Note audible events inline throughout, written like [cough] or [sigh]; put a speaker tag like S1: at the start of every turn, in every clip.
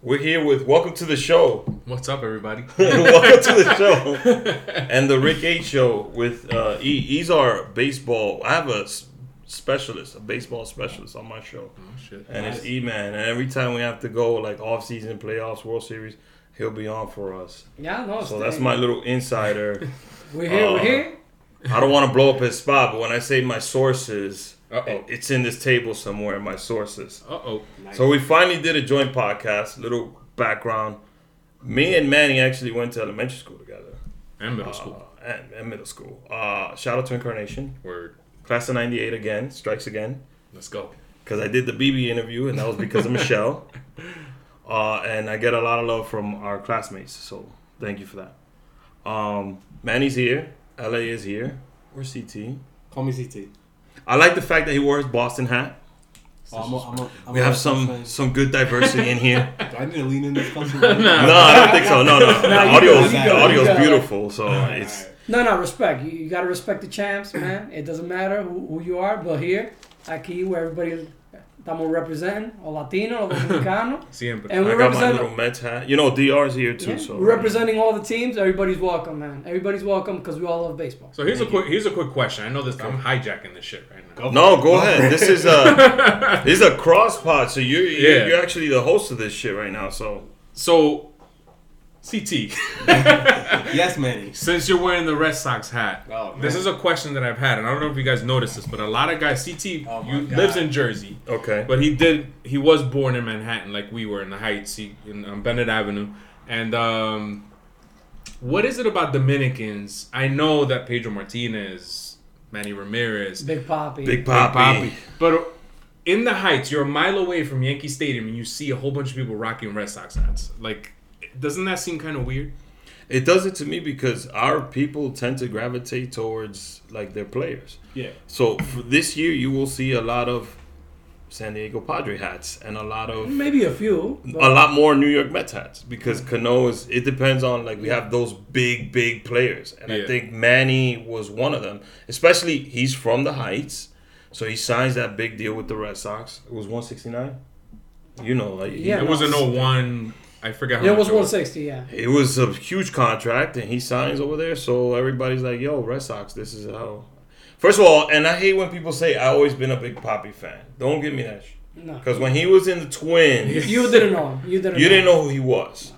S1: We're here with Welcome to the Show. [laughs]
S2: What's up, everybody?
S1: Welcome to the show. And the Rick A Show with uh, E. He's our baseball. I have a s- specialist, a baseball specialist on my show.
S2: Oh, shit.
S1: And it's E Man. And every time we have to go, like off season, playoffs, World Series, he'll be on for us.
S3: [laughs] Yeah,
S2: Oh,
S3: no.
S1: So that's my little insider.
S3: We're here.
S1: uh,
S3: we're here.
S1: I don't want to blow up his spot, but when I say my sources,
S2: Uh-oh.
S1: it's in this table somewhere, my sources.
S2: Uh oh.
S1: So we finally did a joint podcast. Little background. Me and Manny actually went to elementary school together
S2: And middle school.
S1: uh, and, and middle school. Uh, shout out to Incarnation,
S2: Word.
S1: class of '98 again, strikes again.
S2: Let's go.
S1: Because I did the BB interview, and that was because of Michelle. Uh, and I get a lot of love from our classmates, so thank you for that. Um, Manny's here. LA is here. We're CT.
S3: Call me CT.
S1: I like the fact that he wore his Boston hat.
S3: Oh, I'm a, I'm a, I'm
S1: We
S3: a
S1: have
S3: Red Sox
S1: some
S3: fan.
S1: some good diversity in here.
S3: [laughs] Do I need to lean in this country?
S1: No, I don't think so. No, no. The
S3: [laughs] No, you
S1: audio
S3: go,
S1: is
S3: you
S1: the
S3: go,
S1: audio
S3: you
S1: is
S3: go.
S1: beautiful, so it's
S3: no, no. Respect. You, you gotta respect the champs, man. It doesn't matter who, who you are, but here, aquí, where everybody, estamos representing, o Latino, o Dominicano,
S2: Siempre.
S3: and
S1: I
S3: we're
S1: got my
S3: representing.
S1: little Mets hat. You know, DR's here too,
S3: yeah,
S1: so
S3: we're representing all the teams. Everybody's welcome, man. Everybody's welcome because we all love baseball.
S2: so here's a quick here's a quick question. I know this. I'm hijacking this shit right now.
S1: No, go ahead. This is a this is a cross pod. So you're you're,
S2: Yeah.
S1: you're actually the host of this shit right now. So
S2: So, [laughs] CT,
S4: Yes, Manny.
S2: since you're wearing the Red Sox hat,
S4: Oh, man.
S2: this is a question that I've had, and I don't know if you guys noticed this, but a lot of guys, CT
S4: Oh, my
S2: you,
S4: God.
S2: lives in Jersey,
S1: okay,
S2: but he did he was born in Manhattan, like we were in the Heights, he, in um, Bennett Avenue, and um, what is it about Dominicans? I know that Pedro Martinez, Manny Ramirez,
S3: Big Poppy.
S1: Big
S2: Big
S1: Poppy.
S2: Poppy. But in the Heights, you're a mile away from Yankee Stadium, and you see a whole bunch of people rocking Red Sox hats. Like, doesn't that seem kind of weird?
S1: It does it to me because our people tend to gravitate towards like their players.
S2: Yeah.
S1: So for this year, you will see a lot of San Diego Padre hats and a lot of
S3: Maybe a few. But
S1: a lot more New York Mets hats because Cano is. It depends on like we have those big, big players, and I
S2: Yeah.
S1: think Manny was one of them. Especially he's from the Heights, so he signs that big deal with the Red Sox. It was one sixty nine. You know, like he-
S3: Yeah,
S2: It was an 01. I forgot.
S3: It
S2: much
S3: was 160. Yeah.
S1: it was a huge contract, and he signs over there. So everybody's like, "Yo, Red Sox, this is how." First of all, and I hate when people say I always been a big Poppy fan. Don't give me that.
S3: No.
S1: Because when he was in the
S2: [laughs]
S1: Twins,
S3: You didn't know him. You didn't.
S1: you
S3: know him.
S1: didn't know who he was.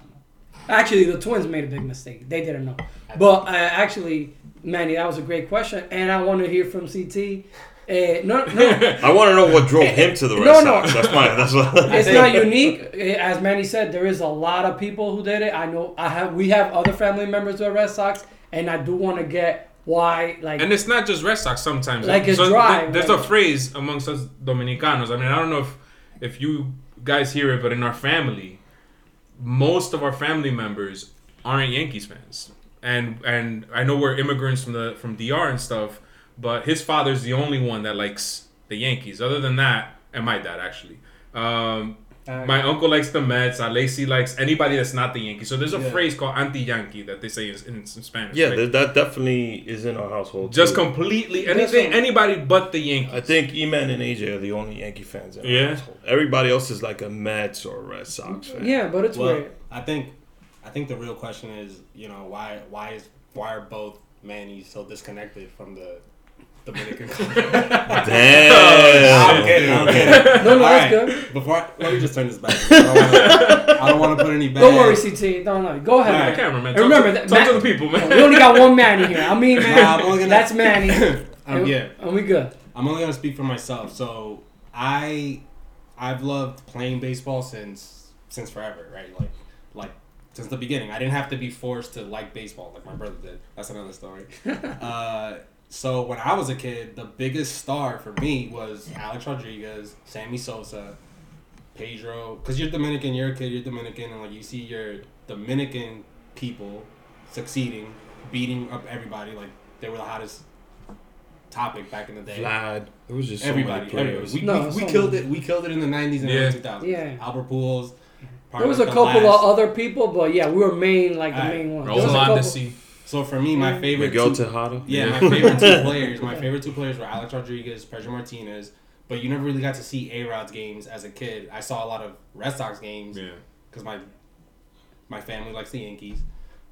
S3: Actually, the Twins made a big mistake. They didn't know. But uh, actually, Manny, that was a great question, and I want to hear from CT. Uh, no, no,
S1: I want to know what drove him to the Red
S3: No, no.
S1: Sox. That's my. That's what.
S3: [laughs] it's not unique. Uh, As Manny said, there is a lot of people who did it. I know. I have. We have other family members who are Red Sox, and I do want to get why. Like,
S2: And it's not just Red Sox sometimes.
S3: Like it's
S2: So
S3: dry,
S2: th- There's
S3: like-
S2: a phrase amongst us Dominicanos. I mean, I don't know if, if you guys hear it, but in our family, most of our family members aren't Yankees fans. And and I know we're immigrants from the from DR and stuff, but his father's the only one that likes the Yankees. Other than that, and my dad actually. Um, my uncle likes the Mets. Alessi likes anybody that's not the Yankees. So there's a
S4: Yeah.
S2: phrase called anti-Yankee that they say in, in, in Spanish.
S1: Yeah,
S2: right?
S1: that, that definitely is in our household.
S2: Just
S1: too.
S2: completely
S3: That's
S2: anything,
S3: all.
S2: anybody but the Yankees.
S1: I think Eman and AJ are the only Yankee fans. In our
S2: Yeah.
S1: household. Everybody else is like a Mets or a Red Sox fan.
S3: yeah, but it's
S4: Well,
S3: weird.
S4: I think, I think the real question is, you know, why, why is, why are both Manny's so disconnected from the Dominican?
S3: [laughs] Oh,
S4: I'm
S1: Damn.
S4: kidding. I'm kidding.
S3: No, no,
S4: All
S3: that's
S4: right.
S3: good.
S4: Before, I, let me just turn this back. I don't want to put any bad.
S3: Don't worry, CT. No, no, go ahead.
S4: All
S2: I
S4: right.
S3: man.
S2: can't remember.
S3: And remember
S2: talk
S3: that
S2: to, talk to
S3: Matt-
S2: the people, man. [laughs]
S3: We only got one Manny here. I mean, man,
S4: Nah, I'm only gonna-
S3: that's
S4: [laughs]
S3: Manny.
S4: Um, yeah,
S3: and we good.
S4: I'm only gonna speak for myself. So I I've loved playing baseball since since forever, right? Like like since the beginning. I didn't have to be forced to like baseball like my brother did. That's another story. uh, so when I was a kid, the biggest star for me was Alex Rodriguez, Sammy Sosa, Pedro. Because you're Dominican, you're a kid, you're Dominican, and like you see your Dominican people succeeding, beating up everybody. Like they were the hottest topic back in the day
S1: Vlad. It was just so
S4: everybody,
S1: many players.
S4: everybody. We,
S3: No,
S4: we, we
S3: so
S4: killed
S3: many.
S4: it. We killed it in the nineties and
S2: Yeah.
S4: early two thousands.
S3: Yeah.
S4: Albert Pujols.
S3: There was a couple of other people, but yeah, we were main like the
S4: Alright.
S3: main one. There was a
S2: Roll
S3: couple-
S2: on to see.
S4: So for me, my favorite.
S1: Miguel
S4: two,
S1: Tejada.
S4: yeah,
S2: Yeah.
S4: my favorite two players. My favorite two players were Alex Rodriguez, Pedro Martinez. But you never really got to see A Rod's games as a kid. I saw a lot of Red Sox games.
S2: Yeah.
S4: because my my family likes the Yankees,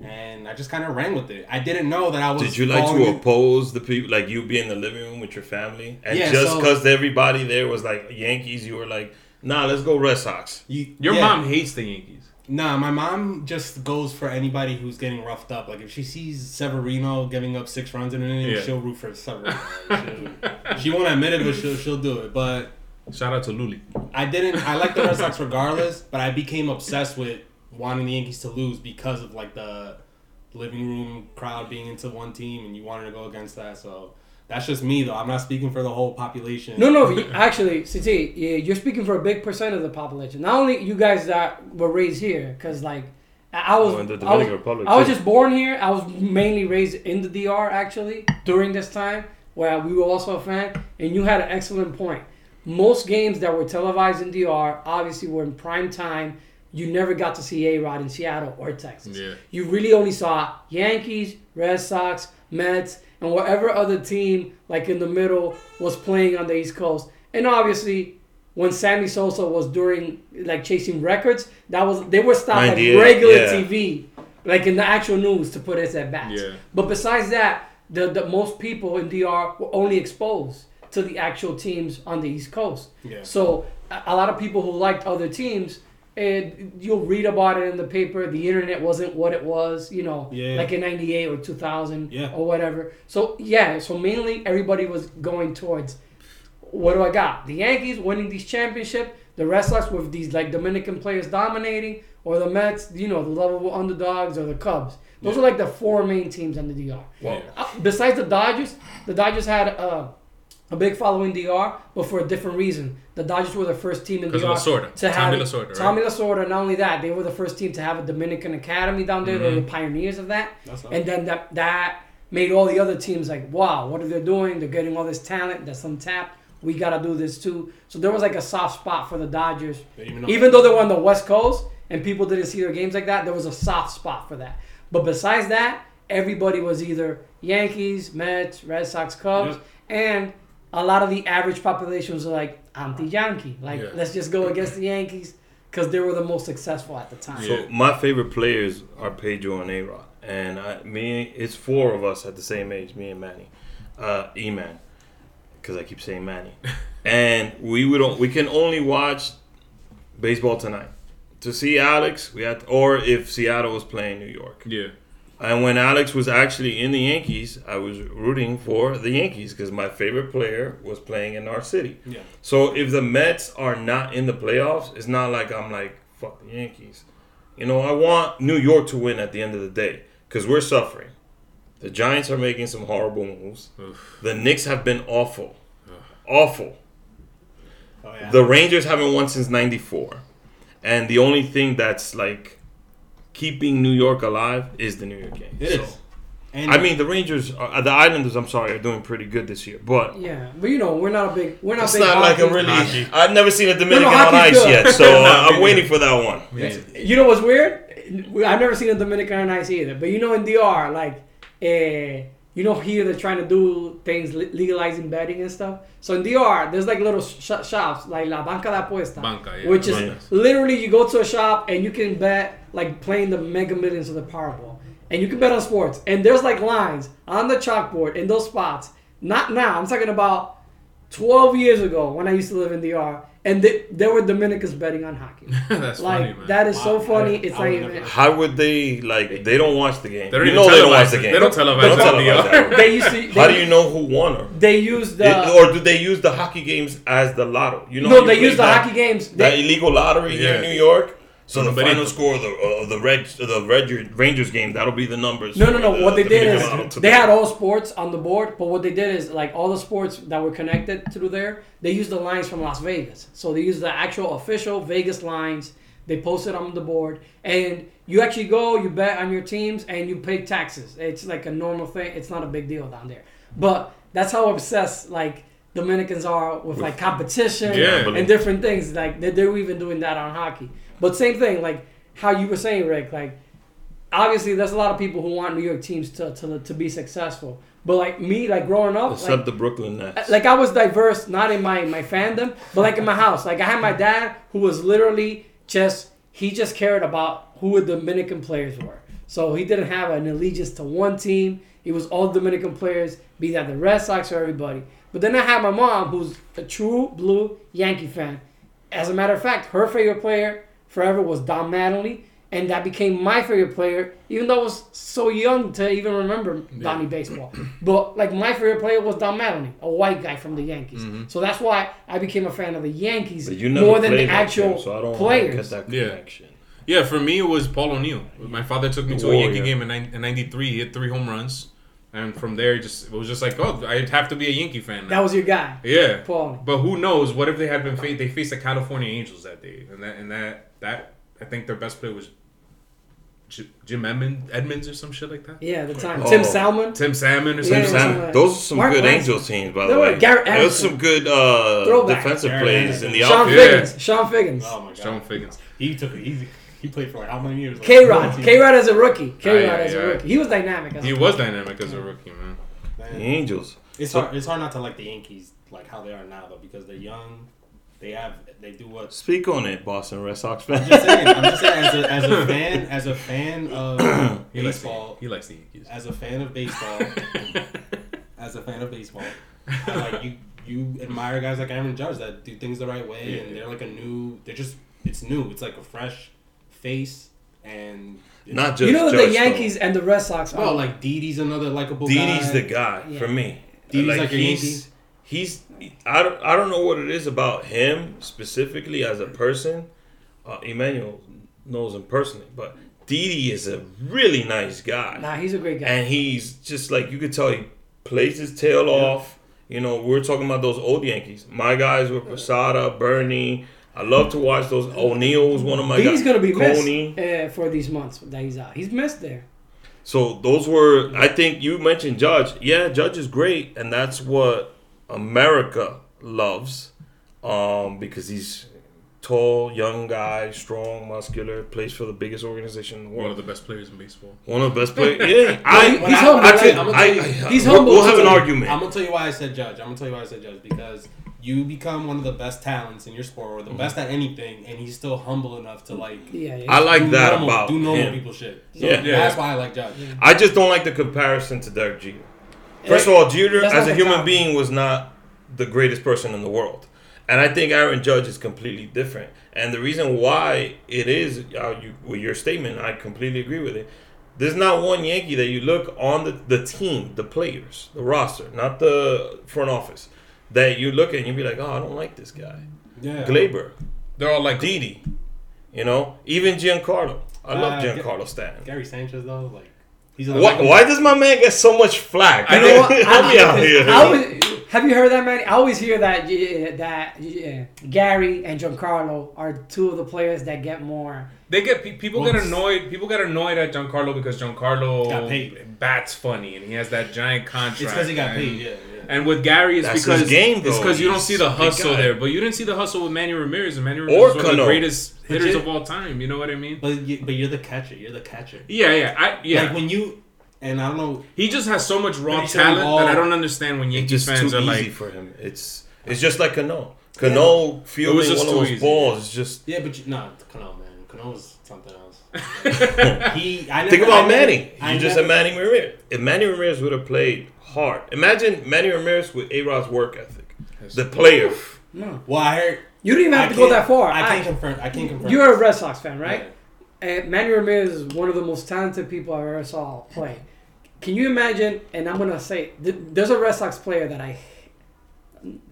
S4: and I just kind of ran with it. I didn't know that I was.
S1: Did you like
S4: falling
S1: to
S4: in-
S1: oppose the people, like you be in the living room with your family, and
S4: Yeah,
S1: just
S4: so-
S1: because everybody there was like Yankees, you were like, "Nah, let's go Red Sox."
S4: You-
S2: Your
S4: yeah.
S2: mom hates the Yankees.
S4: Nah, my mom just goes for anybody who's getting roughed up. Like if she sees Severino giving up six runs in an inning,
S2: Yeah.
S4: she'll root for Severino. She'll- she won't admit it, but she'll she'll do it. But
S2: Shout out to Luli.
S4: I didn't. I like the Red Sox regardless, but I became obsessed with wanting the Yankees to lose because of like the living room crowd being into one team, and you wanted to go against that. So that's just me, though. I'm not speaking for the whole population.
S1: [laughs]
S3: No, no. you- Actually, CT, yeah, you're speaking for a big percent of the population. Not only you guys that were raised here, because like I I was,
S1: Oh, in the
S3: I was,
S1: Dominican Republic,
S3: I was
S1: too.
S3: just born here. I was mainly raised in the DR actually during this time where we were also a fan. And you had an excellent point. Most games that were televised in DR obviously were in prime time. You never got to see A Rod in Seattle or Texas.
S2: Yeah.
S3: You really only saw Yankees, Red Sox, Mets, and whatever other team like in the middle was playing on the East Coast. And obviously, when Sammy Sosa was during like chasing records, that was they were stopped like
S1: 98,
S3: regular
S1: yeah.
S3: TV, like in the actual news to put us at bats.
S2: Yeah.
S3: But besides that, the, the most people in DR were only exposed to the actual teams on the East Coast.
S4: Yeah.
S3: So a, a lot of people who liked other teams, and you'll read about it in the paper. The internet wasn't what it was, you know,
S4: Yeah.
S3: like in '98 or 2000
S4: Yeah.
S3: or whatever. So yeah, so mainly everybody was going towards what do I got? The Yankees winning these championship, the Red Sox with these like Dominican players dominating, or the Mets, you know, the lovable underdogs or the Cubs. Those are like the four main teams on the DR.
S1: Well,
S2: Yeah.
S3: Uh, Besides the Dodgers, the Dodgers had uh, a big following DR, but for a different reason. The Dodgers were the first team in
S2: 'Cause of
S3: DR
S2: Lasorda.
S3: to have
S2: Tommy Lasorda, right?
S3: Tommy Lasorda. Not only that, they were the first team to have a Dominican academy down there. They were the pioneers of that.
S4: Mm-hmm. That's awesome.
S3: and then that that made all the other teams like, wow, what are they doing? They're getting all this talent that's untapped. We gotta do this too. So there was like a soft spot for the Dodgers,
S4: They didn't even know.
S3: even though they were on the West Coast and people didn't see their games like that. There was a soft spot for that. But besides that, everybody was either Yankees, Mets, Red Sox, Cubs,
S4: Yep.
S3: and a lot of the average population was like anti-Yankee. Like,
S2: Yeah.
S3: let's just go against the Yankees because they were the most successful at the time.
S2: Yeah.
S1: So my favorite players are Pedro and A Rod, and I, me, it's four of us at the same age, me and Manny, uh, E Man, because I keep saying Manny, and we would on- we can only watch baseball tonight. To see Alex, we had, or if Seattle was playing New York,
S2: Yeah.
S1: and when Alex was actually in the Yankees, I was rooting for the Yankees because my favorite player was playing in our city.
S4: Yeah.
S1: So if the Mets are not in the playoffs, it's not like I'm like fuck the Yankees. You know, I want New York to win at the end of the day because we're suffering. The Giants are making some horrible moves. The Knicks have been awful, awful.
S4: Oh, yeah.
S1: The Rangers haven't won since '94, and the only thing that's like keeping New York alive is the New York Yankees.
S4: It is.
S1: So,
S4: And
S1: I mean, the Rangers, are, the Islanders. I'm sorry, are doing pretty good this year, but
S3: Yeah, but you know we're not a big we're not
S1: It's
S3: big
S1: not like
S3: hockey.
S1: a really.
S2: Hockey.
S1: I've never seen a Dominican on
S3: hockey's
S1: ice
S3: good.
S1: yet,
S3: [laughs]
S1: so uh,
S2: Nah,
S1: I'm
S2: me
S1: waiting for that one.
S3: You know what's weird? We- I've never seen a Dominican on ice either. But you know in DR like, eh, you know here they're trying to do things le- legalizing betting and stuff. So in DR there's like little sh- shops like La Banca de Apuesta,
S2: Banca, yeah.
S3: which is
S1: Yeah.
S3: literally you go to a shop and you can bet like playing the Mega Millions or the Powerball, and you can bet on sports. And there's like lines on the chalkboard in those spots. Not now. I'm talking about 12 years ago when I used to live in DR, and th- there were Dominicans betting on hockey.
S2: [laughs] [laughs] That's
S3: like
S2: funny, man.
S3: that is so
S4: Wow,
S3: funny.
S4: I-
S3: it's
S4: I
S3: not
S4: would
S3: even.
S4: never-
S1: How would they like? They don't watch the game.
S2: They don't
S1: you
S2: even
S1: know they don't
S2: televise
S1: watch the
S2: it.
S1: game.
S2: They don't televise
S1: They don't
S2: it on
S1: televise
S2: DR.
S1: that one.
S3: They used to. They,
S1: How do you know who won or?
S3: They use the.
S1: It- or do they use the hockey games as the lotto? You know,
S3: no,
S1: you
S3: they
S1: play
S3: use the
S1: that-
S3: hockey games.
S1: That
S3: They,
S1: illegal lottery here in
S2: Yeah.
S1: New York. So the
S2: Somebody-
S1: final score of the uh, the red the red Rangers game that'll be the numbers.
S3: no, no, no.
S1: for the
S3: what they did
S1: Dominican
S3: is
S1: lotto to
S3: they
S1: the-
S3: had all sports on the board, but what they did is like all the sports that were connected to there, they used the lines from Las Vegas. So they used the actual official Vegas lines. They posted on the board, and you actually go, you bet on your teams, and you pay taxes. It's like a normal thing. It's not a big deal down there, but that's how obsessed like Dominicans are with like competition.
S2: Yeah.
S3: and different things. Like they, they were even doing that on hockey. But same thing, like how you were saying, Rick. Like obviously, there's a lot of people who want New York teams to to, to be successful. But like me, like growing up,
S1: except
S3: like,
S1: the Brooklyn Nets.
S3: like I was diverse, not in my my fandom, but like in my house. Like I had my dad who was literally just he just cared about who the Dominican players were. So he didn't have an allegiance to one team. He was all Dominican players, be that the Red Sox or everybody. But then I had my mom, who's a true blue Yankee fan. As a matter of fact, her favorite player forever was Don Mattingly, and that became my favorite player, even though I was so young to even remember Donnie baseball. But like my favorite player was Don Mattingly, a white guy from the Yankees.
S2: Mm-hmm.
S3: So that's why I became a fan of the Yankees
S1: But you never
S3: more than the
S1: played that
S3: actual
S1: game, so I don't
S3: players.
S1: get that
S2: Yeah.
S1: connection.
S2: Yeah, for me it was Paul O'Neill. My father took me
S1: The
S2: to a Yankee
S1: Warrior.
S2: game in nin- in '93. He hit three home runs, and from there, just it was just like, oh, I have to be a Yankee fan.
S3: That
S2: Now.
S3: was your guy,
S2: yeah.
S3: Paul.
S2: But who knows? What if they had been fa- they faced the California Angels that day, and that and that that I think their best player was J- Jim Edmond, Edmonds or some shit like that.
S3: Yeah, at the time.
S1: Oh.
S3: Tim Salmon.
S2: Tim Salmon or
S3: Yeah,
S1: Tim
S2: something.
S1: Salmon.
S3: so, uh,
S1: Those are some
S3: Mark
S1: good
S3: Lansing.
S1: Angels teams, by
S3: There
S1: the
S3: were
S1: way.
S3: Garrett
S1: There's
S3: Anderson.
S1: some good uh,
S3: Throwback.
S1: defensive
S4: Garrett
S1: plays
S4: Anderson.
S1: in the
S3: Sean
S1: outfield.
S2: Yeah.
S3: Figgins. Sean Figgins.
S4: Oh my god.
S2: Sean Figgins.
S4: He took it. He, he played for like how many years? Like,
S3: K Rod.
S4: 14.
S3: K Rod as a rookie. K Rod
S2: yeah,
S3: as
S2: yeah.
S3: a rookie. He was dynamic. As
S2: He
S3: a
S2: was dynamic as a rookie, man.
S1: The
S4: Man,
S1: Angels.
S4: It's hard. It's hard not to like the Yankees like how they are now though because they're young. They have. They do what
S1: Speak on it, Boston Red Sox
S3: [laughs]
S4: I'm
S1: fans.
S4: just saying. I'm just saying. As a, as [laughs] a fan, as a fan [clears throat] of
S2: He likes, the,
S4: baseball,
S2: he likes the Yankees.
S4: as a fan of [laughs] baseball, as a fan of baseball, like you, you admire guys like Aaron Judge that do things the right way,
S2: Yeah.
S4: and they're like a new. They're just. It's new. It's like a fresh face, and it's-
S1: Not just
S3: you know that the
S1: Judge, though.
S3: Yankees and the Red Sox are
S4: Well, Oh, like Didi's another likable guy.
S1: Didi's the guy
S3: Yeah.
S1: for me.
S4: Didi's like your
S1: he's he's I don't, I don't know what it is about him specifically as a person. Uh, Emmanuel knows him personally, but Didi is a really nice guy,
S3: nah, he's a great guy.
S1: and he's just like you could tell he plays his tail off. You know, we're talking about those old Yankees. My guys were Posada, Bernie. I love to watch those. O'Neill was one of my guys.
S3: he's gonna be
S1: Coney.
S3: missed uh, for these months that he's out. He's missed there.
S1: So those were, I think you mentioned Judge. Yeah, Judge is great, and that's what America loves, um, because he's tall, young guy, strong, muscular, plays for the biggest organization in the
S2: [laughs] One of
S1: world.
S2: the best players in baseball.
S1: One of the best players.
S3: [laughs]
S1: Yeah, I,
S3: he's
S1: I,
S3: humble,
S1: I,
S3: right?
S1: could-
S4: I'm gonna
S1: I-
S4: tell you-
S1: I-
S3: he's
S1: we'll-
S3: humble,
S1: We'll have
S3: so
S1: an
S3: tell you-
S1: argument.
S4: I'm gonna tell you why I said judge. I'm gonna tell you why I said judge because you become one of the best talents in your sport or the
S1: Mm-hmm.
S4: best at anything, and he's still humble enough to like.
S3: Yeah, yeah.
S1: I like
S4: do
S1: that
S4: normal,
S1: about
S4: do normal
S1: him.
S4: people shit. So
S1: Yeah.
S2: Yeah.
S4: that's why I like judge.
S1: I just don't like the comparison to Derek Jeter. First of all, Jeter
S3: That's
S1: as
S3: not
S1: a
S3: the
S1: human
S3: top.
S1: being was not the greatest person in the world. And I think Aaron Judge is completely different. And the reason why it is uh, you, with your statement, I completely agree with it. There's not one Yankee that you look on the, the team, the players, the roster, not the front office, that you look at and you be like, oh, I don't like this guy.
S4: Yeah.
S1: Glaber,
S2: They're all like
S1: Didi, you know, even Giancarlo. I love
S4: Uh, Ga-
S1: Giancarlo Stanton.
S4: Gary Sanchez though, like he's a
S1: Why, why does my man get so much flack?
S2: I
S1: I
S2: know
S3: [laughs]
S1: know.
S2: what-
S1: Help me out here.
S3: I
S2: [laughs]
S3: always, have you heard that, man? I always hear that yeah, that yeah, Gary and Giancarlo are two of the players that get more.
S2: They get pe- people get
S4: Once.
S2: annoyed. People get annoyed at Giancarlo because Giancarlo
S4: Got paid.
S2: bats funny and he has that giant contract.
S4: It's because he got
S2: and,
S4: paid. Yeah, yeah.
S2: And with Gary, it's
S1: That's
S2: because
S1: his game,
S2: it's
S1: though.
S2: because you don't
S1: He's
S2: see the
S1: a big
S2: hustle
S1: guy.
S2: there. But you didn't see the hustle with Manny Ramirez, and Manny Ramirez
S1: Or
S2: is one of the
S1: Cano.
S2: greatest hitters
S4: you-
S2: of all time. You know what I mean?
S4: But you, but you're the catcher. You're the catcher.
S2: Yeah, yeah, I, yeah.
S4: Like when you and I don't know.
S2: he just has so much raw
S4: But he's hitting
S2: talent
S4: all-
S2: that I don't understand when
S1: It's
S2: Yankees
S1: just
S2: fans
S1: too
S2: are
S1: easy
S2: like,
S1: for him. It's it's just like Cano. Cano fielding one of
S2: just too
S1: those
S2: easy.
S1: balls is just
S4: Yeah, but you, no, Cano man, Cano's something
S1: [laughs]
S4: else. he, I never,
S1: think
S4: I
S1: about
S4: never-
S1: Manny.
S4: I
S1: you just said
S4: never-
S1: Manny Ramirez. If Manny Ramirez would have played hard, imagine Manny Ramirez with A Rod's work ethic. The player.
S3: No,
S4: Well, I heard
S3: you don't even have
S4: I
S3: to go
S4: can't-
S3: that far.
S4: I
S3: I-
S4: can't confirm. I can't confirm.
S3: You're a Red Sox fan, right? And Manny Ramirez is one of the most talented people I ever saw play. Can you imagine? And I'm gonna say, th- there's a Red Sox player that I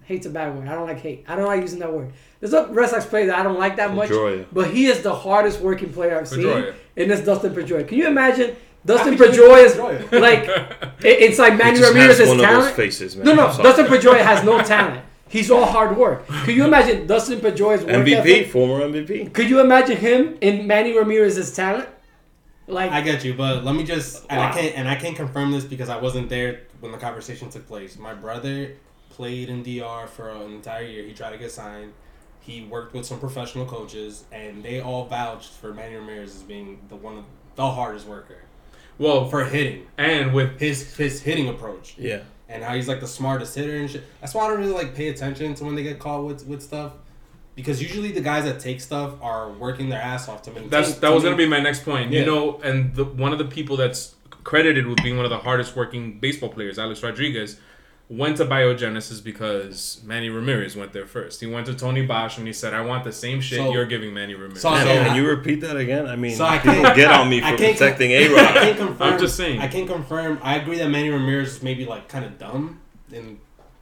S3: hate's a bad word. I don't like hate. I don't like using that word. There's a Red Sox player that I don't like that much,
S1: Pedroia.
S3: but he is the hardest working player I've
S2: Pedroia.
S3: seen, and it's Dustin Pedroia. Can you imagine Dustin
S4: think you
S3: Pedroia is
S4: like
S3: like i- inside Manny
S1: He just
S3: Ramirez
S1: has
S3: is
S1: one of those
S3: talent?
S1: faces, man.
S3: No, no,
S1: I'm sorry.
S3: Dustin Pedroia has no talent. He's all hard work. Can you imagine Dustin Pedroia's work
S1: MVP,
S3: ethic?
S1: former MVP.
S3: Could you imagine him in Manny Ramirez's talent? Like
S4: I get you, but let me just and
S3: Wow.
S4: I can't and I can't confirm this because I wasn't there when the conversation took place. My brother played in DR for an entire year. He tried to get signed. He worked with some professional coaches, and they all vouched for Manny Ramirez as being the one of the hardest worker
S2: well,
S4: for hitting
S2: and with
S4: his his hitting approach
S1: Yeah.
S4: and how he's like the smartest hitter and shit. That's why I don't really like pay attention to when they get caught with with stuff. because usually the guys that take stuff are working their ass off to maintain.
S2: That's that
S4: to
S2: was gonna be my
S4: main-
S2: next point. You
S4: Yeah.
S2: know, and the, one of the people that's credited with being one of the hardest working baseball players, Alex Rodriguez, went to Biogenesis because Manny Ramirez went there first. He went to Tony Bosch and he said, "I want the same shit
S4: So-
S2: you're giving Manny Ramirez."
S4: so I-
S1: Man,
S4: yeah.
S1: Can you repeat that again? I mean,
S4: So I
S1: people
S4: can't-
S1: get on me
S4: I
S1: for
S4: can't-
S1: protecting A
S4: I can
S1: Rod.
S4: confirm.
S2: I'm just saying.
S4: I can confirm. I agree that Manny Ramirez was maybe like kind of dumb and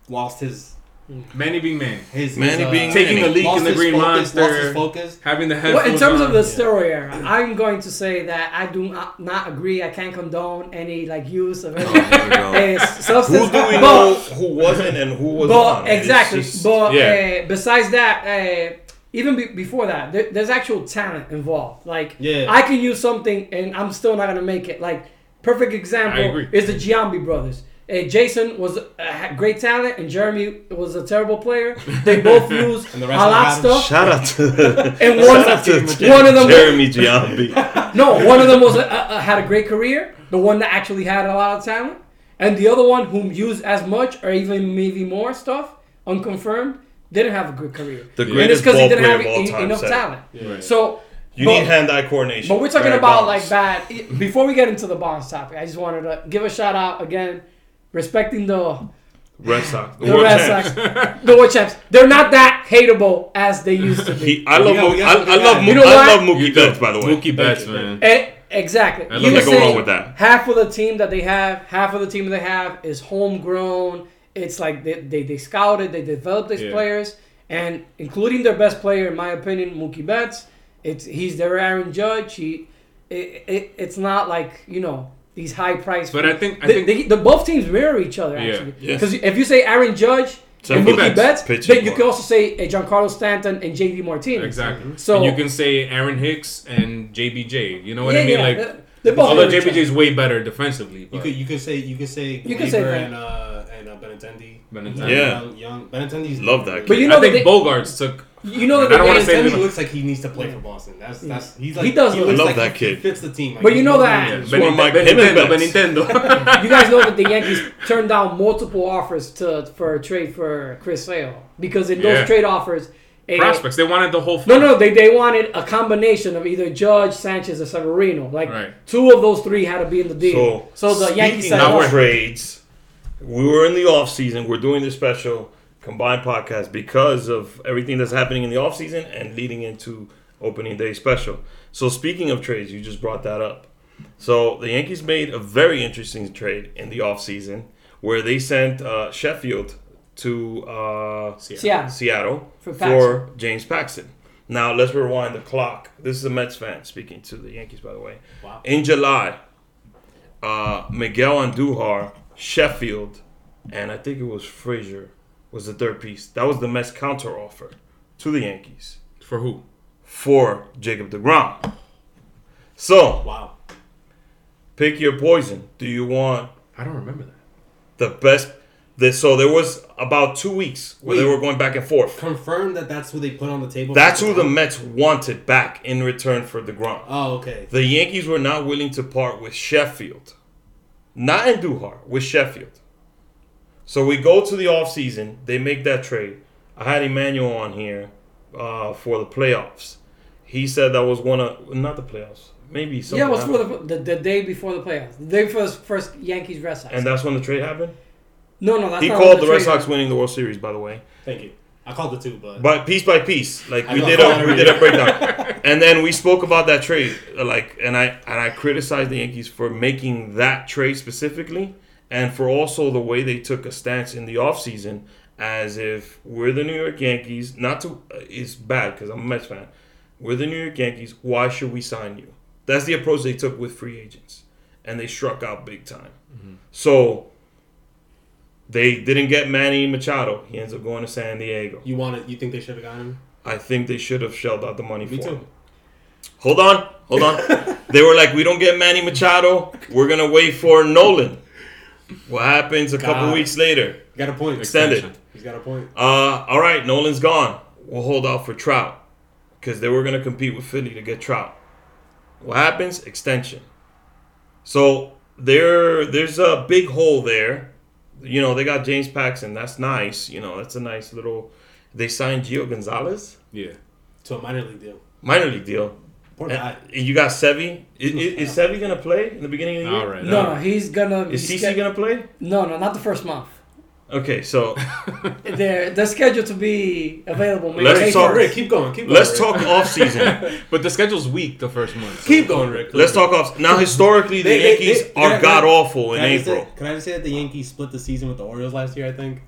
S4: lost his
S2: Manny being Manny,
S4: his
S1: Manny
S4: his,
S1: being-
S2: taking a
S1: Manny.
S2: leak
S4: lost
S2: in the
S4: his
S2: Green
S4: focus, Lost
S2: Monster,
S4: his focus.
S2: having the head.
S3: Well, in terms of the steroid era, I'm going to say that I do not, not agree. I can't condone any like use of any [laughs] eh, substance.
S1: Who do we
S3: But-
S1: know who wasn't and who was
S3: But
S1: on? It's
S3: exactly.
S1: just-
S3: but
S2: yeah.
S3: uh, besides that, uh, even be- before that, there- there's actual talent involved. Like
S4: Yeah.
S3: I can use something, and I'm still not gonna make it. Like perfect
S2: I
S3: example
S2: agree.
S3: is the Giambi brothers. Uh, Jason was a had great talent, and Jeremy was a terrible player. They both used
S4: And the
S3: a
S4: rest of
S3: lot
S4: them
S3: stuff,
S1: Shout out to [laughs]
S3: and
S1: shout
S3: one,
S1: out to
S3: one of them
S1: Jeremy Giambi.
S3: no, one of them was uh, uh, had a great career. The one that actually had a lot of talent, and the other one, whom used as much or even maybe more stuff, unconfirmed, didn't have a good career.
S1: [laughs] The
S3: and it's
S1: greatest
S3: because he
S1: ball
S3: didn't
S1: player
S3: have
S1: of all
S3: en-
S1: time.
S3: enough
S1: said it.
S3: talent.
S2: Right.
S3: So
S1: You
S3: but,
S1: need hand-eye coordination.
S3: but we're talking
S1: Barry
S3: about
S1: Bonds.
S3: like bad. i- Before we get into the bonds topic, I just wanted to give a shout out again, respecting the
S1: Red Sox.
S3: the Red Sox, the World Champs. They're not that hateable as they used to be.
S1: He, I love,
S4: Yeah, we
S1: Mookie, I,
S4: got- we
S1: I
S4: got-
S1: love, Mookie,
S4: You
S3: know
S1: I
S3: what?
S1: love Mookie
S2: You
S1: Betts,
S2: do.
S1: by the way.
S2: Mookie Betts, man.
S3: Eh, exactly.
S2: I
S3: You
S2: can't
S3: were
S2: go
S3: saying
S1: wrong with that.
S3: Half of the team that they have, half of the team they have is homegrown. It's like they, they, they scouted, they developed these
S2: Yeah.
S3: players, and including their best player, in my opinion, Mookie Betts. It's he's their Aaron Judge. He, it, it, it's not like you know these high price.
S2: But I think- I
S3: they,
S2: think-
S3: they, the both teams mirror each other
S2: Yeah.
S3: actually.
S1: Yes.
S3: Because if you say Aaron Judge.
S1: So
S3: and
S1: Mookie
S3: Mookie
S1: Betts,
S3: Betts,
S1: pitching
S3: then you
S1: one.
S3: can also say eh, Giancarlo Stanton and J.D. Martinez.
S2: Exactly. So
S3: So-
S2: you can say Aaron Hicks and JBJ. You know what
S3: Yeah,
S2: I mean?
S3: yeah,
S2: like,
S3: they're- they're both
S2: although
S3: very
S2: JBJ is way better defensively.
S4: You
S2: But,
S4: could you could say you could say
S3: You could say
S4: Weaver
S3: that.
S4: and uh and uh, Benintendi.
S2: Benintendi.
S1: Yeah.
S4: young, young Benintendi's
S1: Love that
S3: But
S1: kid.
S3: you know
S2: I
S3: that
S2: think
S3: they,
S2: Bogarts took.
S3: you know that
S2: I don't
S3: they-
S2: wanna
S4: Benintendi
S2: say that-
S4: looks like he needs to play for Boston. That's that's he's like
S3: He does look-
S4: looks
S1: I love
S4: like
S1: that
S4: he
S1: kid.
S4: fits the team. Like,
S3: But you
S4: he's
S3: know
S4: no
S3: that-
S4: longer-
S1: one of my-
S2: Beninte-
S1: him and
S3: [laughs]
S2: Benintendo. Benintendo.
S3: you guys know that the Yankees turned down multiple offers to for a trade for Chris Sale because in those
S2: Yeah.
S3: trade offers, eh,
S2: Prospects. They wanted the whole.
S3: No, no, they, they wanted a combination of either Judge, Sanchez, or Severino. Like
S2: Right.
S3: two of those three had to be in the deal. So, the
S1: speaking
S3: Yankees said,
S1: of
S2: Not worth
S3: "Oh,
S1: trades. We were in the off season. We're doing this special combined podcast because of everything that's happening in the off season and leading into opening day special. So speaking of trades, you just brought that up. So the Yankees made a very interesting trade in the off season where they sent uh, Sheffield to uh,
S3: Seattle.
S1: Seattle
S3: For
S1: for,
S3: Paxton.
S1: James Paxton. Now let's rewind the clock. This is a Mets fan speaking to the Yankees, by the way.
S4: Wow.
S1: In July, uh, Miguel Andujar, Sheffield, and I think it was Frazier was the third piece. That was the Mets counter offer to the Yankees
S2: For who?
S1: for Jacob DeGrom. So
S4: Wow.
S1: pick your poison. Do you want
S2: I don't remember that.
S1: the best? This, so there was about two weeks where they
S4: Wait.
S1: were going back and forth.
S4: Confirm that that's who they put on the table.
S1: That's who the Mets wanted back in return for DeGrom.
S4: Oh okay.
S1: The Yankees were not willing to part with Sheffield. Not in Duhar, with Sheffield. So we go to the offseason. They make that trade. I had Emmanuel on here uh, for the playoffs. He said that was one of, not the playoffs, maybe something.
S3: yeah, it was for
S1: happened.
S3: the, the the day before the playoffs, the day first first Yankees Red Sox.
S1: And that's when the trade happened?
S3: no, no, that's
S1: he
S3: not
S1: called
S3: what
S1: the Red
S3: trade-
S1: Sox winning the World Series, by the way.
S4: Thank you. I called it two, but
S1: But piece by piece, like
S4: I
S1: we
S4: know.
S1: did a we did a
S4: [laughs]
S1: breakdown, and then we spoke about that trade, like and I and I criticized the Yankees for making that trade specifically, and for also the way they took a stance in the offseason as if we're the New York Yankees. Not to uh, it's bad because I'm a Mets fan. We're the New York Yankees. Why should we sign you? That's the approach they took with free agents, and they struck out big time.
S4: Mm-hmm.
S1: So. They didn't get Manny Machado. He ends up going to San Diego.
S4: you want it. You think they should have gotten him?
S1: I think they should have shelled out the money
S4: Me
S1: for
S4: too.
S1: him. Hold on, hold
S4: [laughs]
S1: on. they were like, we don't get Manny Machado. We're gonna wait for Nolan. What happens a couple
S4: God.
S1: weeks later?
S4: Got a point.
S1: Extended.
S4: He's got a point.
S1: Uh, all right, Nolan's gone. We'll hold out for Trout because they were gonna compete with Philly to get Trout. What happens? Extension. So there, there's a big hole there. You know, they got James Paxton. That's nice. You know, that's a nice little. They signed Gio Gonzalez,
S2: Yeah.
S4: to a minor league deal.
S1: minor league deal.
S4: Poor
S1: And
S4: guy.
S1: you got Sevi. Is, is, is
S2: [laughs]
S1: Sevi gonna play in the beginning of the year?
S2: All right.
S3: No, no, he's gonna.
S1: Is
S3: he's
S1: CC
S3: sca-
S1: gonna play?
S3: No, no, not the first month.
S1: Okay,
S2: [laughs]
S1: so
S3: They're they're scheduled to be available. May
S1: Let's
S3: May
S1: talk-
S3: first.
S4: Rick, keep going. Keep going.
S1: let's
S4: Rick.
S1: talk off season.
S2: [laughs] but the schedule's weak the first month. so-
S4: [laughs] Keep going, Rick.
S1: Let's talk off. Now, historically, the
S4: They- they-
S1: Yankees
S4: they-
S1: are
S4: can I-
S1: god awful in
S4: Can I, just
S1: April.
S4: say, can I just say that the Yankees split the season with the Orioles last year? I think.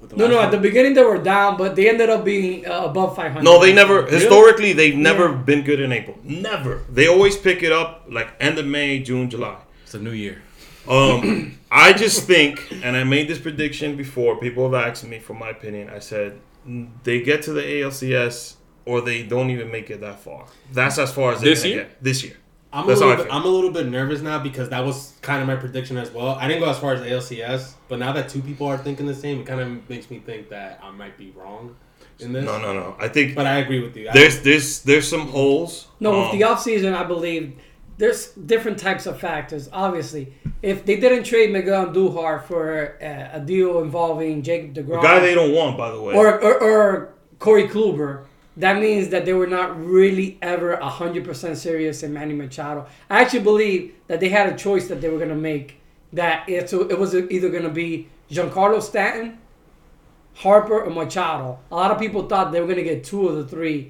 S4: With the
S3: No, no.
S4: last
S3: At the
S4: one.
S3: beginning they were down, but they ended up being uh, above 500.
S1: No, they never. Historically, they've never
S3: Yeah.
S1: been good in April. Never. They always pick it up like end of May, June, July.
S2: It's a new year.
S4: [clears throat]
S1: Um, I just think, and I made this prediction before. People have asked me for my opinion. I said "Mm, they get to the ALCS or they don't even make it that far. That's as far as they're
S2: This
S1: gonna
S2: year?
S1: Get. This year.
S4: I'm a
S1: That's
S4: little
S1: how I
S4: bit,
S1: feel.
S4: I'm a little bit nervous now because that was kind of my prediction as well. I didn't go as far as ALCS, but now that two people are thinking the same, it kind of makes me think that I might be wrong in this.
S1: No, no, no. I think
S4: But I agree with you. I-
S1: there's there's there's some holes.
S3: No, with
S1: Um,
S3: the offseason, I believe there's different types of factors. Obviously, if they didn't trade Miguel Duhar for uh, a deal involving Jacob DeGrom,
S1: the guy they don't want, by the way.
S3: or, or or Corey Kluber, that means that they were not really ever hundred percent serious in Manny Machado. I actually believe that they had a choice that they were gonna make. That it, so it was either gonna be Giancarlo Stanton, Harper, or Machado. A lot of people thought they were gonna get two of the three.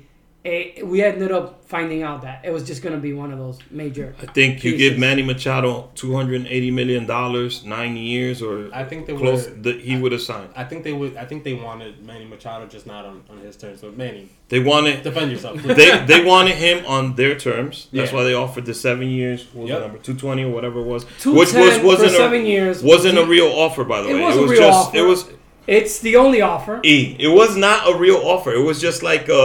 S3: Eh, we ended up finding out that it was just gonna be one of those major.
S1: I think you give
S3: pieces.
S1: Manny Machado two hundred and eighty million dollars, nine years, or
S4: I think they
S1: close.
S4: would've-
S1: The, he would have signed.
S4: I think they would. I think they wanted Manny Machado, just not on, on his terms. But Manny,
S1: They wanted
S4: defend yourself. please.
S1: [laughs] they they wanted him on their terms. That's
S4: Yeah.
S1: why they offered the seven years. What was
S4: Yep.
S1: the number two twenty or whatever it was, which
S3: 210
S1: was
S3: for
S1: wasn't
S3: seven
S1: a,
S3: years.
S1: wasn't a real offer by the
S3: It
S1: way.
S3: was
S1: it
S3: a
S1: was
S3: real
S1: just it
S3: offer.
S1: was
S3: It's the only offer.
S1: e. It was not a real offer. It was just like uh, uh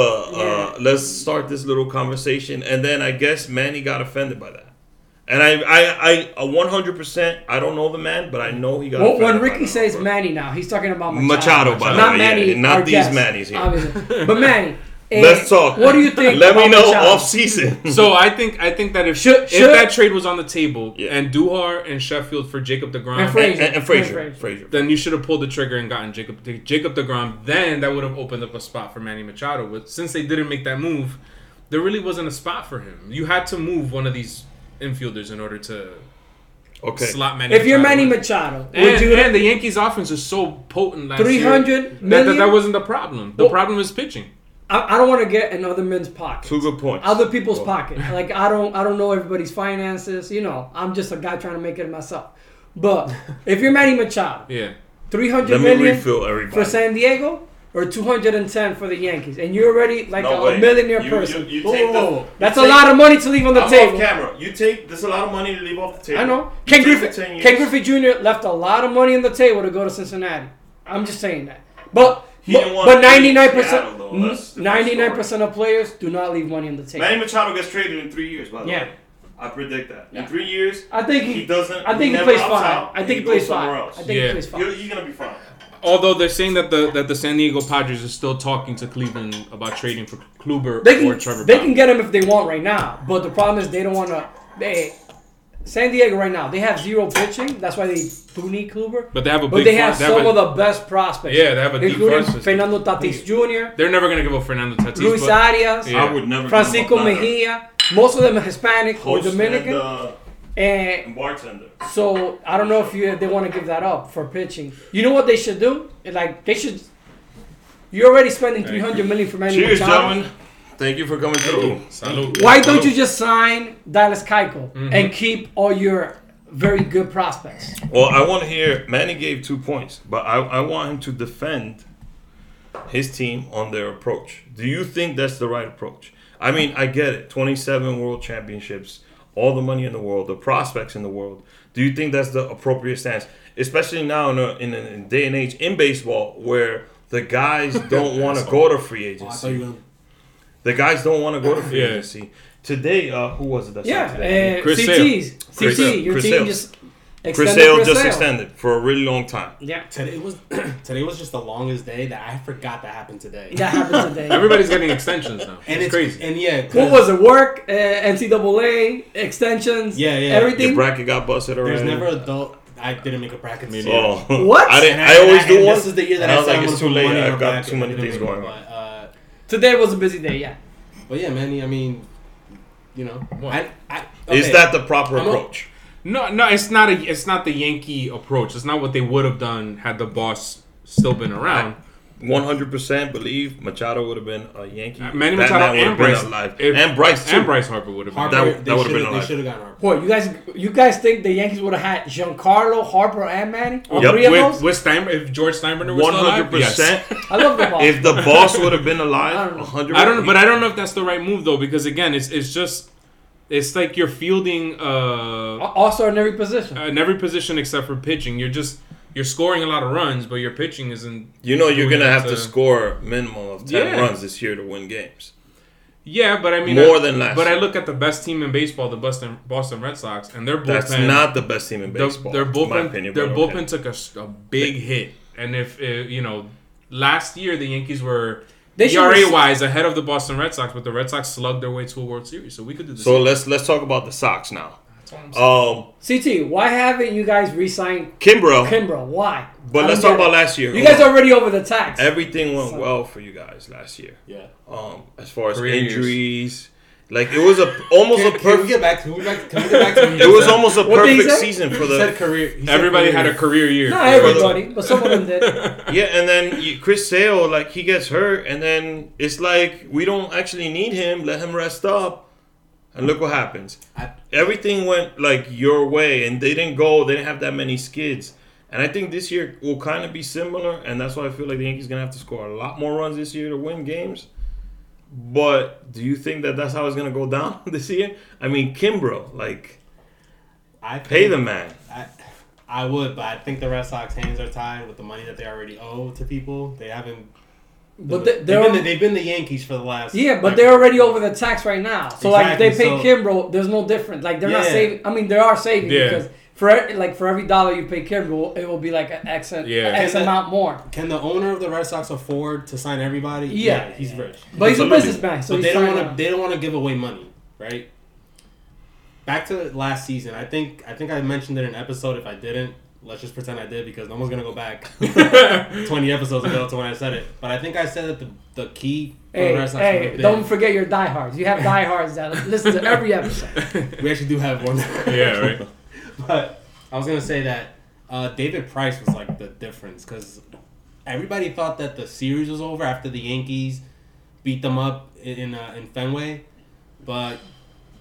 S3: Yeah.
S1: let's start this little conversation, and then I guess Manny got offended by that. And I, I, I, one hundred percent. I don't know the man, but I know he got.
S3: Well,
S1: offended
S3: when
S1: by
S3: Ricky
S1: that
S3: says
S1: offer.
S3: Manny now, he's talking about
S1: Machado,
S3: Machado.
S1: by the
S3: not
S1: way,
S3: Manny,
S1: yeah, not
S3: our
S1: these
S3: guest,
S1: Mannys here. [laughs]
S3: obviously. But Manny, eh,
S1: Let's talk.
S3: What do you think?
S1: Let me
S3: about
S1: know
S3: Machado?
S1: off season.
S2: So I think I think that if
S3: Should-
S2: if
S3: should-
S2: that trade was on the table
S1: Yeah.
S2: and Duhar and Sheffield for Jacob Degrom,
S3: And Frazier.
S1: and, [laughs] and, and Frazier,
S3: And
S1: Frazier.
S2: then you should have pulled the trigger and gotten Jacob Jacob Degrom. Then that would have opened up a spot for Manny Machado. But since they didn't make that move, there really wasn't a spot for him. You had to move one of these infielders in order to
S1: Okay.
S2: slot Manny.
S3: If you're
S2: Machado
S3: Manny
S2: in.
S3: Machado, would
S2: and,
S3: you
S2: and the Yankees' offense is so potent last year
S3: 300
S2: that, that
S3: million?
S2: that wasn't the problem. The
S3: Well-
S2: problem is pitching.
S3: I, I don't want to get in other men's pockets,
S1: Two good points.
S3: other people's pocket. Like I don't, I don't know everybody's finances. You know, I'm just a guy trying to make it myself.
S2: [laughs]
S3: But if you're Manny Machado,
S2: Yeah.
S3: three hundred
S1: Let me
S3: million
S1: refill everybody.
S3: for San Diego or two hundred and ten for the Yankees, and you're already like
S1: No
S3: a,
S1: way.
S3: millionaire
S1: You-
S3: person.
S1: You, you
S4: Whoa,
S1: take
S4: whoa, whoa.
S1: the,
S3: Oh, That's
S1: you
S3: a
S1: take-
S3: lot of money to leave on the
S1: I'm
S3: table.
S1: off camera. You take. There's a lot of money to leave off the table.
S3: I know.
S1: You
S3: Ken
S1: take the
S3: Griffey,
S1: 10
S3: Ken
S1: years.
S3: Griffey Jr. left a lot of money on the table to go to Cincinnati. I'm just saying that. But
S1: He didn't
S3: but
S1: want to leave
S3: 99
S1: Seattle, though. That's
S3: percent
S1: the different story.
S3: 99 percent of players do not leave money on the table.
S1: Manny Machado gets traded in three years. By the
S3: Yeah.
S1: way, I predict that
S3: Yeah.
S1: in three years
S3: I think he,
S1: he doesn't.
S3: I think he
S1: never
S3: plays
S1: opts
S3: five.
S1: out,
S3: I
S1: and
S3: think he
S1: goes
S3: plays
S1: somewhere
S3: five.
S1: else.
S3: I think he
S2: Yeah.
S3: plays
S1: You're,
S3: five.
S1: you're gonna be fine.
S2: Although they're saying that the that the San Diego Padres is still talking to Cleveland about trading for Kluber
S3: They
S2: or Trevor.
S3: can they
S2: Bauer.
S3: can get him if they want right now. But the problem is they don't want to. They San Diego right now they have zero pitching. That's why they do need Kluber.
S2: But they have a
S3: But
S2: big
S3: they have
S2: front- they
S3: some
S2: have
S3: of
S2: a-
S3: the best prospects.
S2: Yeah, they have a deep
S3: including
S2: farm system.
S3: Fernando Tatis Jr.
S2: They're never gonna give up Fernando Tatis.
S3: Luis
S2: but-
S3: Arias,
S2: Yeah. I would
S1: never.
S3: Francisco Mejia. Most of them are Hispanic or Dominican.
S1: uh,
S3: And
S1: bartender.
S3: so I don't know if you if they want to give that up for pitching. You know what they should do? Like they should. You're already spending
S2: Thank you.
S3: 300 million for Manny
S1: Cheers,
S3: Machado.
S1: gentlemen. Thank you for coming through.
S2: Salud.
S3: Why don't
S2: Salud.
S3: you just sign Dallas Keuchel
S2: Mm-hmm.
S3: and keep all your very good prospects?
S1: Well, I want to hear. Manny gave two points, but I, I want him to defend his team on their approach. Do you think that's the right approach? I mean, I get it. 27 world championships, all the money in the world, the prospects in the world. Do you think that's the appropriate stance? Especially now in a, in a in a day and age in baseball where the
S4: [laughs]
S1: guys don't want to go to free
S4: Oh, I thought you
S1: agency.
S4: were gonna-
S1: The guys don't want to go to free
S2: Yeah.
S1: agency. Today, uh, who was it that said today?
S3: Yeah, uh,
S2: Chris
S3: CTs, CT,
S1: Chris Sale.
S3: your
S1: Chris
S3: team
S1: Sale.
S3: just extended
S1: Chris Sale
S3: Chris
S1: just
S3: Sale.
S1: extended for a really long time.
S3: Yeah,
S4: Today was [clears throat] today was just the longest day that I forgot that happened today.
S3: that
S1: [laughs]
S3: happened today.
S2: Everybody's getting extensions now.
S4: and
S2: it's, crazy.
S4: And yeah, 'cause
S3: What was it? Work, uh, NCAA extensions,
S4: Yeah, yeah.
S3: everything.
S1: Your bracket got busted already.
S4: There's never a dull. I I didn't make a bracket.
S2: Me
S4: this
S2: neither.
S4: year.
S1: Oh.
S3: What?
S1: [laughs] I, didn't,
S4: And
S1: I always
S4: and
S1: do one.
S4: This is the year that
S1: and
S4: I,
S1: I was
S4: said
S1: like,
S4: I'm
S1: it's
S4: gonna
S1: too
S4: put
S1: late.
S4: money on
S1: I've got
S4: bracket.
S1: too many
S4: Didn't
S1: things
S4: make it.
S1: going on.
S4: But, uh,
S3: Today was a busy day. Yeah.
S4: but yeah, man. I mean, you know,
S2: What?
S4: I, I,
S1: Is
S4: okay.
S1: that the proper
S4: I'm a-
S1: approach?
S2: No, no, it's not a, it's not the Yankee approach. It's not what they would have done had the boss still been around.
S1: One hundred percent believe Machado would have been a Yankee.
S2: Uh, Manny
S1: That
S2: Machado
S1: man would
S2: and
S1: have been
S2: Bryce,
S1: alive.
S2: if-
S1: and Bryce too.
S2: and Bryce Harper would have been.
S4: Harper?
S1: That-
S2: alive.
S1: that
S4: they
S1: would've
S4: should've-
S1: been
S4: They
S1: alive.
S4: should have gotten Harper.
S3: Boy, you guys, you guys think the Yankees would have had Giancarlo, Harper, and Manny? All
S1: Yep.
S3: three of
S2: with,
S3: those?
S2: with Steinbrenner, if George Steinbrenner was
S1: One
S2: still alive,
S1: hundred percent.
S2: yes.
S3: I love the ball.
S1: [laughs] If the boss would have been
S3: I
S1: alive,
S3: don't know.
S1: hundred.
S2: I don't know, but I don't know if that's the right move though, because again, it's it's just it's like you're fielding uh
S3: All star in every position.
S2: in every position except for pitching. You're just you're scoring a lot of runs, but your pitching isn't.
S1: You know you're
S2: doing
S1: gonna
S2: it
S1: have to score minimum of ten
S2: Yeah.
S1: runs this year to win games.
S2: Yeah, but I mean
S1: More
S2: I-
S1: than last
S2: But I
S1: year.
S2: look at the best team in baseball, the Boston Boston Red Sox, and their bullpen.
S1: That's not the best team in
S2: the-
S1: baseball.
S2: Their
S1: in my
S2: bullpen,
S1: opinion.
S2: their
S1: but
S2: bullpen
S1: okay.
S2: took a s- a, big hit, and if uh, you know, last year the Yankees were
S3: They should
S2: ERA
S3: res-
S2: wise ahead of the Boston Red Sox, but the Red Sox slugged their way to a World Series, so we could do this.
S1: So let's let's talk about the Sox now.
S2: That's all I'm
S1: Um,
S2: saying.
S3: CT, why haven't you guys re-signed
S1: Kimbrough,
S3: Kimbrough? Why?
S1: but
S3: I
S1: let's
S3: don't
S1: talk
S3: get
S1: about
S3: it.
S1: last year.
S3: You guys are already over the tax.
S1: everything went
S3: So-
S1: well for you guys last year.
S4: Yeah.
S1: Um, as far as
S2: Career years.
S1: injuries, like it was a almost a
S4: Can, can we
S1: perfect.
S4: get back? Can we, back, can
S1: [laughs]
S4: we get back to
S1: It was almost a
S3: What did he
S1: perfect
S3: say?
S1: season for
S4: He said
S1: the
S4: career. he said
S2: Everybody had a
S4: career.
S2: career year.
S3: Not everybody, but some of
S1: [laughs]
S3: them did.
S1: yeah, and then you, Chris Sale like he gets hurt, and then it's like we don't actually need him. Let him rest up, and look what happens.
S4: I-
S1: Everything went like your way, and they didn't go. They didn't have that many skids, and I think this year will kind of be similar, and that's why I feel like the Yankees gonna have to score a lot more runs this year to win games. But do you think that that's how it's gonna go down [laughs] this year? I mean, Kimbrough, like
S4: I
S1: pay
S4: think-
S1: the man.
S4: I, I would, but I think the Red Sox hands are tied with the money that they already owe to people. They haven't.
S3: But
S4: they've,
S3: they, are
S4: been the, they've been the Yankees for the last.
S3: yeah, but
S4: like,
S3: they're already over the tax right now. So like, they pay
S4: Exactly, so-
S3: Kimbrough, there's no difference. Like they're not
S4: Yeah.
S3: saving. I mean, they are saving
S2: Yeah.
S3: because for e- like for every dollar you pay Kimbrough, it will be like an X, an
S2: Yeah.
S3: X
S4: And the-
S3: amount more.
S4: Can the owner of the Red Sox afford to sign everybody?
S3: Yeah.
S4: he's rich.
S3: But he's a
S1: Absolutely.
S3: businessman, so
S4: but
S3: he's
S4: they don't
S3: trying
S4: want
S3: to.
S4: to. They don't want to give away money, right? Back to last season, I think. I think I mentioned it in an episode. If I didn't, let's just pretend I did because no one's gonna
S3: [laughs]
S4: go back twenty episodes ago to when I said it. But I think I said that the, the key for the
S3: Hey,
S4: Red Sox would
S3: hey,
S4: have
S3: don't
S4: been-
S3: forget your diehards.
S4: [laughs]
S3: You have diehards that listen to every episode.
S4: We actually do have one.
S2: [laughs] yeah, right.
S4: But I was gonna say that uh, David Price was like the difference because everybody thought that the series was over after the Yankees beat them up i- in uh, in Fenway, but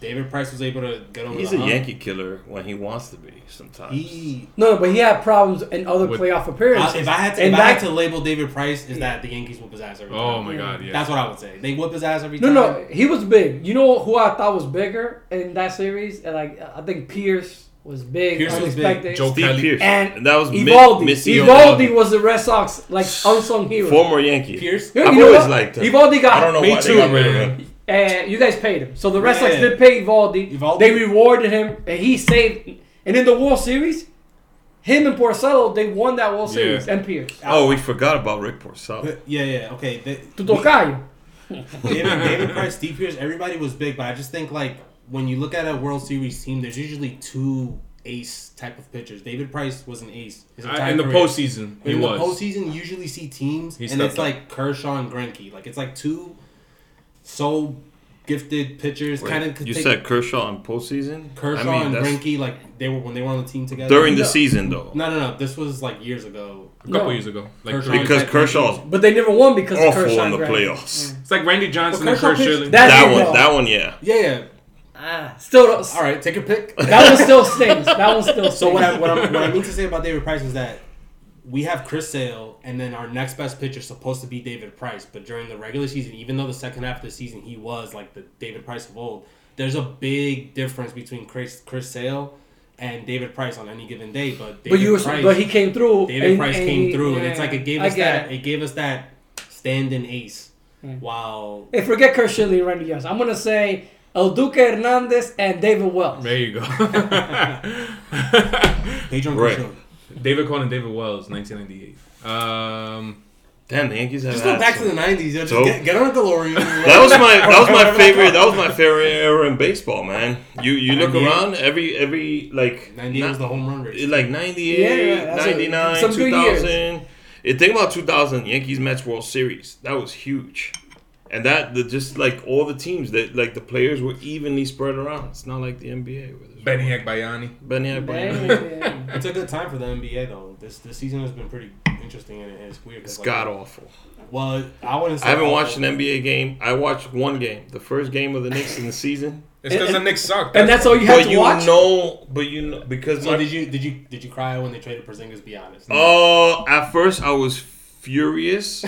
S4: David Price was able to get over.
S1: He's a
S4: the hump.
S1: Yankee killer when he wants to be. Sometimes
S4: He,
S3: No, no, but he had problems in other
S2: With-
S3: playoff
S4: I-
S3: appearances.
S4: if I had to,
S3: And
S4: if I had
S3: that-
S4: to label David Price, is that the Yankees whoop his ass every time?
S2: Oh my God, yeah.
S4: That's what I would say. They whip his ass every
S3: No,
S4: time.
S3: no, he was big. You know who I thought was bigger in that series? And like I think Pierce was big,
S4: Pierce was big.
S3: unexpected.
S2: Joe
S1: Steve
S2: Kelly.
S1: Pierce,
S3: And
S1: that was Mi-
S3: Evaldi.
S1: Missy
S3: Evaldi was the Red Sox like unsung hero.
S1: former Yankee.
S4: Pierce.
S3: You-
S1: I've
S3: you know
S1: always
S3: what?
S1: liked him.
S3: Evaldi got.
S1: I don't know
S2: Me
S1: why
S2: too,
S1: they got rid of
S2: man.
S1: him.
S3: And you guys paid him, so the Red Sox
S4: Yeah.
S3: did pay Evaldi.
S4: Evaldi-
S3: They rewarded him, and he saved. And in the World Series, him and Porcello they won that World
S2: Yeah.
S3: Series and Pierce.
S1: Oh, we forgot about Rick Porcello.
S4: Yeah, yeah, okay. they-
S3: To Tocayo.
S4: David,
S2: [laughs]
S4: David Price, Steve Pierce, everybody was big, but I just think like when you look at a World Series team, there's usually two ace type of pitchers. David Price was an ace his
S2: I,
S4: entire
S2: Uh, in the
S4: career.
S2: postseason, he
S4: in
S2: was.
S4: the postseason, you usually see teams,
S2: He
S4: and it's
S2: stepped up.
S4: like Kershaw and Greinke. Like it's like two so gifted pitchers, kind of.
S1: you said Kershaw in postseason.
S4: Kershaw
S1: I mean,
S4: and
S1: that's
S4: Greinke, like they were when they were on the team together
S1: during the
S3: No.
S1: season though,
S4: No, no, no. This was like years ago.
S2: a couple
S3: No.
S2: years ago, like
S4: Kershaw.
S2: three-
S1: because Kershaw's
S3: But they never won because of
S1: awful
S3: Kershaw
S1: in the
S3: Grant.
S1: playoffs.
S2: it's like Randy Johnson
S4: Well,
S2: and
S4: Kershaw
S2: Kurt
S4: pitched-
S2: Schilling.
S3: That
S1: That
S3: you
S1: one,
S3: know.
S1: that one, yeah.
S4: Yeah, yeah.
S3: Ah, still, don't-
S4: All right, take
S2: [laughs]
S4: your pick.
S3: that one still stings. That one still stings.
S4: [laughs] So what I, what, I'm, what I
S3: [laughs]
S4: mean to say about David Price is that we have Chris Sale, and then our next best pitcher is supposed to be David Price. But during the regular season, even though the second half of the season he was like the David Price of old, there's a big difference between Chris Chris Sale and David Price on any given day. But David
S3: but you, were,
S4: Price,
S3: but he came through.
S4: David
S3: and-
S4: Price
S3: and
S4: came
S3: he-
S4: through, and
S3: yeah,
S4: it's like it gave
S3: I
S4: us
S3: get
S4: that
S3: it. Mm.
S4: it. gave us that standing ace. Wow.
S3: Hey, forget Kurt Schilling and Randy Johnson. I'm gonna say El Duque Hernandez and David Wells.
S2: There you go.
S4: Pedro
S1: Right.
S2: [laughs]
S4: Cushion.
S2: David Cole and David Wells, 1998. Um,
S1: Damn, the Yankees have
S4: Just go
S1: had
S4: back
S1: some-
S4: to the nineties. Yo, just
S1: So-
S4: get, get on a DeLorean.
S1: That was my that was my favorite that was my favorite era in baseball, man. You you look
S4: 98.
S1: around every every like
S4: Ninety was the home run race.
S1: like 98,
S3: Yeah, that's a-
S1: 99,
S3: some good
S1: 2000. You think about 2000 Yankees Mets World Series. That was huge. And that the just like all the teams that like the players were evenly spread around. It's not like the NBA where there's
S2: Benny Ekbayani.
S1: Benny Ibrahim.
S3: Dang.
S4: It's a good time for the NBA though. This this season has been pretty interesting and, and it's weird.
S1: [laughs]
S4: 'cause,
S1: It's
S4: like,
S1: god awful.
S4: Well, I wouldn't. Say
S1: I haven't
S4: awful.
S1: watched an NBA game. I watched one game, the first game of the Knicks in the season.
S2: It's because
S3: And-
S2: the Knicks suck.
S3: and that's all [laughs] you have
S1: But
S3: to
S1: you
S3: watch.
S1: know, but you know because
S4: So
S1: my-
S4: did you did you did you cry when they traded Porzingis? Be honest.
S1: Oh, at first I was
S3: [laughs]
S1: furious,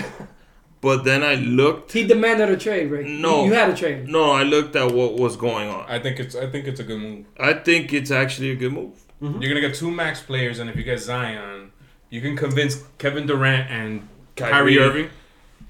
S1: but then I looked.
S3: He demanded a trade, right?
S1: No.
S3: you, you had a trade.
S1: No, I looked at what was going on.
S2: I think it's I think it's a good move.
S1: I think it's actually a good move.
S2: You're gonna get two max players, and if you get Zion, you can convince Kevin Durant and Kyrie,
S1: Kyrie.
S2: Irving. Uh,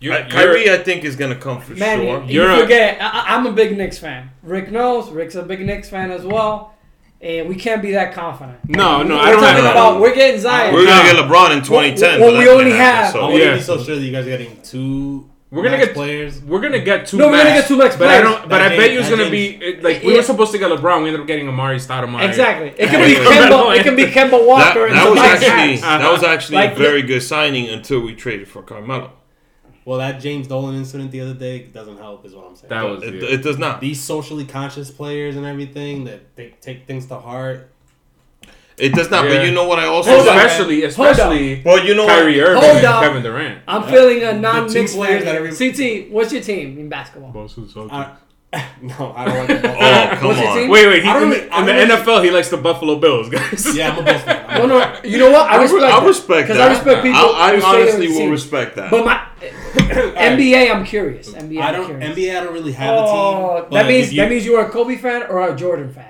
S2: You,
S1: I, Kyrie, I think, is gonna come for
S3: Man,
S1: sure.
S3: you
S2: You're a-
S3: forget. I- I- I'm a big Knicks fan. Rick knows. Rick's a big Knicks fan as well. And we can't be that confident.
S2: No, no,
S3: we're
S2: I don't
S3: talking
S2: have that.
S3: about we're getting Zion.
S1: We're gonna
S2: Yeah.
S1: get LeBron in 2010.
S3: Well,
S1: but
S3: we
S1: that
S3: only
S1: didn't happen,
S3: have-
S1: so-
S4: I
S2: yeah.
S4: wouldn't be so sure that you guys are getting two.
S2: We're gonna
S4: max
S2: get-
S4: players.
S2: we're gonna get two.
S3: No, we're gonna
S2: max,
S3: get two max
S2: But I
S3: players.
S2: don't. But
S4: That
S2: I bet
S4: game-
S2: you it's
S4: that
S2: gonna
S4: game-
S2: be it, like we
S3: Yeah.
S2: were supposed to get LeBron. We ended up getting Amari Stoudemire.
S3: Exactly. It
S1: Yeah. [laughs]
S3: could be
S1: Yeah.
S3: Kemba. It could be Kemba
S1: That,
S3: Walker. and
S1: that was
S3: somebody
S1: actually
S3: else.
S1: that was actually
S3: Like
S1: a
S3: the-
S1: very good signing until we traded for Carmelo.
S4: Well, that James Dolan incident the other day doesn't help, is what I'm saying.
S2: That was
S1: It,
S2: yeah.
S1: it does not.
S4: These socially conscious players and everything that they take things to heart. [laughs]
S1: It does not.
S2: Yeah.
S1: But you know what? I also.
S3: Hold on.
S1: like-
S2: especially
S3: Hold on.
S2: especially
S1: Well, you know
S2: Kyrie
S1: what?
S2: Irving
S3: Hold
S2: and
S3: on.
S2: Kevin Durant.
S3: I'm feeling a non-Knicks
S4: two players
S3: player.
S4: that every-
S3: CT, what's your team in basketball?
S4: I, no,
S3: [laughs]
S4: I don't like that.
S1: Oh come
S3: Uh, What's your
S1: on!
S3: team?
S2: Wait, wait. He,
S4: I don't
S2: in
S4: even-
S2: the,
S4: I
S2: in the
S4: don't even-
S2: NFL, he likes the Buffalo Bills, [laughs] guys.
S4: yeah, I'm a Bulls fan. I'm
S3: No,
S4: a-
S3: Oh, no. You know what? I
S1: I, re-
S3: respect.
S1: I respect
S3: Because
S1: that.
S3: I respect
S1: I,
S3: people. who
S1: I
S3: say they're
S1: honestly
S3: the
S1: will
S3: team.
S1: respect that.
S3: But my NBA, I'm curious. NBA,
S4: I
S3: I'm
S4: don't
S3: Curious.
S4: NBA. I don't really have a
S3: Oh,
S4: team.
S3: that
S4: but
S3: means
S4: if you-
S3: that means you are a Kobe fan or a Jordan fan.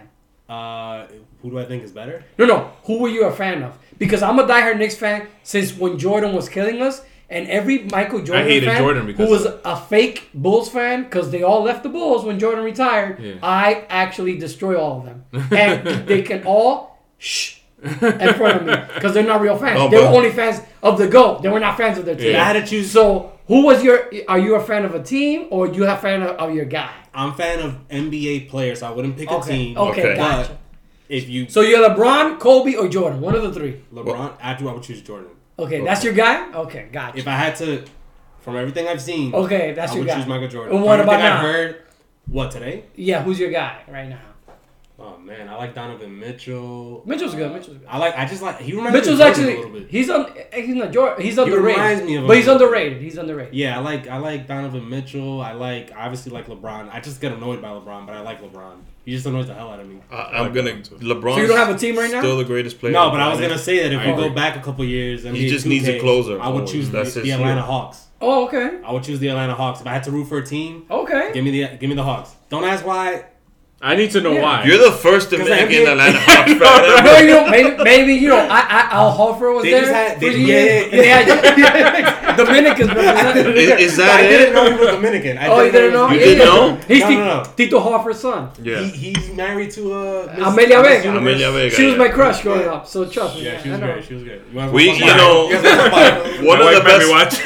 S4: Uh, who do I think is better?
S3: No, no. Who were you a fan of? Because I'm a diehard Knicks fan since when Jordan was killing us, and every Michael Jordan
S2: hated
S3: fan
S2: Jordan because
S3: who was
S2: of
S3: a fake Bulls fan because they all left the Bulls when Jordan retired.
S2: Yeah.
S3: I actually destroy all of them,
S2: [laughs]
S3: and they can all shh in front of me because they're not real fans.
S1: No,
S3: they were
S1: but-
S3: only fans of the GOAT. They were not fans of their team.
S2: Oh, Yeah.
S4: I had to choose.
S3: So, who was your? Are you a fan of a team or you a fan of, of your guy?
S4: I'm a fan of NBA players. So I wouldn't pick a
S3: Okay,
S4: team.
S3: okay,
S1: Okay.
S3: gotcha.
S4: But if you
S3: So you're LeBron, Kobe, or Jordan? One of the three.
S4: LeBron, I do. I would choose Jordan.
S3: Okay, that's your guy. Okay, gotcha.
S4: If I had to, from everything I've seen,
S3: Okay, that's
S4: I
S3: your
S4: would
S3: guy.
S4: choose Michael Jordan.
S3: And
S4: From
S3: what about
S4: everything
S3: now?
S4: I heard what today?
S3: yeah, who's your guy right now?
S4: Oh man, I like Donovan Mitchell.
S3: Mitchell's good. Mitchell's good.
S4: I like. I just like. He reminds
S3: Mitchell's
S4: me of Jordan a little
S3: actually
S4: bit.
S3: he's on he's not Jordan he's
S4: reminds
S3: underrated,
S4: me of him
S3: but he's
S4: a little bit.
S3: underrated. He's underrated.
S4: Yeah, I like. I like Donovan Mitchell. I like. I obviously like LeBron. I just get annoyed by LeBron, but I like LeBron. He just annoys the hell out of me.
S1: I, I'm gonna LeBron.
S3: So you don't have a team right now?
S1: Still the greatest player.
S4: No, but I was gonna say that if
S2: I
S4: we
S2: agree.
S4: go back a couple years, NBA
S1: He just needs a
S4: 2K,
S1: closer,
S4: I would
S1: always.
S4: choose the,
S1: That's his
S4: the Atlanta
S1: hero.
S4: Hawks.
S3: Oh, okay,
S4: I would choose the Atlanta Hawks if I had to root for a team.
S3: okay. [laughs]
S4: Give me the give me the Hawks. Don't ask why.
S2: [laughs] I need to know
S3: Yeah.
S2: why.
S1: You're the first to
S4: Because
S1: make
S4: the
S1: an
S4: NBA
S1: Atlanta Hawks fan
S2: No,
S3: [laughs]
S1: ever.
S3: No, you know, maybe, maybe you know, I, I, Al Hoffer was
S4: They
S3: there
S4: just had-
S3: for
S4: they-
S3: the
S4: yeah,
S3: year.
S4: yeah,
S3: [laughs] Yeah,
S4: [laughs]
S3: Dominicans
S1: [laughs]
S3: represented.
S1: Is- is that
S4: I
S1: it?
S4: didn't know he was Dominican. I
S3: Oh, you didn't know?
S4: he
S1: You
S4: was
S1: didn't
S3: Yeah.
S1: know?
S3: He's
S4: No,
S3: Ti-
S4: no, no.
S3: Tito Hoffer's son.
S1: Yeah.
S4: He, he's married to uh, Miss-
S3: Amelia
S4: Miss
S3: Vega.
S4: Universe.
S1: Amelia Vega.
S3: She was
S1: yeah.
S3: my crush growing up, so trust me.
S4: Yeah, she
S3: I
S4: was
S3: know.
S4: great. She was great. You guys
S1: We-
S4: want
S1: you
S4: fire?
S1: know-
S4: guys want fire?
S1: One
S2: My
S1: of the
S2: wife made me
S1: best. [laughs]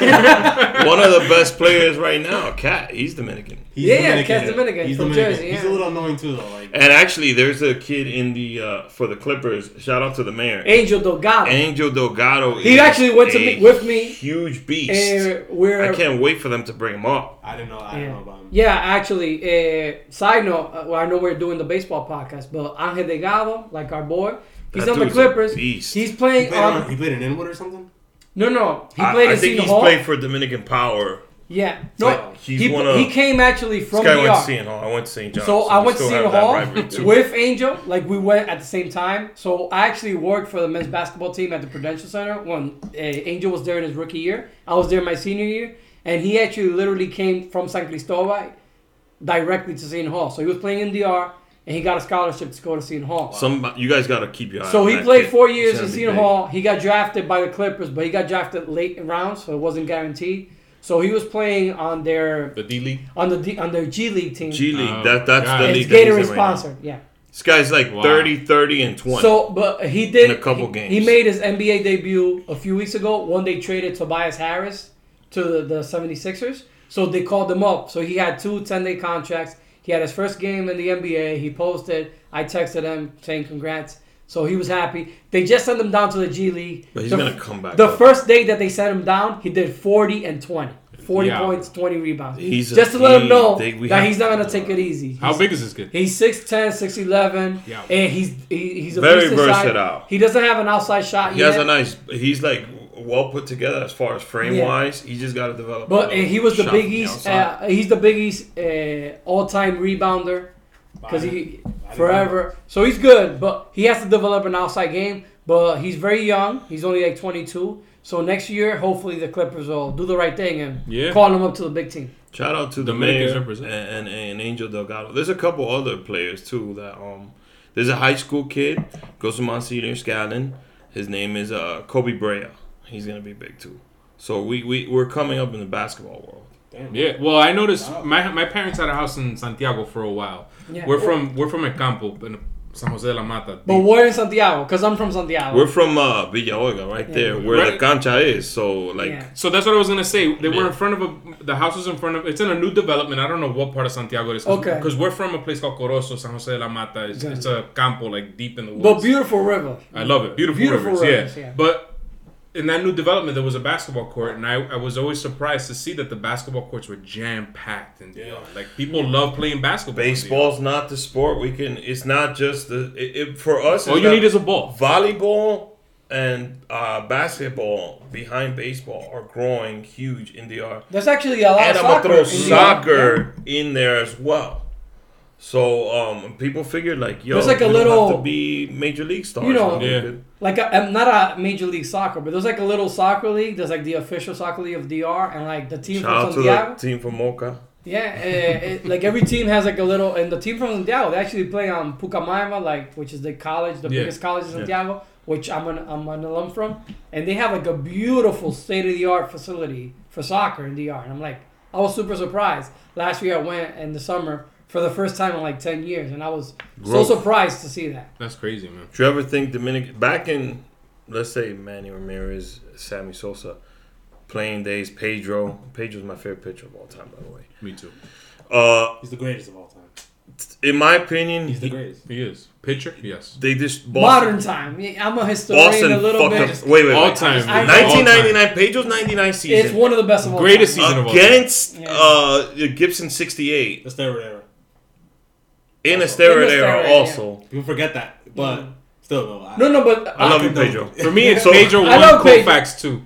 S2: watch.
S1: One of the best players right now, Cat. He's Dominican.
S4: He's
S3: Yeah, yeah, Cat's Dominican,
S4: He's
S3: from
S4: Dominican.
S3: Jersey,
S4: He's
S3: yeah.
S4: a little annoying too, though. Like,
S1: And actually, there's a kid in the uh, for the Clippers. Shout out to the mayor.
S3: Angel Delgado.
S1: Angel Delgado.
S3: He
S1: is
S3: actually went to
S1: a
S3: me- with me,
S1: Huge beast.
S3: And uh, we're
S1: I can't wait for them to bring him up.
S4: I didn't know. I didn't know about him.
S3: Yeah, actually, uh, side note, uh, well, I know we're doing the baseball podcast, but Angel Delgado, like our boy, he's
S1: That
S3: on the
S1: dude's a
S3: Clippers.
S1: beast.
S3: He's
S4: He
S3: playing
S4: played, on,
S3: on.
S4: he played in Inwood or something.
S3: No, no, he
S1: I-
S3: played
S1: I,
S3: in
S1: think
S3: Seton
S1: he's
S3: Hall.
S1: played for Dominican Power.
S3: yeah, no,
S4: like,
S1: he's
S3: he,
S1: one of-
S3: he came actually
S1: This
S3: from
S1: guy
S3: New
S1: went to
S3: York.
S1: Seton Hall. I went to St. John's.
S3: So I
S1: we
S3: went to
S1: still
S3: Seton
S1: have that
S3: Hall
S1: rivalry, too.
S3: with Angel. Like we went at the same time. So I actually worked for the men's basketball team at the Prudential Center when uh, Angel was there in his rookie year. I was there my senior year, and he actually literally came from San Cristobal directly to Seton Hall. So he was playing in DR, and he got a scholarship to go to Seton Hall.
S1: Some you guys got to keep your eye.
S3: So
S1: on
S3: he
S1: that
S3: played
S1: kid.
S3: four
S1: He's
S3: years
S1: gonna
S3: in
S1: be
S3: Seton
S1: big.
S3: Hall. He got drafted by the Clippers, but he got drafted late in rounds, so it wasn't guaranteed. So he was playing on their
S2: the D League.
S3: on the D, on their G League team.
S1: G League.
S2: Oh,
S1: that that's
S2: God.
S1: the
S3: And
S1: league.
S3: it's
S1: that he's in right
S3: Gatorade
S1: now.
S3: sponsored, yeah.
S1: This guy's like
S2: Wow.
S1: thirty, thirty, 30, 30, and 20.
S3: So, but he
S1: In
S3: did
S1: a couple
S3: he,
S1: games.
S3: He made his NBA debut a few weeks ago when they traded Tobias Harris to the, the 76ers. So they called him up. So he had two 10 day contracts. He had his first game in the NBA. He posted. I texted him saying congrats. So he was happy. They just sent him down to the G League.
S1: But he's
S3: The
S1: gonna come back.
S3: the
S1: up.
S3: first day that they sent him down, he did 40 and 20. 40
S2: Yeah.
S3: points, 20 rebounds.
S1: He's a
S3: Just to let him
S1: team.
S3: know
S1: They- we
S3: that
S1: have-
S3: he's not going to take it easy.
S2: How
S3: He's-
S2: big is this kid?
S3: He's 6'10", 6'11",
S2: Yeah.
S3: and he's he, he's a
S1: Very
S3: beast inside.
S1: versatile.
S3: He doesn't have an outside shot
S1: He
S3: yet.
S1: has a nice. He's like well put together as far as frame
S3: Yeah.
S1: wise. He just got to develop. a
S3: but
S1: little
S3: and he was the
S1: shot from
S3: Big East.
S1: outside.
S3: Uh, he's the Big East uh, all-time rebounder because he
S4: I
S3: forever. So he's good, but he has to develop an outside game. But he's very young. He's only like 22. So next year, hopefully, the Clippers will do the right thing and
S2: Yeah.
S3: call him up to the big team.
S1: Shout out to the
S2: Dominicans
S1: mayor and,
S2: represent.
S1: and, and Angel Delgado. There's a couple other players too that um. There's a high school kid goes to Monsignor Scadden. His name is uh Kobe Brea. He's gonna be big too. So we we we are coming up in the basketball world.
S4: Damn.
S2: Yeah. Well, I noticed
S4: Wow.
S2: my my parents had a house in Santiago for a while.
S3: Yeah.
S2: We're from we're from El Campo in San Jose de la Mata.
S3: But we're in Santiago because I'm from Santiago.
S1: We're from uh, Villa Olga, right
S3: Yeah.
S1: there, where
S2: Right.
S1: the cancha is. So like,
S3: Yeah.
S2: so that's what I was gonna say. They were
S1: Yeah.
S2: in front of a the house was in front of. It's in a new development. I don't know what part of Santiago it is.
S3: Okay.
S2: Because we're from a place called Corozo, San Jose de la Mata. It's,
S3: Got
S2: it's a campo like deep in the woods.
S3: but beautiful river.
S2: I love it. Beautiful,
S3: Beautiful
S2: rivers,
S3: rivers,
S2: yeah.
S3: yeah.
S2: But in that new development, there was a basketball court, and I, I was always surprised to see that the basketball courts were jam packed. And
S4: Yeah.
S2: like people love playing basketball. in
S1: baseball's not the sport. We can. It's not just the. It, it, for us,
S2: Dion. All
S1: it's
S2: you
S1: not-
S2: need is a ball.
S1: volleyball and uh, basketball behind baseball are growing huge in the art.
S3: There's actually a lot
S1: And
S3: of
S1: I'm gonna
S3: soccer.
S1: throw
S3: in the art.
S1: soccer in there as well. So um, people figured like, yo,
S3: There's like a
S1: we don't have
S3: little-
S1: to be major league stars.
S3: You know-
S1: We
S2: Yeah.
S1: could-
S3: Like a, um, not a major league soccer, but there's like a little soccer league. There's like the official soccer league of DR and like the team
S1: Shout out
S3: from
S1: to the
S3: Santiago.
S1: team from Mocha.
S3: Yeah, eh, eh, like every team has like a little, and the team from Santiago they actually play on Pucamaima, like which is the college, the
S2: Yeah.
S3: biggest college in
S1: Yeah.
S3: Santiago, which I'm an I'm an alum from, and they have like a beautiful state of the art facility for soccer in DR, and I'm like I was super surprised. Last year I went in the summer for the first time in like ten years, and I was
S1: Growth.
S3: so surprised to see that.
S2: That's crazy, man.
S1: Do you ever think Dominic back in let's say Manny Ramirez, Sammy Sosa, playing days, Pedro. Pedro's my favorite pitcher of all time, by the way.
S2: Me too.
S1: Uh,
S4: He's the greatest of all time.
S1: in my opinion,
S4: He's the greatest.
S2: He is pitcher. Yes.
S1: they just
S3: Modern time. Yeah, I'm a historian
S1: Boston
S3: a little
S1: fucked
S3: bit.
S1: up. Wait, wait, wait.
S2: All time.
S3: I-
S2: all
S1: 1999, Pedro's 99
S3: It's
S1: season
S3: one of the best of all
S2: Greatest
S3: time.
S2: season of all time.
S1: against
S3: Yeah.
S1: uh, Gibson 68
S4: The steroid era.
S1: in a
S4: Also.
S1: steroid
S3: In a
S1: era.
S3: steroid,
S1: Also,
S4: People forget that, but still, no. I,
S3: Mm-hmm. No, no, but
S1: I love you,
S4: condone
S1: Pedro.
S2: For me, [laughs] it's
S1: So-
S2: Major
S3: I
S2: One,
S3: love Pedro.
S2: Koufax two.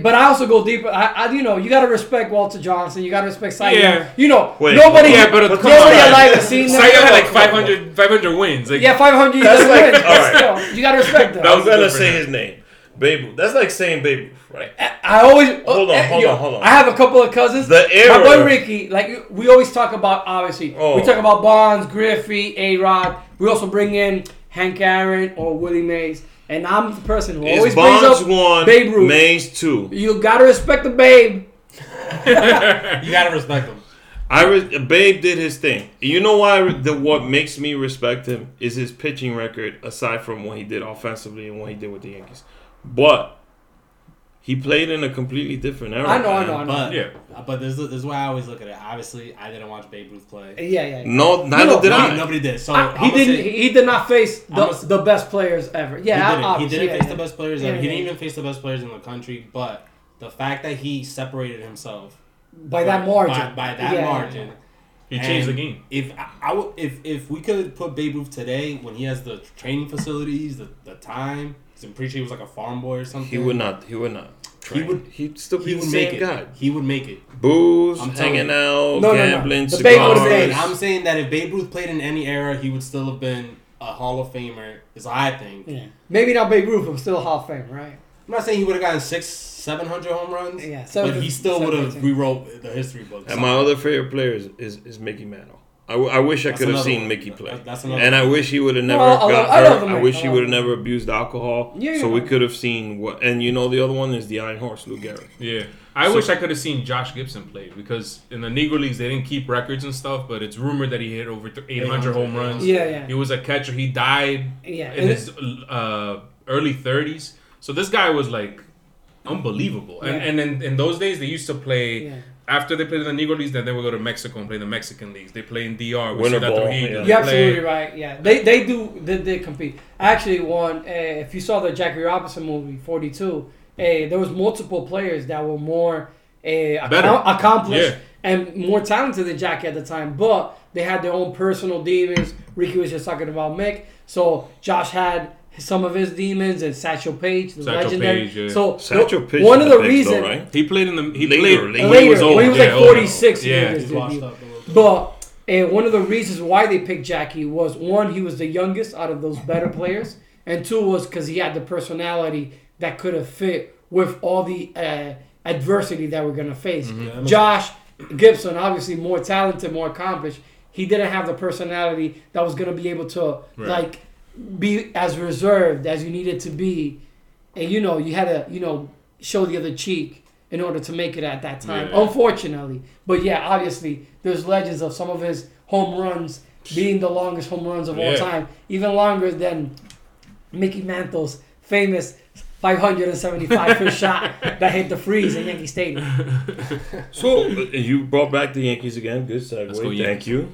S3: But I also go deeper. I, I you know, you gotta respect Walter Johnson. You gotta respect Cy
S2: Yeah.
S3: Young. You know,
S1: Wait,
S3: nobody,
S2: Yeah, but
S1: But
S2: come
S3: nobody
S2: on.
S3: alive has seen
S2: Cy Young had like
S3: that.
S2: 500, 500 wins. Like,
S3: Yeah, five hundred.
S1: That's
S3: That's
S1: like-
S3: like,
S1: all right.
S3: you gotta respect that.
S2: That
S1: I
S2: was
S1: was gonna
S2: different.
S1: say his name, Babe. Ruth. That's like saying Babe, Ruth, right?
S3: I always
S1: Hold on,
S3: eh,
S1: hold
S3: yo,
S1: on, hold on.
S3: I have a couple of cousins.
S1: The era.
S3: My boy Ricky, like we always talk about, obviously
S1: Oh.
S3: we talk about Bonds, Griffey, A Rod. We also bring in Hank Aaron or Willie Mays, and I'm the person who always
S1: It's Bonds
S3: brings up
S1: one,
S3: Babe Ruth.
S1: Mays two.
S3: You gotta respect the babe.
S4: You gotta respect him.
S1: I re- Babe did his thing. You know why? I re- the what makes me respect him is his pitching record, aside from what he did offensively and what he did with the Yankees. But he played in a completely different era.
S3: I know,
S1: man.
S3: I know, I know.
S4: But
S2: Yeah.
S4: but this, is- this is why I always look at it. Obviously, I didn't watch Babe Ruth play.
S3: Yeah, yeah. yeah.
S1: No, neither
S3: No,
S1: did
S3: no,
S1: I.
S4: Nobody, nobody did. So
S3: I-
S4: I'm
S3: he
S4: gonna
S3: didn't.
S4: say-
S3: he did not face the,
S4: must-
S3: the best players ever. Yeah,
S4: he didn't, he
S3: obviously,
S4: didn't
S3: yeah,
S4: face
S3: yeah.
S4: the best players.
S3: Yeah,
S4: ever. he
S3: yeah,
S4: didn't
S3: yeah.
S4: even face the best players in the country. But the fact that he separated himself
S3: by that margin.
S4: by, by that
S3: Yeah, yeah,
S4: margin,
S2: he changed the
S4: And
S2: game.
S4: If I, I would, if if we could put Babe Ruth today, when he has the training facilities, the, the time, 'cause I'm pretty sure he was like a farm boy or something.
S1: He would not. He would not. He
S4: would-
S1: would. He'd still be
S4: He
S1: the
S4: would
S1: same
S4: make it.
S1: guy.
S4: He would make it.
S1: Booze,
S4: I'm telling
S1: hanging
S4: you.
S1: out,
S3: no, no.
S1: gambling,
S3: The Babe
S1: cigars.
S3: Ruth days.
S4: I'm saying that if Babe Ruth played in any era, he would still have been a Hall of Famer. Is I think.
S3: Yeah. Maybe not Babe Ruth, but still Hall of Fame, right?
S4: I'm not saying he would have gotten six, seven hundred home runs.
S3: Yeah,
S4: but
S3: seven-
S4: he still would have
S3: seven,
S4: rewrote the history book.
S1: And my other favorite player is, is, is Mickey Mantle. I, w- I wish I
S4: That's
S1: could have
S4: another
S1: seen
S4: one.
S1: Mickey play.
S4: That- that's another
S1: And I wish he would have never
S3: I love-
S1: got
S3: I love the
S1: hurt. I,
S3: man.
S1: wish
S3: I
S1: he
S3: love
S1: would have
S3: him.
S1: never abused alcohol.
S3: Yeah,
S1: so
S3: yeah.
S1: we could have seen what. And you know, the other one is the Iron Horse, Lou Gehrig.
S2: Yeah, I
S1: So-
S2: wish I could have seen Josh Gibson play because in the Negro leagues they didn't keep records and stuff, but it's rumored that he hit over th- 800 home runs.
S3: Yeah, yeah.
S2: He was a catcher. He died
S3: Yeah,
S2: in
S3: and
S2: his uh, early 30s. So this guy was like unbelievable.
S3: Yeah.
S2: And, and in, in those days, they used to play.
S3: Yeah.
S2: After they played in the Negro leagues, then they would go to Mexico and play the Mexican leagues. They play in DR. with
S1: Winter
S2: Ciudad
S1: ball,
S2: Trujillo.
S1: yeah.
S2: They
S3: You're
S2: play-
S3: absolutely right. Yeah, they they do they did compete. I actually won. Uh, if you saw the Jackie Robinson movie Forty Two, uh, there was multiple players that were more uh,
S2: Better.
S3: accom- accomplished
S2: Yeah.
S3: and more talented than Jackie at the time, but they had their own personal demons. Ricky was just talking about Mick, so Josh had some of his demons and Satchel Paige, the
S2: Satchel
S3: legendary.
S2: Paige, yeah.
S3: So
S1: Satchel Pitch
S3: one of
S1: was
S3: the
S1: big, though,
S3: reasons
S1: right?
S2: He played in the.
S1: Later,
S2: He played
S1: later.
S2: when
S3: later,
S2: he was old.
S3: when he was
S2: yeah,
S3: like
S2: old.
S3: 46
S2: Yeah.
S3: years.
S4: He's washed up a little bit.
S3: But and one of the reasons why they picked Jackie was one, he was the youngest out of those better players, and two was because he had the personality that could have fit with all the uh, adversity that we're gonna face.
S2: Mm-hmm.
S4: Yeah,
S3: Josh Gibson, obviously more talented, more accomplished, he didn't have the personality that was gonna be able to
S2: Right.
S3: like be as reserved as you needed to be, and you know you had to you know show the other cheek in order to make it at that time.
S2: Yeah.
S3: Unfortunately, but yeah, obviously there's legends of some of his home runs being the longest home runs of all
S2: Yeah.
S3: time, even longer than Mickey Mantle's famous
S2: [laughs]
S3: 575 first shot that hit the freeze in Yankee Stadium.
S1: So uh, you brought back the Yankees again. Good segue.
S2: Let's go
S1: Thank
S2: Yankees.
S1: you.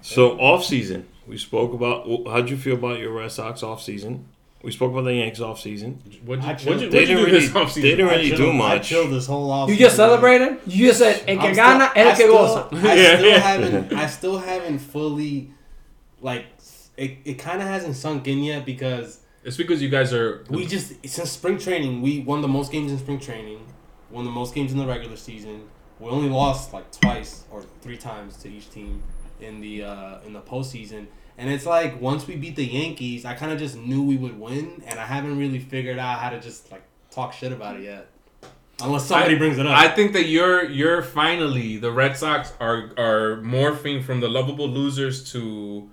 S1: So off season, we spoke about how'd you feel about your Red Sox off season. We spoke about the Yankees off season.
S2: What'd you,
S4: I
S2: what'd you, what'd
S4: chilled.
S1: They
S2: you
S1: didn't
S2: do
S1: really,
S2: this offseason?
S1: they didn't really
S4: I
S1: do
S4: chilled- I
S1: much.
S4: chilled this whole off.
S3: You just celebrated? You just said, El que gana, el que goza.
S4: I
S1: [laughs]
S2: Yeah.
S4: still haven't. I still haven't fully, like, it. It kind of hasn't sunk in yet because
S2: It's because you guys are.
S4: we just since spring training we won the most games in spring training, won the most games in the regular season. We only lost like twice or three times to each team in the uh, in the postseason. And it's like once we beat the Yankees, I kind of just knew we would win, and I haven't really figured out how to just like talk shit about it yet, unless somebody
S2: I-
S4: brings it up.
S2: I think that you're you're finally the Red Sox are are morphing from the lovable losers to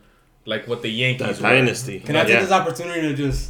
S2: like what the
S1: That
S2: Yankees were.
S1: dynasty.
S4: Can I take
S1: Yeah.
S4: this opportunity to just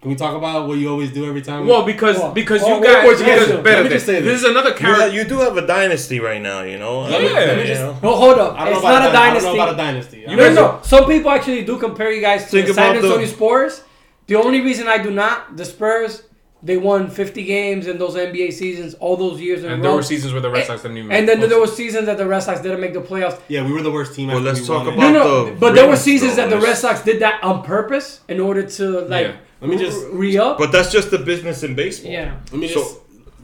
S4: can we talk about what you always do every time?
S2: Well, because
S3: Well, oh,
S2: because
S3: well,
S2: you
S3: well,
S2: guys
S3: well,
S2: because
S3: let me
S2: better
S4: just
S2: than-
S4: say
S2: this
S4: this.
S2: is another
S1: You, ha-
S2: character.
S1: you do have a dynasty right now, you know.
S4: Let me-
S1: Uh,
S2: let me
S1: you
S4: just-
S1: know?
S3: No, hold up.
S4: I don't
S3: It's
S4: know about
S3: not a
S4: a dynasty. I don't know about a
S3: dynasty.
S4: dynasty. I
S2: You
S4: don't
S2: guys
S4: know.
S2: are-
S3: No, some people actually do compare you guys to
S1: Think
S3: the San
S1: about the-
S3: Antonio Spurs. The only reason I do not, the Spurs, they won 50 games in those NBA seasons all those years in
S2: and
S3: a
S2: there
S3: row.
S2: were seasons where the Red Sox didn't even.
S3: and then there were seasons that the Red Sox didn't make the playoffs.
S4: yeah, we were the worst team.
S1: Well,
S4: after
S1: let's
S4: we
S1: talk
S4: won it.
S1: about-
S3: No, no,
S1: the
S3: but there were
S1: rings,
S3: seasons
S1: though,
S3: that the
S1: is-
S3: Red Sox did that on purpose in order to like
S2: Yeah.
S4: Let me just-
S3: re up.
S1: But that's just the business in baseball.
S3: yeah,
S4: Let me
S1: So-
S4: just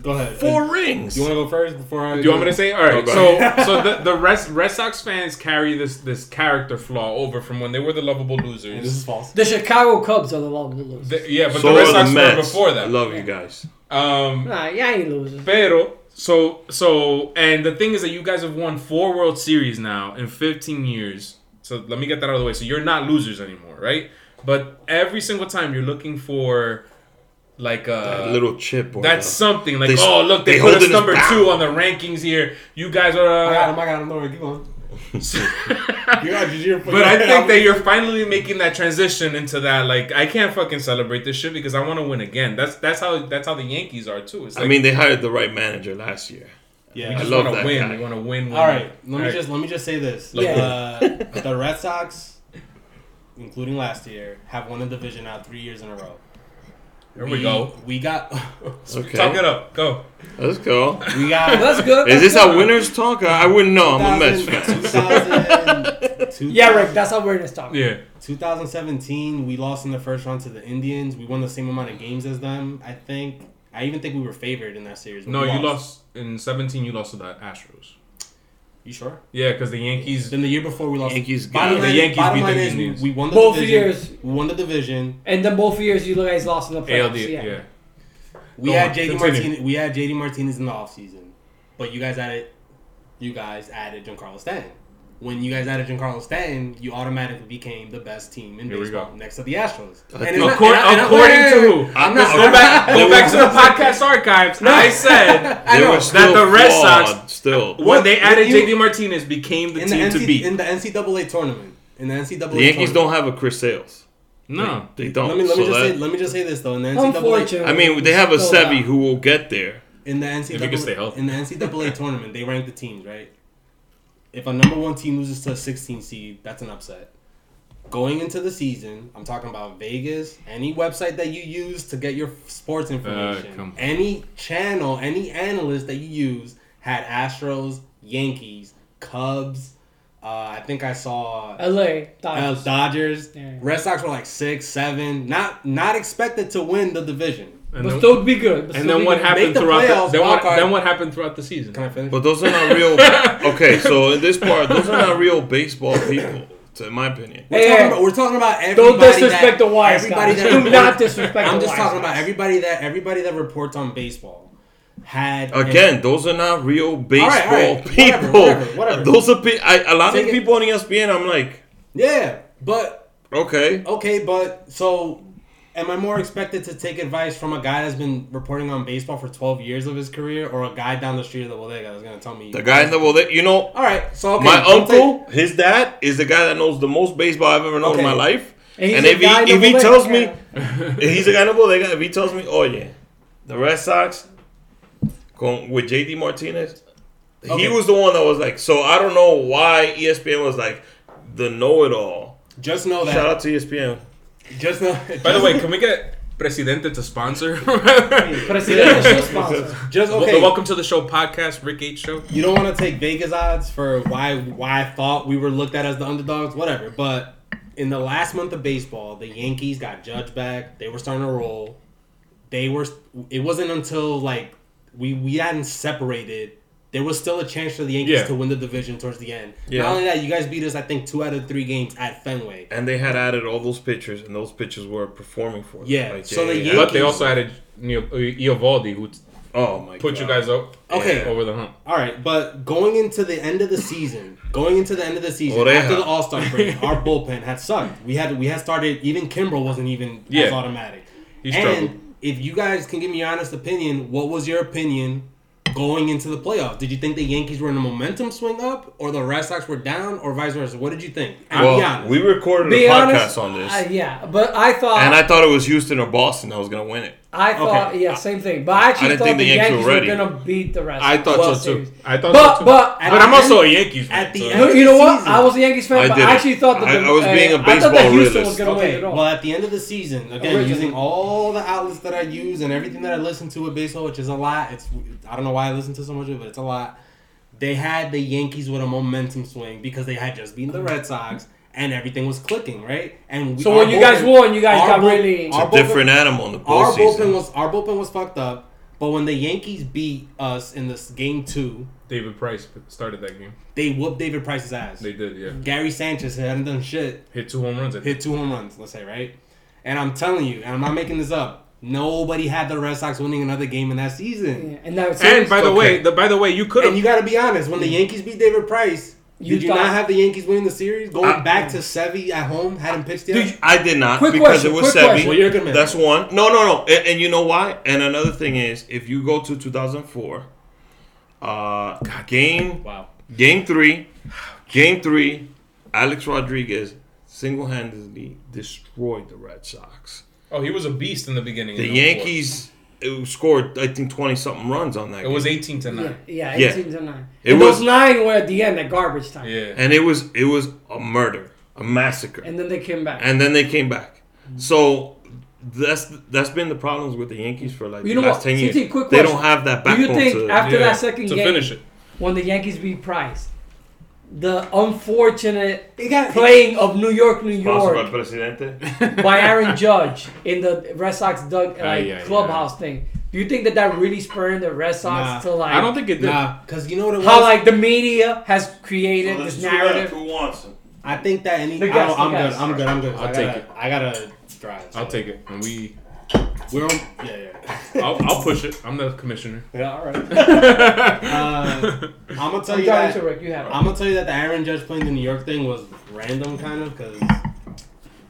S4: go ahead.
S1: Four
S4: Uh,
S1: rings.
S4: You want to go first before I?
S2: Do you want me to say? All right.
S1: Okay.
S2: So, so the, the Red, Red Sox fans carry this this character flaw over from when they were the lovable
S4: Yeah, this
S2: losers. [laughs]
S4: is false.
S3: the Chicago Cubs are the lovable losers.
S2: The- yeah, but
S1: so
S2: the Red
S1: are
S2: Sox were
S1: Mets.
S2: before
S1: I
S2: that.
S1: love you guys.
S2: Um,
S3: Nah, yeah, I ain't losers.
S2: Pero so so and the thing is that you guys have won four World Series now in 15 years. So let me get that out of the way. So you're not losers anymore, right? But every single time you're looking for like
S1: That
S2: a
S1: little chip. Or
S2: that's
S1: the-
S2: something like
S1: They-
S2: oh look they,
S1: they
S2: put us
S1: holding us
S2: number
S1: back.
S2: two on the rankings here. You guys
S4: I got him.
S2: are.
S4: I got him. Don't worry. Keep on.
S2: uh,
S4: You got you
S2: But I think that you're finally making that transition into that. Like, I can't fucking celebrate this shit because I want to win again. That's that's how that's how the Yankees are too. It's
S1: [laughs]
S2: like,
S1: I mean, they hired the right manager last year.
S4: Yeah.
S2: we
S1: I
S2: just
S1: love
S2: want
S1: that
S2: to win.
S1: guy.
S2: We want to win. win.
S4: All right. Let me
S2: All right.
S4: just let me just say this.
S2: Yeah.
S4: Uh, the Red Sox, including last year, have won the division now three years in a row.
S2: There we go.
S4: We got [laughs]
S1: Okay.
S2: Talk it up. Go.
S1: Let's go.
S4: we
S2: [laughs]
S4: got
S3: That's good.
S1: Is this
S3: that's good.
S1: a winner's talk? I I wouldn't know. I'm a Mets fan.
S4: 2000, 2000,
S3: Yeah, Rick, that's how we're gonna stop.
S2: Yeah.
S4: 2017, we lost in the first round to the Indians. We won the same amount of games as them. I think. I even think we were favored in that series. but
S2: No,
S4: we
S2: you lost in 17. You lost to the Astros.
S4: You sure?
S2: Yeah, because the Yankees.
S4: Then the year before, we lost.
S1: Yankees
S4: Bottom
S1: got
S2: The
S4: line,
S2: Yankees
S4: bottom
S2: beat the
S4: line is
S2: Indians.
S4: we won the
S3: Both
S4: division.
S3: years.
S4: We won the division.
S3: And then both years you guys lost in the playoffs.
S2: ALD.
S3: yeah.
S2: Yeah.
S4: We
S2: Go
S4: had
S2: on,
S4: JD
S2: continue.
S4: Martinez. We had JD Martinez in the offseason. but you guys added. You guys added Giancarlo Stanton. When you guys added Giancarlo Stanton, you automatically became the best team in
S2: Here we
S4: baseball
S2: go.
S4: next to the Astros.
S2: Accor- according to who?
S4: I'm
S1: Let's
S4: not.
S1: [laughs]
S2: Go back.
S1: There
S2: Go back
S1: was-
S2: to the podcast archives. I said
S4: [laughs] I
S1: They
S4: know.
S1: were still
S2: the Red
S1: flawed
S2: Sox-
S1: still.
S2: when they added
S4: you-
S2: JD Martinez became the
S4: in the,
S2: team to
S4: NC
S2: beat.
S4: in the NCAA tournament. In the NCAA,
S1: The Yankees
S4: tournament.
S1: don't have a Chris Sales.
S2: no.
S1: They don't.
S4: Let me let me
S1: so
S4: just
S1: that-
S4: say let me just say this though. In the NCAA,
S3: Unfortunately,
S1: I mean, they have a
S3: Sold out.
S1: Sevi who will get there.
S4: in the NCAA,
S2: If you can stay healthy.
S4: in
S2: [laughs]
S4: the NCAA tournament, they rank the teams right. If a number one team loses to a 16 seed, that's an upset. going into the season, I'm talking about Vegas, any website that you use to get your sports information,
S2: Uh, come-
S4: any channel, any analyst that you use had Astros, Yankees, Cubs. Uh, I think I saw
S3: LA.
S4: uh,
S3: Dodgers.
S4: Dodgers.
S3: Yeah.
S4: Red Sox were like six, seven. Not not expected to win the division.
S2: And
S3: But
S2: then,
S3: still be good. but
S2: and
S3: still
S2: then
S3: be
S2: what
S3: good.
S2: happened
S4: the
S2: throughout?
S4: playoffs,
S2: the, then,
S4: wild
S2: what,
S4: card.
S2: then what happened throughout the season?
S4: Can I finish?
S1: But those are not real. okay, so in this part, those are not real baseball people, to, in my opinion.
S4: We're,
S3: Hey,
S4: talking
S3: hey.
S4: about, we're talking about everybody.
S3: Don't disrespect
S4: that,
S3: the wise
S4: everybody
S3: guys.
S4: that
S3: Do not
S4: reports-
S3: disrespect
S4: I'm
S3: the
S4: just
S3: wise
S4: talking
S3: guys.
S4: about everybody that everybody that reports on baseball had an-
S1: Again, those are not real baseball
S4: all right, whatever,
S1: people.
S4: whatever, whatever.
S1: Those are pe- I, a lot
S4: Take
S1: of
S4: it-
S1: people on E ESPN. I'm like,
S4: yeah, but
S1: okay,
S4: okay, but so am I more expected to take advice from a guy that's been reporting on baseball for 12 years of his career, or a guy down the street of the bodega that's gonna tell me
S1: the guy in the well, they- you know,
S4: All right, so okay,
S1: my
S4: don't take-
S1: uncle, his dad is the guy that knows the most baseball I've ever known in my
S4: Okay.
S1: life.
S3: And
S1: And,
S3: he's a
S1: if he
S3: guy in the
S1: if he
S3: bullpen,
S1: tells me,
S3: yeah.
S1: if he's a guy in the bodega, if he tells me, oh yeah, the Red Sox con, with JD Martinez,
S4: Okay.
S1: he was the one that was like. So I don't know why E ESPN was like the know-it-all.
S4: just know
S1: Shout
S4: that.
S1: out to E ESPN.
S4: Just know.
S2: By the way, can we
S4: [laughs]
S2: get Presidente to sponsor? [laughs]
S3: Presidente should sponsor.
S4: just
S2: Wel-
S4: okay.
S2: The Welcome to the Show podcast, Rick H. Show.
S4: you don't want to take Vegas odds for why why I thought we were looked at as the underdogs, whatever. But in the last month of baseball, the Yankees got Judge back. They were starting to roll. They were. It wasn't until like we we hadn't separated. There was still a chance for the Yankees
S2: Yeah.
S4: to win the division towards the end.
S1: Yeah.
S4: Not only that, you guys beat us. I think two out of three games at Fenway.
S1: And they had added all those pictures, and those pictures were performing for them.
S4: Yeah, so the
S1: yeah,
S2: But they
S4: Yankees-
S2: also added Neo- uh, Iovaldi, who t-
S1: oh my
S2: put
S1: god,
S2: you guys up
S4: Okay.
S2: over the hump.
S4: All right, but going into the end of the season, going into the end of the season
S1: Oreja.
S4: after the All Star break, our bullpen had sucked. We had we had started even Kimbrel wasn't even as
S2: Yeah.
S4: automatic.
S2: He struggled.
S4: and if you guys can give me your honest opinion, what was your opinion going into the playoffs? Did you think the Yankees were in a momentum swing up, or the Red Sox were down, or vice versa? What did you think? And Uh, be
S1: Well,
S4: honest.
S1: we recorded
S3: Be
S1: a podcast
S3: honest,
S1: on this,
S3: I- yeah, but I thought
S1: and I thought it was Houston or Boston that was gonna win it.
S3: I thought,
S4: Okay.
S3: yeah, same thing. But I actually
S1: I didn't
S3: thought
S1: think
S3: the
S1: the Yankees
S3: Yankees
S1: were
S3: were
S1: ready.
S3: gonna beat the rest.
S1: I
S3: of the
S1: thought
S3: World
S1: so too.
S3: Series.
S2: I thought
S3: But
S2: so too.
S3: but
S4: At
S2: But I'm
S4: the
S2: also a Yankees fan.
S4: at the
S2: so-
S4: end-
S3: no, you know what?
S4: Season.
S3: I was a Yankees fan,
S1: I
S3: but I
S1: didn't.
S3: actually thought that
S1: I-
S3: the,
S1: I was
S3: uh,
S1: being a
S3: I thought
S1: baseball
S3: that Houston was
S1: realist.
S3: gonna win
S4: Okay,
S3: it all.
S4: well, at the end of the season, again,
S3: Originally.
S4: using all the outlets that I use and everything that I listen to with baseball, which is a lot. It's I don't know why I listen to so much of it, but it's a lot. They had the Yankees with a momentum swing because they had just beaten the Red Sox and everything was clicking, right? And we,
S3: So
S4: our
S3: when you guys won, you guys
S4: our
S3: got
S4: bull-
S3: really-
S1: It's a
S4: bullpen-
S1: different animal in the
S4: Our bullpen
S1: postseason.
S4: was our bullpen was fucked up, but when the Yankees beat us in this game two,
S2: David Price started that game.
S4: they whooped David Price's ass.
S2: They did, yeah.
S4: Gary Sanchez hadn't done shit
S2: Hit two home runs. I think.
S4: hit two home runs, let's say, right? And I'm telling you, and I'm not making this up, nobody had the Red Sox winning another game in that season.
S3: Yeah, and that was
S2: And by the
S1: Okay.
S2: way, the, by the way, you could
S4: And
S2: have.
S4: you got to be honest, when the Yankees beat David Price,
S3: You
S4: did you
S3: thought-
S4: not have the Yankees winning the series? Going
S1: I-
S4: back to Sevy at home, hadn't pitched yet?
S3: Dude, you-
S1: I did not
S3: Quick
S1: because
S3: question,
S1: it was
S3: quick
S1: Sebi.
S3: question.
S4: well, you're a good man.
S1: That's one. No, no, no. And, and you know why? And another thing is, if you go to 2004, uh, game
S4: wow.
S1: game three, game three, Alex Rodriguez single-handedly destroyed the Red Sox.
S2: Oh, he was a beast in the beginning.
S1: The
S2: in 04.
S1: Yankees uh, scored, I think, 20 something runs on that.
S2: It was
S1: game.
S2: 18 to
S3: yeah,
S2: 9.
S3: yeah,
S1: Yeah.
S3: eighteen to nine.
S1: It
S3: and
S1: was-
S3: those nine were at the end at garbage time.
S2: Yeah.
S1: and it was it was a murder, a massacre.
S3: And then they came back.
S1: and then they came back.
S3: Mm.
S1: So that's that's been the problems with the Yankees for like
S3: You know
S1: the last
S3: what?
S1: ten years.
S3: CT, quick
S1: they
S3: question.
S1: don't have that
S3: Do
S1: backbone.
S3: you think
S1: to,
S3: after
S2: Yeah,
S3: that second
S2: to
S3: game
S2: finish it.
S3: when the Yankees beat Price, the unfortunate
S4: They got
S3: playing of New York, New York [laughs]
S1: Presidente.
S3: by Aaron Judge in the Red Sox dug, like,
S2: Ay, ay,
S3: clubhouse thing. Do you think that that really spurred the Red Sox
S4: Nah,
S3: to like
S2: I don't think it did.
S4: Nah, because you know what it was?
S3: how like the media has created this narrative?
S1: Who wants him?
S4: I think that any.
S3: The
S4: I
S3: guys,
S4: don't-
S3: the
S4: I'm, good,
S3: guys.
S4: I'm good. I'm good.
S2: I'll
S4: I
S2: take
S4: gotta-
S2: it.
S4: I got to drive. so
S2: I'll take it. And we,
S4: We're on. Yeah,
S2: [laughs]
S4: yeah.
S2: I'll, I'll push it. I'm the commissioner. [laughs]
S4: Yeah, all right.
S2: uh,
S4: I'm going to tell
S3: I'm sorry,
S4: you that.
S3: Mr. Rick, you have it.
S4: I'm gonna tell you that the Aaron Judge playing the New York thing was random, kind of, because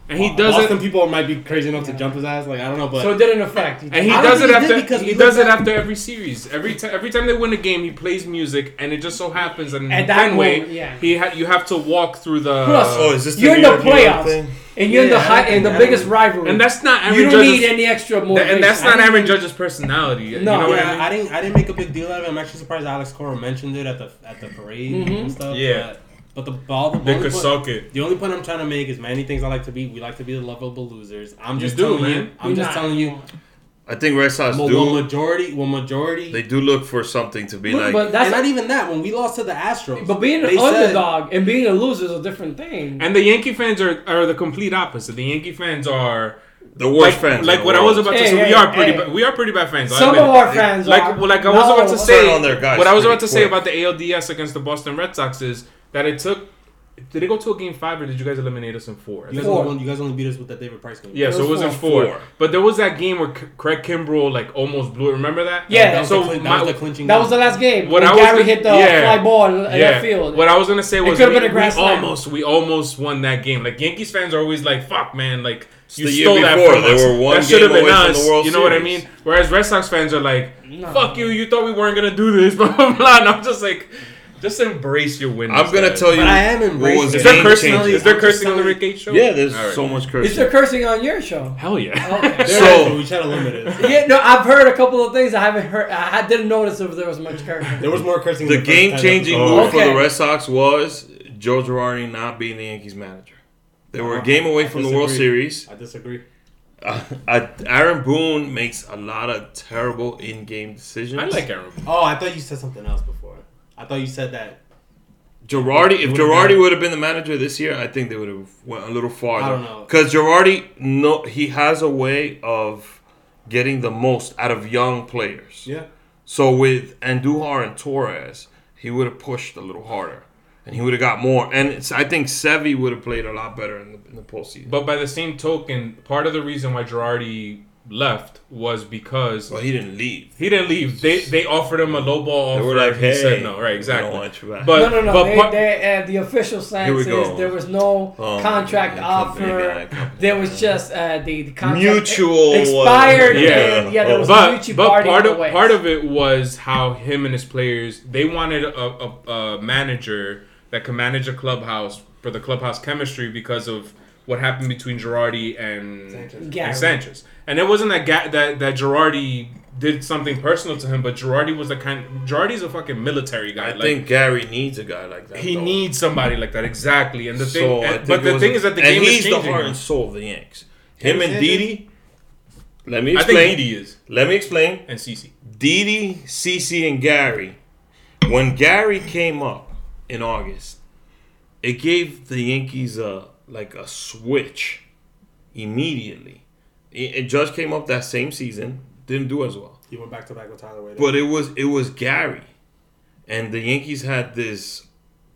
S2: and he does
S4: Boston
S2: it.
S4: people might be crazy enough to jump his ass. Like I don't know, but
S3: So it didn't affect. you.
S2: And he
S4: I
S2: does
S4: don't
S2: it
S4: think he did
S2: after
S4: because
S2: he
S4: we
S2: does it
S4: looked at-
S2: after every series. Every time every time they win a game, he plays music, and it just so happens that in
S3: At that
S2: Fenway,
S3: moment, yeah.
S2: he ha- you have to walk through the.
S3: Plus,
S1: Oh, is this the
S3: you're in
S1: New
S3: the
S1: York, New York
S3: playoffs,
S1: thing?
S3: and you're in the
S4: Yeah, I
S3: high,
S4: don't
S3: and the
S4: think- I
S3: biggest
S4: don't-
S3: rivalry.
S2: and that's not Aaron
S3: you don't
S2: Judge's.
S3: need any extra motivation.
S2: and that's not Aaron Judge's personality. you
S3: No.
S2: know what I
S4: yeah,
S2: mean?
S4: I
S3: Mm-hmm.
S4: didn't. I didn't make a big deal out of it. I'm actually surprised Alex Cora mentioned it at the at the parade and stuff.
S2: Yeah.
S4: but But the ball, the,
S2: They
S4: only
S2: could
S4: point-
S2: suck it.
S4: the only point I'm trying to make is many things I like to be. We like to be the lovable losers. I'm
S2: You
S4: just
S2: do,
S4: telling
S2: man.
S4: you. I'm
S3: We're not.
S4: just telling you.
S1: I think Red Sox
S4: Well,
S1: do.
S4: majority, well, majority,
S1: They do look for something to be
S3: Look,
S1: like.
S3: but
S4: and
S3: that's
S4: not even that. When we lost to the Astros,
S3: but being
S4: they
S3: an
S4: said-
S3: underdog and being a loser is a different thing.
S2: And the Yankee fans are, are the complete opposite. The Yankee fans are
S1: the worst
S2: like,
S1: fans. in
S2: Like
S1: the
S2: what I
S1: world.
S2: was about to
S3: Hey,
S2: say,
S3: hey,
S2: we are pretty
S3: hey.
S2: ba- we are pretty bad fans. I
S3: Some of
S2: admit it.
S3: our fans
S2: like
S3: are
S2: like I was
S3: No.
S2: about to
S1: Turn
S2: say
S1: on their guys
S2: what I was
S1: pretty
S2: about to say
S1: quick.
S2: about the ALDS against the Boston Red Sox is that it took. Did it go to a game five or did you guys eliminate us in four? I
S4: You
S2: think-
S4: guys,
S3: Four.
S4: only, won- you guys only beat us with that David Price game.
S2: Yeah, so it was in
S1: four.
S2: four.
S1: Four.
S2: But there was that game where C- Craig Kimbrell like almost blew it. Remember that?
S3: Yeah.
S4: That was,
S2: So
S4: the, cli- that
S2: my-
S4: was the clinching.
S3: That
S4: goal.
S3: was the last game.
S2: What
S3: when
S2: I was
S3: Gary
S2: gonna-
S3: hit the
S2: yeah.
S3: fly ball in, in that field.
S2: What I was gonna say was
S3: could've
S2: we,
S3: been
S2: we
S3: a grass slam.
S2: almost we almost won that game. Like Yankees fans are always like, "Fuck, man! Like you
S1: the year
S2: stole that
S1: before,
S2: from
S1: they
S2: us.
S1: were one
S2: that should have
S1: game
S2: been
S1: away from
S2: us."
S1: the World
S2: you know what I
S1: Series.
S2: mean? Whereas Red Sox fans are like,
S3: No.
S2: "Fuck you! You thought we weren't gonna do this." [laughs] Blah blah blah. And I'm just like, just embrace your wins.
S1: I'm gonna
S2: guys.
S1: tell you.
S4: But I am embracing
S1: was
S4: it.
S2: Is
S1: the
S2: there
S1: game
S2: cursing?
S1: changer.
S2: Is there
S4: I'm just
S2: cursing on the
S4: telling-
S2: Rick Gates show?
S1: Yeah, there's
S2: All right.
S1: so much cursing.
S3: Is there cursing on your show?
S2: Hell yeah.
S3: Oh,
S2: [laughs]
S3: Okay.
S4: There
S1: So-
S4: is, but we try to
S3: [laughs]
S4: limit it.
S3: yeah, no, I've heard a couple of things I haven't heard. I I didn't notice if there was much cursing.
S4: There was more cursing.
S1: the
S4: in first
S1: game
S4: ten
S1: changing
S4: episodes.
S1: move for
S3: Oh, Okay.
S1: the Red Sox was Joe Girardi not being the Yankees manager. They
S3: Uh-huh.
S1: were a game away
S4: I
S1: from the World
S4: disagree.
S1: Series.
S4: I disagree.
S1: Uh, I- Aaron Boone makes a lot of terrible in-game decisions.
S2: I like Aaron. Boone.
S4: Oh, I thought you said something else before. I thought you said that.
S1: Girardi. If
S4: Would've
S1: Girardi
S4: been-
S1: would have been the manager this year, I think they would have went a little farther.
S4: I don't know.
S1: because Girardi, no, he has a way of getting the most out of young players.
S4: Yeah.
S1: So with Andujar and Torres, he would have pushed a little harder, and he would have got more. And it's, I think Sevi would have played a lot better in the, in the postseason.
S2: But by the same token, part of the reason why Girardi left was because
S1: Well, he didn't leave.
S2: He didn't leave. They they offered him a low ball offer.
S1: They were like,
S2: he
S1: "Hey,
S2: said no." Right,
S1: We
S2: exactly.
S1: don't want you back.
S2: But-
S3: No, no, no.
S2: but
S3: they,
S2: part-
S3: they, uh, the official
S1: Here we
S3: stance
S1: go.
S3: is there was no
S1: Oh,
S3: contract
S1: yeah, company guy,
S3: offer.
S1: company
S3: there was just uh, the, the contract
S1: Mutual, uh,
S3: expired.
S2: yeah.
S3: and, yeah, there was
S2: but
S3: mutual
S2: but
S3: party
S2: part
S3: on
S2: of
S3: the way.
S2: part of it was how him and his players they wanted a, a, a manager that could manage a clubhouse for the clubhouse chemistry because of what happened between Girardi and
S4: Sanchez.
S3: Gary.
S2: and Sanchez. And it wasn't that ga- that that Girardi did something personal to him, but Girardi was a kind. Girardi's a fucking military guy.
S1: I
S2: like,
S1: think Gary needs a guy like that.
S2: he
S1: though.
S2: needs somebody like that exactly. And the thing,
S1: So, I
S2: and-
S1: think
S2: but
S1: it
S2: the
S1: was
S2: thing
S1: a-
S2: is that the
S1: and
S2: game
S1: he's
S2: is changing.
S1: the heart
S2: now.
S1: and soul of the Yanks. Him and
S4: Sanchez?
S1: Didi. Let me
S2: I think
S1: explain.
S2: Didi is
S1: Let me explain.
S2: and CC.
S1: Didi, Cece, and Gary. When Gary came up in August, it gave the Yankees a like a switch immediately. It, it just came up that same season, didn't do as well.
S4: You went back to back with Tyler Wade.
S1: But it was it was Gary, and the Yankees had this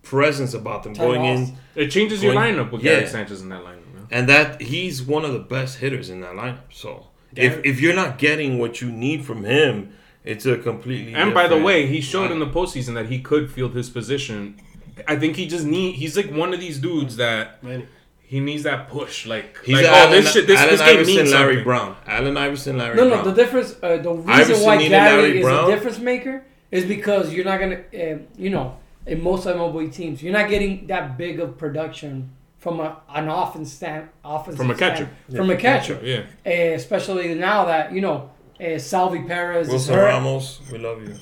S1: presence about them
S3: Tyler
S1: going
S3: Ross.
S1: in,
S2: It changes your
S1: Going-
S2: lineup with
S1: yeah.
S2: Gary Sanchez in that lineup. Man.
S1: and that he's one of the best hitters in that lineup. So if
S4: Gary-
S1: if you're not getting what you need from him, it's a completely
S2: And by the
S1: different-
S2: way, he showed in the postseason that he could field his position. I think he just need. He's like one of these dudes that
S4: Man,
S2: he needs that push. Like,
S1: He's
S2: like
S1: Allen,
S2: oh, this shit, this,
S1: Allen
S2: this game
S1: Iverson,
S2: means
S1: Larry
S2: something.
S1: Brown. Allen Iverson, Larry
S3: No, no.
S1: Brown.
S3: The difference, uh, the reason
S1: Iverson
S3: why
S1: needed Larry
S3: Gary is
S1: Brown.
S3: a difference maker is because you're not gonna, uh, you know, in most MLB teams, you're not getting that big of production from a, an offense stand, offense
S2: From a catcher.
S3: from a catcher,
S2: Yeah,
S3: Uh, especially now that you know. Uh, Salvi Perez is
S1: Wilson
S3: hurt.
S1: Ramos, we love you.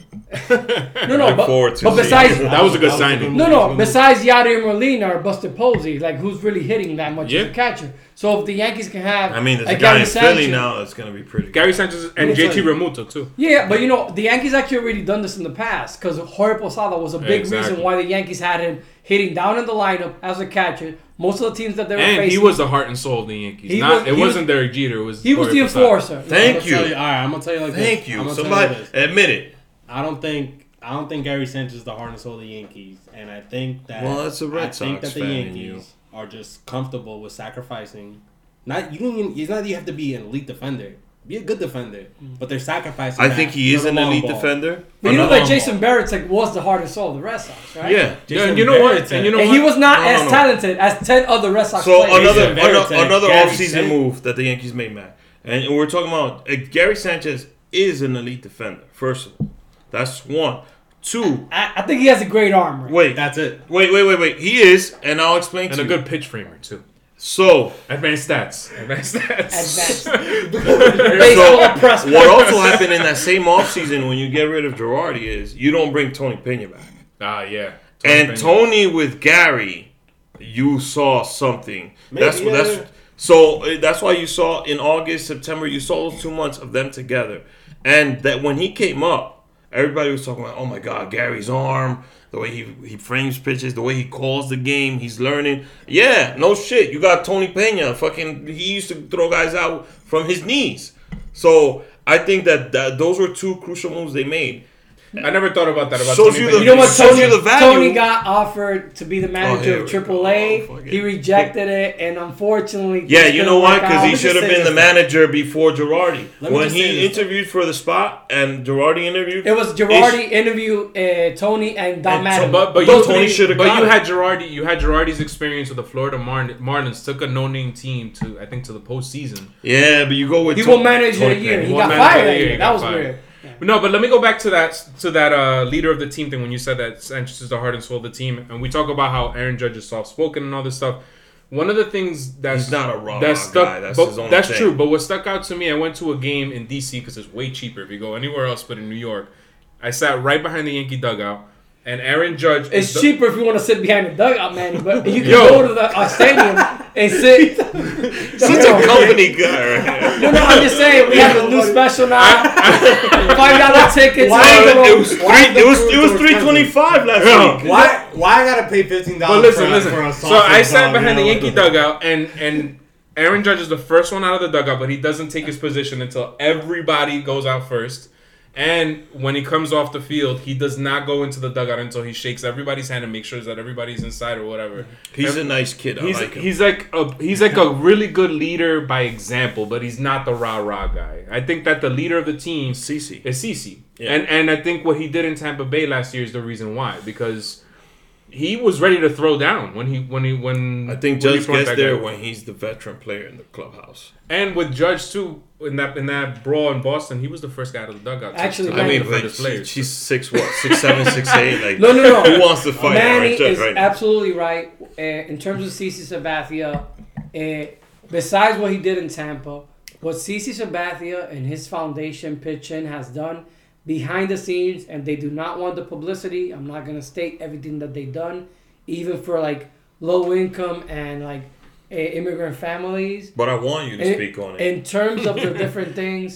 S3: No, no,
S1: Look
S3: but,
S1: forward to
S3: but
S1: seeing [laughs]
S3: besides,
S2: that was a good
S4: That was a
S2: signing.
S4: good
S3: no,
S4: That was
S3: no,
S4: a
S3: besides Yadier Molina or Buster Posey, like who's really hitting that much
S2: Yeah.
S3: as a catcher? So if the Yankees can have,
S1: I mean, there's a,
S3: a
S1: guy
S3: Gary
S1: in Philly
S3: Sanchez-
S1: now that's going to be pretty good.
S2: Gary Sanchez and
S4: me tell
S2: JT
S4: you.
S2: Realmuto too.
S3: Yeah, but you know the Yankees actually already done this in the past because Jorge Posada was a big
S2: Exactly.
S3: reason why the Yankees had him hitting down in the lineup as a catcher. Most of the teams that they were
S2: And
S3: facing,
S2: he was the heart and soul of the Yankees.
S3: He
S2: Not
S3: was-
S2: it
S3: he was-
S2: wasn't Derek Jeter. It was
S3: he was
S2: Jorge
S3: the
S2: Posada.
S3: enforcer.
S1: Thank
S4: I'm gonna
S1: you.
S4: tell all right, I'm gonna tell you like this.
S1: Thank
S4: I'm
S1: you.
S4: gonna tell
S1: Somebody
S4: this.
S1: admit it.
S4: I don't think I don't think Gary Sanchez is the heart and soul of the Yankees, and I think that
S1: Well, that's a Red
S4: I think
S1: Sox
S4: that the
S1: fan in
S4: Yankees are just comfortable with sacrificing. Not you don't even. It's not that you have to be an elite defender. Be a good defender,
S2: Mm.
S4: but they're sacrificing.
S1: I
S4: that
S1: think he
S4: for
S1: is
S4: the
S1: an
S4: long
S1: elite
S4: ball.
S1: defender.
S3: But you know
S1: Another-
S3: that Jason Barrett's like was the heart and soul of the Red Sox, right?
S1: Yeah.
S2: Yeah,
S4: Jason
S2: and you know what?
S4: Barrett's
S2: And
S4: a-
S2: you know
S3: and
S2: what?
S3: he was not
S1: No, no,
S3: as
S1: no.
S3: talented as ten other Red Sox
S1: So
S3: players.
S1: another
S4: Barrett
S1: another,
S4: and
S1: another
S4: Gary
S1: offseason
S4: Sanchez.
S1: move that the Yankees made, man. And we're talking about uh, Gary Sanchez is an elite defender. First of all, that's one. Two.
S3: I, I think he has a great arm. Right?
S1: Wait,
S4: That's it.
S1: wait, wait, wait, wait. He is, and I'll explain
S2: and
S1: to
S2: a
S1: you.
S2: good pitch framer too.
S1: so
S2: Advanced stats. Advanced stats. [laughs]
S3: Baseball press.
S1: What also happened in that same offseason when you get rid of Girardi is you don't bring Tony Pena back.
S2: ah yeah. Tony
S1: and
S2: Pena.
S1: Tony with Gary, you saw something.
S4: Maybe,
S1: that's
S4: yeah,
S1: that's
S4: yeah.
S1: so uh, that's why you saw in August, September, you saw those two months of them together, and that when he came up, everybody was talking about, oh my God, Gary's arm, the way he he frames pitches, the way he calls the game, he's learning. Yeah, no shit, you got Tony Pena, fucking, he used to throw guys out from his knees. So I think that, that those were two crucial moves they made.
S2: I never thought about that. About
S1: Shows
S2: Tony
S1: you
S2: Pena.
S1: the-
S3: You know what?
S1: Shows
S3: Tony,
S1: you the value. Oh,
S3: Tony got offered to be the manager
S1: here we
S3: of
S1: go.
S3: AAA.
S1: Oh, fuck it.
S3: he rejected it, and unfortunately,
S1: Yeah,
S3: things
S1: you
S3: didn't
S1: know why?
S3: work
S1: Because
S3: out.
S1: he
S4: just
S1: should have
S4: say
S1: been
S4: this
S1: the
S4: though.
S1: manager before Girardi.
S4: Let me
S1: When
S4: just say
S1: he
S4: this though.
S1: interviewed for the spot and Girardi interviewed,
S3: It was Girardi interview uh, Tony and Don
S1: And
S3: Madden.
S2: But but
S1: Those
S2: you
S1: Tony should've
S2: But
S1: got
S2: you
S1: it.
S2: had Girardi. You had Girardi's experience with the Florida Marlin, Marlins. Took a no-name team to I think to the postseason.
S1: yeah, but you go with
S3: he
S1: Tony-
S3: won't manage
S1: Tony
S3: a year.
S1: Pena.
S3: He
S2: won't
S3: got
S2: manage that
S3: fired that
S2: year. He
S3: year.
S2: got
S3: That was
S2: fired.
S3: weird.
S2: No, but let me go back to that to that uh, leader of the team thing when you said that Sanchez is the heart and soul of the team, and we talk about how Aaron Judge is soft spoken and all this stuff. One of the things that's
S1: He's not a raw guy.
S2: that stuck,
S1: That's
S2: but
S1: his own
S2: that's
S1: thing.
S2: true. But what stuck out to me, I went to a game in DC because it's way cheaper if you go anywhere else but in New York. I sat right behind the Yankee dugout, and Aaron Judge
S3: It's
S2: is the-
S3: cheaper if you want to sit behind the dugout, man. But you can
S2: Yo.
S3: go to the uh, stadium and sit.
S1: Such a [laughs]
S2: [laughs]
S1: company guy. Right
S3: No, no, I'm just saying we have a new special now. Five dollar tickets.
S1: No, it was
S3: available.
S1: three.
S4: Why the
S1: It was
S4: Brewers
S1: it was
S4: were
S1: three twenty five last
S2: Yeah.
S1: week.
S4: Why? Why I gotta pay fifteen
S2: But
S4: dollars?
S2: listen,
S4: for,
S2: listen.
S4: For a
S2: So I sat
S4: said
S2: behind the Yankee dugout, and and Aaron Judge is the first one out of the dugout, but he doesn't take his position until everybody goes out first. And when he comes off the field, he does not go into the dugout until he shakes everybody's hand and makes sure that everybody's inside or whatever.
S1: He's a nice kid. I
S2: He's
S1: like him.
S2: he's like a he's like a really good leader by example, but he's not the rah rah guy. I think that the leader of the team
S1: CC.
S2: is CC,
S1: Yeah.
S2: and and I think what he did in Tampa Bay last year is the reason why because he was ready to throw down when he when he when
S1: I think
S2: when he
S1: Judge
S2: brought
S1: gets
S2: that
S1: there
S2: guy.
S1: when he's the veteran player in the clubhouse.
S2: and with Judge too in that in that brawl in Boston, he was the first guy out of the dugout. to-
S3: Actually,
S2: to
S1: I
S3: Manny-
S1: mean,
S2: defend
S1: like,
S2: his
S1: she,
S2: players.
S1: she's six what, six seven, six eight. Like,
S3: No, no, no.
S1: [laughs] Who wants to fight
S3: Manny
S1: Aaron Judge
S3: is
S1: right now?
S3: absolutely right uh, in terms of CC Sabathia. Uh, besides what he did in Tampa, what CC Sabathia and his foundation pitching has done behind the scenes, and they do not want the publicity. I'm not gonna state everything that they done, even for like low income and like uh, immigrant families.
S1: But I want you to
S3: In-
S1: speak on it.
S3: In terms of
S1: [laughs]
S3: the different things,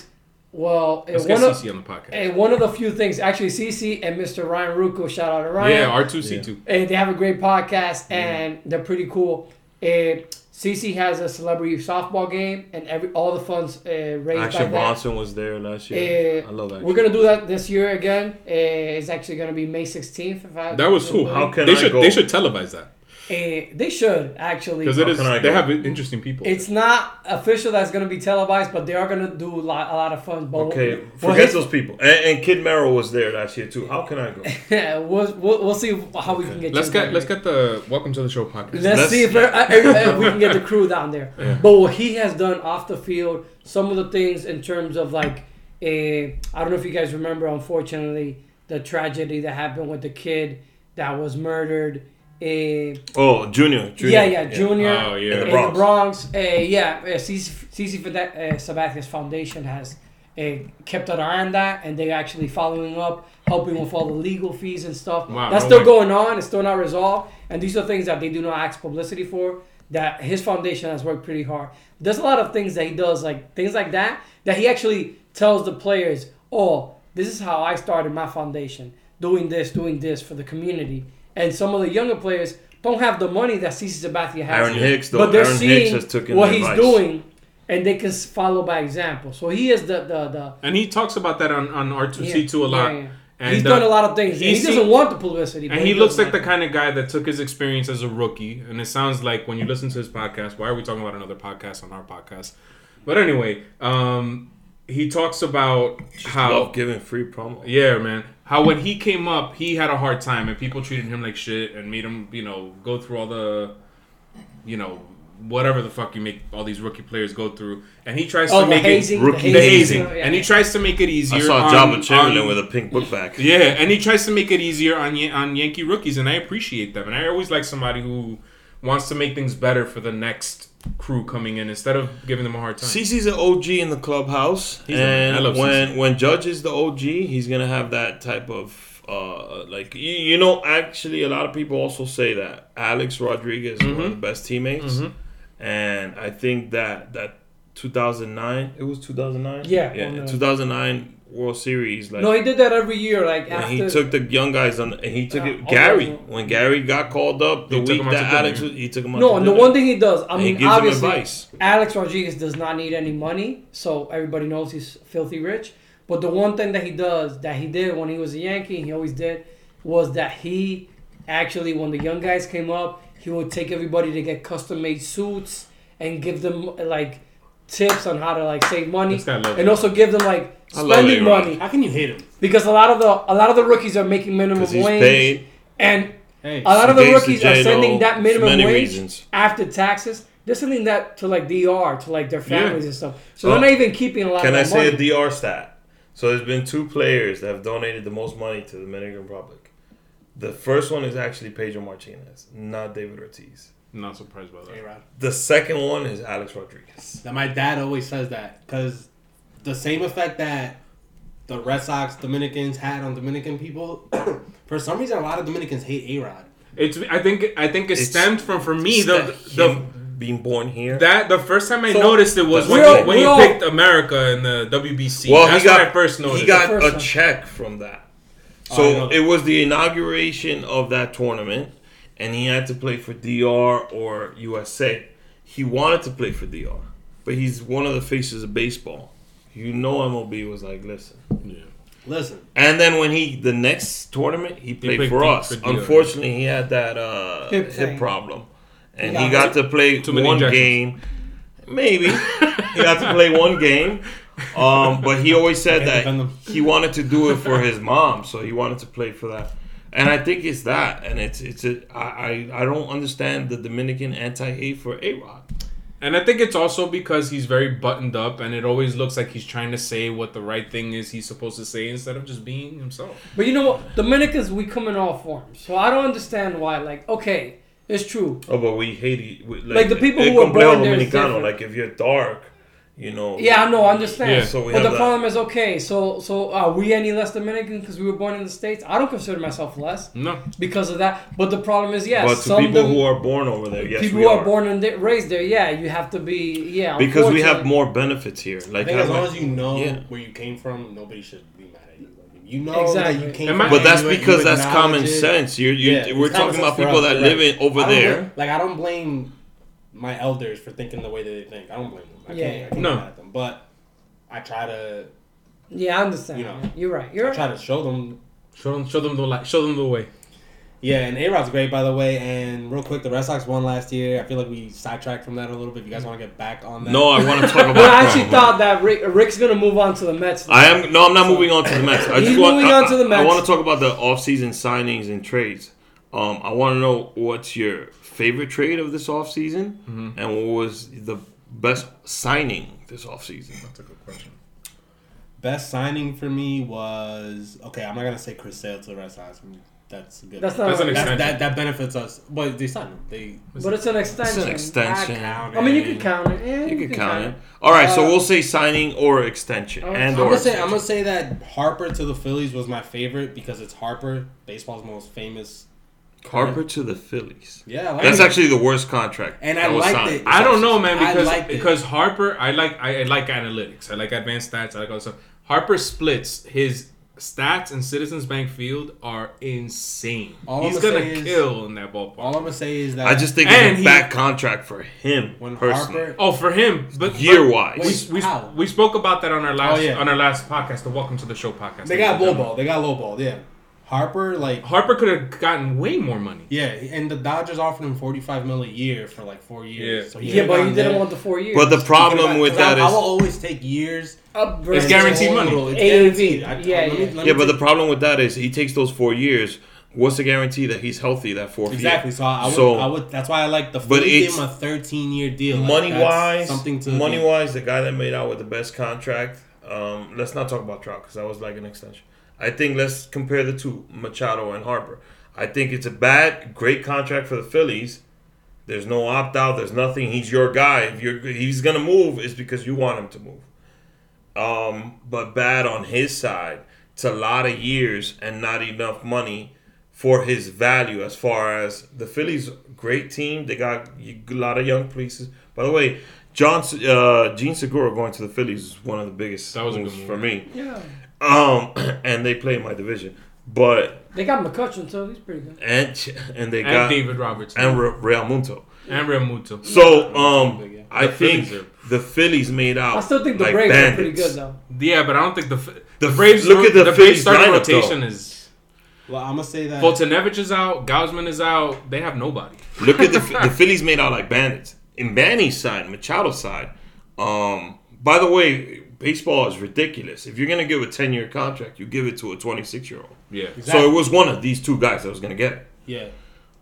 S3: well, uh,
S2: Let's get
S3: one of,
S2: CC on the podcast.
S3: and one of the few things actually, CC and Mr. Ryan Rucco, shout out to Ryan.
S2: Yeah, R two C two.
S3: And they have a great podcast, and they're pretty cool. And CC has a celebrity softball game, and every all the funds uh, raised
S1: Action
S3: by that.
S1: Bronson was there last year.
S3: Eh,
S1: I love that.
S3: We're gonna do that this year again. Uh, it's actually gonna be May 16th. If I
S2: That was cool.
S1: How can
S2: they
S1: I
S2: should
S1: go?
S2: they should televise that
S3: Eh, they should actually
S2: because it
S1: How
S2: is
S1: can I
S2: they
S1: go?
S2: have interesting people.
S3: It's not official that's going to be televised, but they are going to do a lot, a lot of fun. But
S1: Okay,
S3: Oh, we'll-
S1: forget
S3: hit-
S1: those people. And, and Kid Merrill was there last year too. How can I go?
S3: Yeah, [laughs] we'll, we'll, we'll see how we can get.
S2: let's
S3: you
S2: get
S3: there.
S2: let's get the welcome to the show podcast.
S3: Let's,
S1: let's-
S3: see if, there- if- if we can get the crew down
S2: [laughs]
S3: there. But what he has done off the field, some of the things in terms of like, eh, I don't know if you guys remember, unfortunately, the tragedy that happened with the kid that was murdered. eh,
S1: Oh, Junior. junior.
S3: Yeah, yeah, Junior.
S2: Oh, yeah. In the
S3: In
S1: Bronx.
S3: the Bronx. Uh, yeah, uh, CC CC Fide- uh, Sabathia's foundation has uh, kept an eye on that, and they're actually following up, helping with all the legal fees and stuff.
S2: Wow,
S3: That's
S2: no
S3: still
S2: way.
S3: going on. It's still not resolved, and these are things that they do not ask publicity for. That his foundation has worked pretty hard. There's a lot of things that he does, like things like that, that he actually tells the players, "Oh, this is how I started my foundation, doing this, doing this for the community." And some of the younger players don't have the money that CC Sabathia has.
S1: Aaron Hicks, though.
S3: But they're
S1: Aaron
S3: seeing
S1: Hicks has taken
S3: what
S1: the
S3: he's
S1: advice.
S3: doing, and they can s- follow by example. So he is the the the.
S2: and he talks about that on on R two C two a
S3: yeah,
S2: lot.
S3: yeah, yeah.
S2: And,
S3: he's
S2: uh,
S3: done a lot of things. and
S2: he's
S3: he doesn't
S2: seen-
S3: want the publicity. but
S2: And he looks
S3: does
S2: like
S3: want
S2: the kind of guy that took his experience as a rookie. And it sounds like when you listen to his podcast, why are we talking about another podcast on our podcast? But anyway, um, he talks about how
S1: Love giving free promo.
S2: yeah, man. How when he came up, he had a hard time, and people treated him like shit, and made him, you know, go through all the, you know, whatever the fuck you make all these rookie players go through. And he tries
S3: Oh,
S2: to
S3: the
S2: make
S3: hazing,
S2: it
S3: the
S1: rookie
S2: the hazing,
S3: hazing.
S2: and he tries to make it easier.
S1: I saw
S2: on-
S1: Jabba Chamberlain
S2: on-
S1: with a pink book bag.
S2: yeah, and he tries to make it easier on Yan- on Yankee rookies, and I appreciate them. And I always like somebody who wants to make things better for the next crew coming in instead of giving them a hard time.
S1: CC's an OG in the clubhouse,
S2: He's the man. I
S1: and
S2: love
S1: when when Judge is the OG, he's gonna have that type of uh, like you, you know, actually, a lot of people also say that Alex Rodriguez is one of the best teammates, Mm-hmm. and I think that that 2009, it was 2009,
S3: Yeah,
S1: yeah,
S3: on the-
S1: 2009 World Series, like
S3: No, he did that every year. Like
S1: when
S3: after
S1: he took the young guys on, and he took
S3: Yeah,
S1: it,
S3: all
S1: Gary.
S3: of them.
S1: When Gary got called up, the
S2: He took
S1: week
S2: him out
S1: that
S2: to
S1: Alex,
S2: dinner.
S1: was, he took him. Out
S3: no,
S1: to
S3: and the
S1: dinner.
S3: one thing he does, I
S1: And he
S3: mean,
S1: gives him
S3: obviously,
S1: advice.
S3: Alex Rodriguez does not need any money, so everybody knows he's filthy rich. But the one thing that he does, that he did when he was a Yankee, and he always did, was that he actually, when the young guys came up, he would take everybody to get custom made suits and give them like tips on how to like save money,
S2: This guy loves
S3: and
S2: it.
S3: also give them like
S1: I love
S3: spending
S1: A-Rod.
S3: money
S4: How can you hate him?
S3: because a lot of the a lot of the rookies are making minimum
S1: 'Cause he's
S3: wage,
S1: paid.
S3: and
S4: Hey,
S3: a lot of
S1: He
S3: the
S1: gave
S3: rookies are
S1: Sujano
S3: sending that minimum
S1: many
S3: wage
S1: reasons.
S3: after taxes. They're sending that to like DR to like their families and stuff. So
S1: Oh.
S3: they're not even keeping a lot
S1: Can
S3: of
S1: I
S3: that
S1: say
S3: money.
S1: a DR stat? So there's been two players that have donated the most money to the Dominican Republic. The first one is actually Pedro Martinez, not David Ortiz.
S2: Not surprised by that.
S4: A-Rod.
S1: The second one is Alex Rodriguez.
S4: Now, my dad always says that because the same effect that the Red Sox Dominicans had on Dominican people, [coughs] for some reason, a lot of Dominicans hate A Rod.
S2: It's. I think. I think it
S1: It's-
S2: stemmed from for me
S1: Sta-
S2: the the
S1: him being born here.
S2: That the first time I
S1: So-
S2: noticed it was
S1: That's
S2: when
S1: what
S2: you,
S1: I'm
S2: when
S3: saying.
S2: you
S3: We all-
S2: picked America in the WBC.
S1: well,
S2: That's
S1: he got
S2: when I first noticed.
S1: he
S3: The
S1: got
S3: first
S1: a
S3: one.
S1: check from that.
S4: Oh, I
S1: So
S4: know that.
S1: it was the inauguration of that tournament, and he had to play for DR or USA. He wanted to play for DR, but he's one of the faces of baseball. You know, MLB was like, listen.
S4: Listen,
S1: And then when he the next tournament he played,
S2: played
S1: for
S2: deep
S1: us.
S2: for DR.
S1: Unfortunately, he had that uh,
S3: Hip
S1: hip,
S3: thing.
S1: problem, and
S3: Yeah.
S1: he got to play
S2: Too many
S1: one
S2: injections.
S1: game. Maybe he got to play one game, um, but he always said
S4: defend
S1: that
S4: them.
S1: he wanted to do it for his mom, so he wanted to play for that. And I think it's that, and it's it's a, I, I I don't understand the Dominican anti hate for A Rod.
S2: And I think it's also because he's very buttoned up, and it always looks like he's trying to say what the right thing is he's supposed to say instead of just being himself.
S3: But you know what? Dominicans, we come in all forms. So I don't understand why. Like, okay, it's true.
S1: Oh, but we hate it. we-
S3: Like, the people
S1: el
S3: who were
S1: complejo
S3: born there is
S1: Dominicano,
S3: different.
S1: Like if you're dark, you know.
S3: Yeah, I know, I understand.
S2: Yeah,
S1: so we have
S3: but the
S1: that.
S3: problem is, okay, so so are we any less Dominican because we were born in the states? I don't consider myself less
S2: No,
S3: because of that. But the problem is, yes,
S1: Mm. but to
S3: some
S1: people
S3: Dom-
S1: who are born over there, yes,
S3: people
S1: we
S3: who are,
S1: are.
S3: born and di- raised there, yeah, you have to be, yeah.
S1: because we have
S3: unfortunately.
S1: more benefits here. Like,
S4: I think as
S1: how
S4: long
S1: much-
S4: as you know
S1: Yeah.
S4: where you came from, nobody should be mad at you. Like, if you know that
S3: Exactly.
S4: you came
S2: Am
S4: from.
S2: I-
S1: but that's
S4: you- you
S1: because that's
S4: acknowledge
S1: common
S4: it.
S1: sense. You're, you
S4: Yeah,
S1: we're
S4: it's common
S1: talking about
S4: sense for
S1: people
S4: us,
S1: that
S4: you're
S1: live
S4: right.
S1: in over
S4: I don't
S1: there.
S4: blame- like I don't blame my elders for thinking the way that they think. I don't blame them. I
S3: Yeah.
S4: can't, I can't
S2: No.
S4: get mad at them. But I try to
S3: Yeah, I understand.
S4: You know.
S3: You're right. You're
S4: I
S3: right.
S4: try to show them.
S2: show them, show them the light, show them the way.
S4: Yeah, and A Rod's great by the way. And real quick, the Red Sox won last year. I feel like we sidetracked from that a little bit. If you
S3: Mm-hmm.
S4: guys want to get back on that,
S1: No, I want to talk about.
S3: But I actually
S1: Cronenberg.
S3: thought that Rick, Rick's gonna move on to the Mets.
S1: I am no, I'm not moving on to the Mets. I
S3: He's
S1: just want
S3: moving
S1: I,
S3: on to the
S1: I- I
S3: Mets.
S1: want to talk about the offseason signings and trades. Um, I want to know what's your favorite trade of this offseason and what was the best signing this offseason.
S2: That's a good question.
S4: Best signing for me was okay. I'm not gonna say Chris Sale to the Red Sox. I mean, that's a good.
S3: That's
S4: That's
S3: not.
S2: That's an ex-
S3: right.
S4: that, that benefits us, but they signed him. They
S3: but it's an extension.
S1: It's an extension.
S4: count
S3: I mean, you can count it. Eh,
S1: You can count it. All right, so
S3: Uh,
S1: we'll say signing or extension
S3: I'm
S1: and
S4: I'm
S1: or
S4: gonna say I'm
S1: extension.
S4: gonna say that Harper to the Phillies was my favorite because it's Harper, baseball's most famous.
S1: Harper to the Phillies.
S4: Yeah, I like
S1: That's
S4: it.
S1: actually the worst contract.
S4: And I
S1: that was
S4: liked
S1: signed.
S4: it.
S2: I don't know, man,
S4: I
S2: because
S4: liked it.
S2: because Harper, I like I, I like analytics, I like advanced stats, I like all that stuff. Harper splits his stats in Citizens Bank Field are insane.
S4: All
S2: He's
S4: I'ma
S2: gonna
S4: say is-
S2: kill in that ballpark.
S4: All I'm gonna say is that
S1: I just think
S2: And
S1: it's a
S2: he-
S1: bad contract for him
S4: when
S1: personally,
S4: Harper
S2: Oh, for him, but
S1: year
S4: Wait,
S1: wise.
S2: We,
S4: How?
S2: we spoke about that on our last
S4: Oh, yeah.
S2: on our last podcast, the Welcome to the Show podcast.
S4: they got lowball, they got lowball, yeah. Harper like
S2: Harper could have gotten way more money.
S4: yeah, and the Dodgers offered him 45 mil a year for like four years.
S2: Yeah.
S4: So
S3: Yeah, but you didn't want
S4: the
S3: the four years.
S1: But the problem with
S4: with
S1: that
S4: I, I will
S1: is
S4: always take years.
S3: Up
S2: It's
S3: versus-
S2: guaranteed money.
S4: It's
S3: AAV.
S4: guaranteed.
S3: Yeah,
S4: I- let me-
S3: yeah.
S4: let me
S1: yeah, but the
S4: take-
S1: problem with that is he takes those four years. What's the guarantee that he's healthy that fourth
S4: Exactly.
S1: year?
S4: So I, I would,
S1: So-
S4: I would. That's why I like the.
S1: But
S4: Phillies gave
S1: it's-
S4: him a 13 year deal. Like,
S1: money
S4: that's
S1: wise,
S4: something to
S1: money
S4: be-
S1: wise, the guy that made out with the best contract. Um, let's not talk about Trout because that was like an extension. I think let's compare the two, Machado and Harper. I think it's a bad, great contract for the Phillies. There's no opt out. There's nothing. He's your guy. If you're, he's gonna move, it's because you want him to move. Um, but bad on his side to a lot of years and not enough money for his value as far as the Phillies great team they got a lot of young pieces by the way John uh, Gene Segura going to the Phillies is one of the biggest
S2: That was a good
S1: moves
S2: move.
S1: for me
S3: Yeah.
S1: um [clears throat] and they play in my division but
S3: They got McCutcheon, so he's pretty good.
S1: and ch- and they
S2: and
S1: got
S2: David Roberts
S1: and Re- Real Muto
S2: and Ramuto.
S1: so um I
S2: The
S1: think
S2: Phillies
S1: the Phillies made out
S3: I still think the
S1: like
S3: Braves are
S1: bandits.
S3: pretty good though.
S2: Yeah, but I don't think the F-
S1: The
S2: the Braves
S1: look at the
S2: Braves
S1: Phillies
S2: starting
S1: lineup, though.
S2: rotation is
S4: Well, I'm gonna say that.
S2: Fultonevich is out, Gausman is out. They have nobody.
S1: Look at the the Phillies made out like bandits. In Manny's side, Machado's side. Um, by the way, baseball is ridiculous. If you're gonna give a 10 year contract, you give it to a 26 year old.
S2: Yeah,
S4: Exactly.
S1: So it was one of these two guys that was gonna get it.
S4: yeah,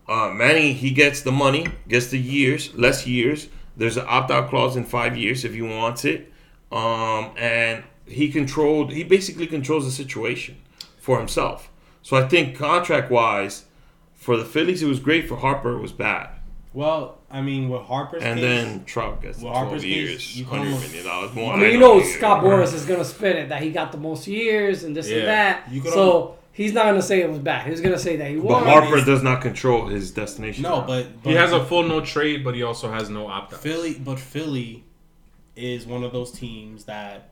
S1: Uh, Manny, he gets the money, gets the years, less years. There's an opt out clause in five years if he wants it. Um, and he controlled, he basically controls the situation for himself. So I think contract wise, for the Phillies, it was great. For Harper, it was bad.
S4: well, I mean, with Harper's
S1: And
S4: case,
S1: then Trout gets
S4: Well,
S1: 12
S4: Harper's case,
S1: years,
S4: you can
S1: hundred
S4: almost-
S1: million dollars more.
S3: I mean, you know Scott Boras is gonna spin it that he got the most years and this
S2: Yeah.
S3: and that.
S4: You could
S3: so
S4: almost-
S3: he's not gonna say it was bad. He's gonna say that he
S1: But
S3: won.
S1: Harper does not control his destination.
S4: no, but, but
S2: he has a full no trade, but he also has no opt out.
S4: Philly, but Philly is one of those teams that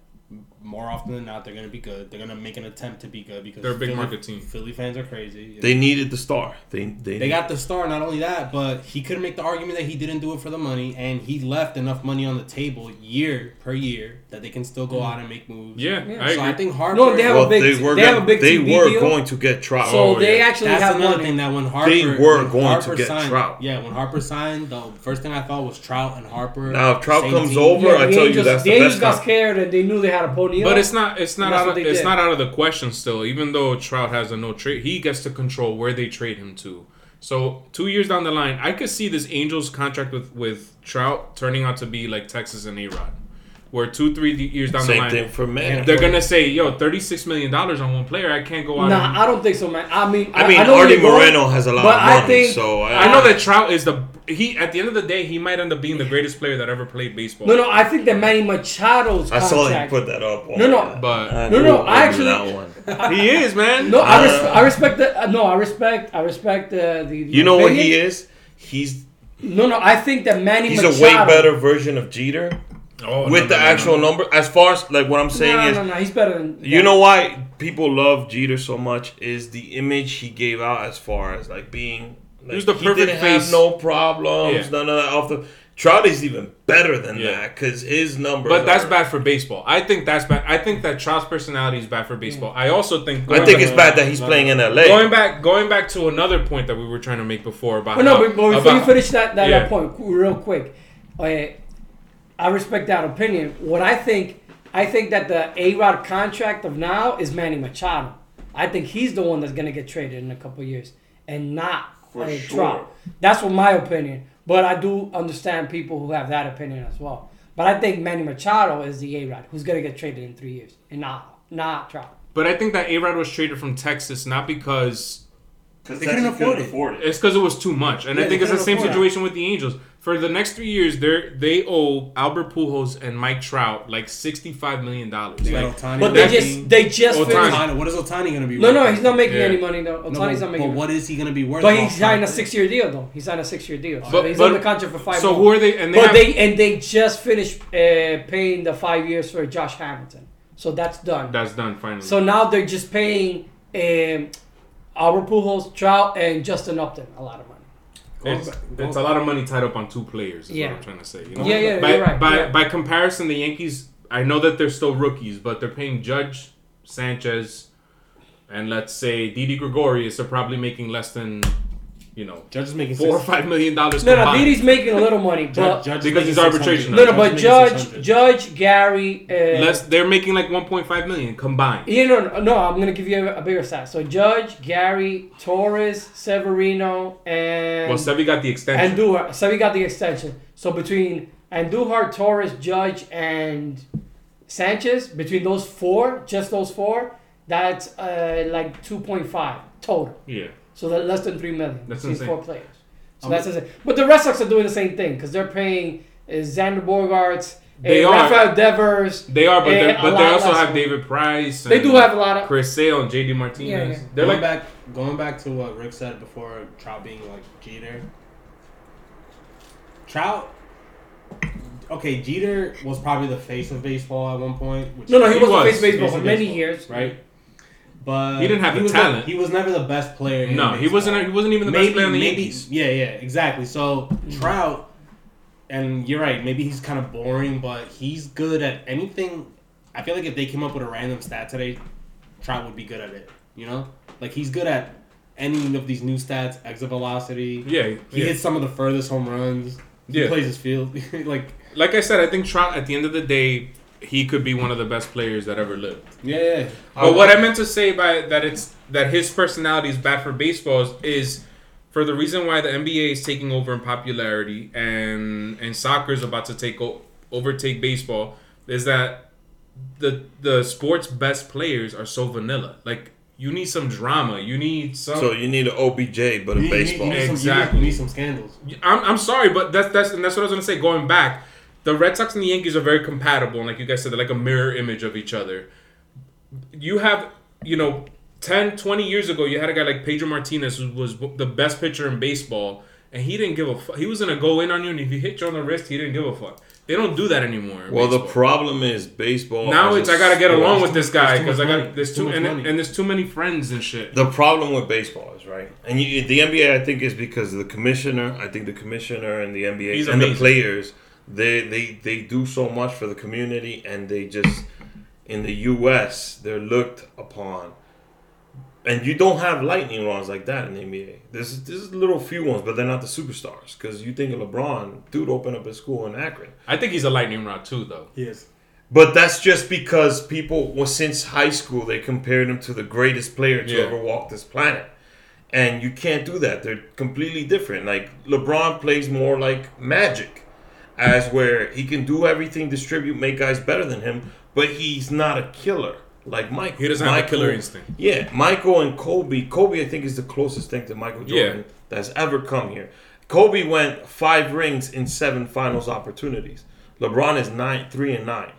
S4: more often than not they're gonna be good. They're gonna make an attempt to be good because
S2: They're a big
S4: Philly,
S2: market team.
S4: Philly fans are crazy.
S1: they needed the star. They they,
S4: They got the star. Not only that, but he couldn't make the argument that he didn't do it for the money, and he left enough money on the table year per year that they can still go out and make moves.
S2: Mm. Yeah,
S3: Yeah.
S2: I
S4: so
S2: agree.
S4: I think Harper.
S3: No, they have
S1: well,
S3: a big-
S1: they were
S3: they have
S1: gonna-
S3: a big
S1: they
S3: TV
S1: were
S3: deal.
S1: going to get Trout.
S3: so
S2: Oh,
S3: they
S2: yeah.
S3: actually
S4: That's
S3: have
S4: another
S3: money.
S4: thing that when Harper
S1: were
S4: when
S1: going to
S4: Harper
S1: get
S4: signed,
S1: Trout.
S4: Yeah, when Harper signed, the first thing I thought was Trout and Harper.
S1: Now, if Trout
S4: same
S1: comes over, I
S3: the
S1: tell you
S3: Angels-
S1: that's the
S3: the Angels
S1: best
S3: got
S1: time.
S3: scared and they knew they had a pony.
S2: But it's not it's not
S3: That's what
S2: out,
S3: they
S2: it's
S3: did.
S2: not out of the question still. Even though Trout has a no trade, he gets to control where they trade him to. So two years down the line, I could see this Angels contract with with Trout turning out to be like Texas and A Rod, where two three years down the
S1: Same
S2: line
S1: thing for Manny.
S2: they're gonna say, "Yo, thirty six million dollars on one player. I can't go out." and-
S3: Nah, I don't think so, man. I mean,
S1: I mean,
S3: know where
S1: Artie
S3: you're going,
S1: Moreno has a lot
S3: but
S1: of
S3: I
S1: money,
S3: think-
S1: so I,
S2: I know that Trout is the he. At the end of the day, he might end up being the greatest player that ever played baseball.
S3: No, no, I think that Manny Machado's
S1: I
S3: contract.
S1: saw him put that up.
S3: No, no,
S2: but-
S3: No, no, I
S1: knew
S3: actually-
S1: that one.
S3: [laughs]
S2: he is man.
S3: No, I, res-
S1: Uh,
S3: I respect the uh, no, I respect, I respect uh, the.
S1: You know what he is? He's
S3: No, no, I think that Manny
S1: he's a
S3: Machado.
S1: way better version of Jeter
S2: Oh, no,
S1: with
S2: no,
S1: the
S2: no,
S1: actual
S2: no.
S1: number. As far as like what I'm saying
S3: No,
S1: is,
S3: no, no, he's better than.
S1: You know why people love Jeter so much is the image he gave out as far as like being. Like,
S2: He was the
S1: he
S2: perfect
S1: didn't
S2: face.
S1: have no problems.
S2: Yeah.
S1: None of that off the. Trout is even better than
S2: Yeah.
S1: that because his number.
S2: But that's bad for baseball. I think that's bad. I think that Trout's personality is bad for baseball. I also think.
S1: I think it's
S2: back-
S1: bad that he's playing in L.A.
S2: Going back, going back to another point that we were trying to make before about.
S3: But Oh, no,
S2: how-
S3: but but before
S2: about-
S3: you finish that, that,
S2: Yeah.
S3: that point qu- real quick, uh, I respect that opinion. What I think, I think that the A Rod contract of now is Manny Machado. I think he's the one that's gonna get traded in a couple years, and not
S1: For
S3: uh,
S1: sure.
S3: Trout. That's what my opinion. But I do understand people who have that opinion as well. But I think Manny Machado is the A Rod who's gonna get traded in three years, and not not Trout.
S2: But I think that A Rod was traded from Texas not because
S1: because
S4: They couldn't afford it.
S2: it's because it was too much, and I
S4: Yeah,
S2: think
S4: they
S2: it's the
S4: couldn't
S2: same
S4: afford it.
S2: situation with the Angels. For the next three years, they they owe Albert Pujols and Mike Trout like sixty five million dollars.
S4: They got
S2: Like,
S4: Ohtani
S3: But they
S4: making-
S3: just they just
S2: Ohtani.
S3: finished-
S4: Ohtani- What is Otani gonna be?
S3: No,
S4: worth?
S3: no, he's not making
S2: Yeah.
S3: any money though. Otani's
S4: No,
S3: not
S4: but,
S3: making.
S4: but
S3: money.
S4: what is he gonna be worth?
S3: But
S4: off
S3: he signed a
S4: that?
S3: six-year deal, though. He signed a six-year deal. So
S2: But-
S3: he's
S2: but-
S3: under contract for five.
S2: so
S3: more.
S2: who are they? And they
S3: but
S2: have,
S3: they and they just finished uh, paying the five years for Josh Hamilton, so that's done.
S2: that's done finally.
S3: so now they're just paying um, Albert Pujols, Trout, and Justin Upton a lot of money.
S4: Going
S2: It's,
S4: back-
S2: it's a lot of money tied up on two players. Is
S3: Yeah.
S2: what I'm trying to say. You know?
S3: Yeah, yeah,
S2: by,
S3: you're right.
S2: By
S3: you're right.
S2: by comparison, the Yankees. I know that they're still rookies, but they're paying Judge Sanchez, and let's say Didi Gregorius are probably making less than, you know,
S4: Judge is making
S2: four or
S4: six-
S2: five million dollars
S3: no, no,
S2: combined.
S3: Didi's making a little money,
S4: Judge,
S3: but
S4: Judge is
S2: because he's
S4: making
S2: arbitration.
S4: 600.
S3: no, no, but
S4: is making
S3: Judge,
S4: 600.
S3: Judge, Gary, uh,
S2: Less, they're making like 1.5 million combined.
S3: Yeah, no, no, no, I'm gonna give you a, a bigger stat. So Judge, Gary, Torres, Severino, and
S2: Well, Sevi got the
S3: And
S2: extension.
S3: Duhar. So we got the extension. So between Andujar, Torres, Judge, and Sanchez, between those four, just those four, that's uh, like 2.5 total.
S2: yeah,
S3: So that less than 3 million.
S2: That's
S3: between
S2: insane.
S3: four players. So
S4: I'm-
S3: that's insane. But the Red Sox are doing the same thing because they're paying uh, Xander Bogarts
S2: They
S3: They
S2: are.
S3: Rafael Devers.
S2: They are, but,
S3: Eh,
S2: they're,
S3: a
S2: but
S3: lot
S2: they also
S3: less-
S2: have David Price.
S3: They do
S2: and
S3: have a lot of.
S2: Chris Sale and JD Martinez.
S3: Yeah, yeah.
S2: They're like
S4: going back, going back to what Rick said before Trout being like Jeter. Trout. Okay, Jeter was probably the face of baseball at one point. Which
S3: No, no, he,
S2: He
S3: was
S2: was.
S3: was face baseball
S4: Face
S3: for
S4: of
S3: many
S4: baseball,
S3: years.
S4: right? But
S2: He didn't have the
S4: was
S2: talent.
S4: he was never the best player. in
S2: no, he
S4: baseball.
S2: wasn't. He wasn't even the best player on the
S4: maybe,
S2: Yankees. Mm-hmm.
S4: Yeah, yeah, exactly. So Trout, and you're right. Maybe he's kind of boring, but he's good at anything. I feel like if they came up with a random stat today, Trout would be good at it. You know, like he's good at any of these new stats: exit velocity.
S2: Yeah,
S4: He
S2: yeah.
S4: hits some of the furthest home runs. He
S2: Yeah.
S4: plays his field [laughs] like
S2: Like I said, I think Trout. At the end of the day, he could be one of the best players that ever lived.
S4: yeah. Oh, yeah.
S2: But what I meant to say by that it's that his personality is bad for baseballs is for the reason why the NBA is taking over in popularity and and soccer is about to take o- overtake baseball is that the the sport's best players are so vanilla. Like you need some drama. You need some.
S1: So you need an OBJ, but
S4: You-
S1: in
S4: you-
S1: baseball.
S4: you need some- you need-
S2: Exactly.
S4: You need some scandals.
S2: I'm, I'm sorry, but that's that's and that's what I was gonna say. Going back, the Red Sox and the Yankees are very compatible, and like you guys said, they're like a mirror image of each other. You have, you know, 10, 20 years ago, you had a guy like Pedro Martinez who was the best pitcher in baseball, and he didn't give a fuck. He was gonna go in on you, and if he hit you on the wrist, he didn't give a fuck. They don't do that anymore. in
S1: well, the
S2: baseball.
S1: problem is baseball.
S2: now
S1: as a
S2: it's I gotta get
S1: sport-
S2: along with this guy
S4: There's too much
S2: because I
S4: money.
S2: got there's
S4: Too
S2: too
S4: much
S2: and,
S4: money.
S2: and there's too many friends and shit.
S1: The problem with baseball is right, and you, the NBA. I think is because of the commissioner. I think the commissioner and the NBA
S2: He's
S1: and the
S2: amazing.
S1: players. They they they do so much for the community, and they just in the U.S. they're looked upon. And you don't have lightning rounds like that in the NBA. There's there's little few ones, but they're not the superstars. Because you think of LeBron, dude, opened up his school in Akron.
S2: I think he's a lightning rod too, though.
S4: He is.
S1: But that's just because people, well, since high school, they compared him to the greatest player to
S2: Yeah.
S1: ever walk this planet. And you can't do that. They're completely different. Like LeBron plays more like magic, as where he can do everything, distribute, make guys better than him, but he's not a killer like Michael.
S2: He doesn't have a
S1: Michael-
S2: killer instinct.
S1: Yeah, Michael and Kobe. Kobe, I think, is the closest thing to Michael Jordan
S2: Yeah.
S1: that's ever come here. Kobe went five rings in seven finals opportunities. LeBron is nine, three and nine.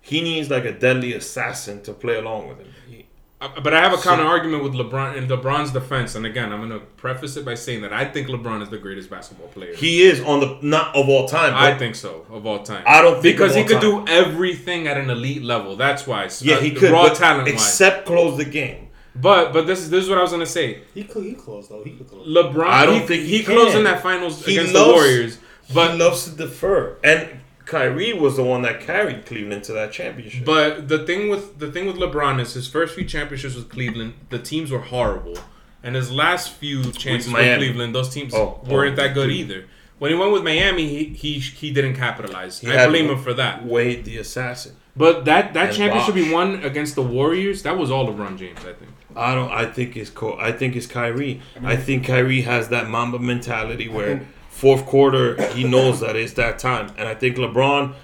S1: He needs like a deadly assassin to play along with him. He-
S2: Uh, But I have a counter argument with LeBron in LeBron's defense, and again, I'm going to preface it by saying that I think LeBron is the greatest basketball player.
S1: He is on the not of all time.
S2: I
S1: But
S2: think so of all time.
S1: I don't think
S2: because
S1: of
S2: he
S1: all
S2: could
S1: time.
S2: do everything at an elite level. That's why. S-
S1: yeah,
S2: uh,
S1: he could
S2: raw
S1: but
S2: talent wise.
S1: except close the game.
S2: But but this is this is what I was going to say.
S4: He could. He closed though. He could close.
S2: LeBron,
S1: I don't
S2: he,
S1: think he
S2: he closed
S1: can.
S2: in that finals
S1: He
S2: against the
S1: loves-
S2: Warriors. But
S1: he loves to defer, and Kyrie was the one that carried Cleveland to that championship.
S2: But the thing with the thing with LeBron is his first few championships with Cleveland, the teams were horrible, and his last few chances with,
S1: Miami.
S2: Cleveland, those teams
S1: Oh,
S2: weren't
S1: oh,
S2: that good either. When he went with Miami, he he, he didn't capitalize.
S1: He
S2: I
S1: had
S2: blame him for that.
S1: Wade the assassin.
S2: But that that
S1: And
S2: championship he
S1: Bosh.
S2: won against the Warriors, that was all LeBron James, I think.
S1: I don't. I think it's co- I think it's Kyrie. I think Kyrie has that Mamba mentality where fourth quarter he knows that it's that time, and I think LeBron.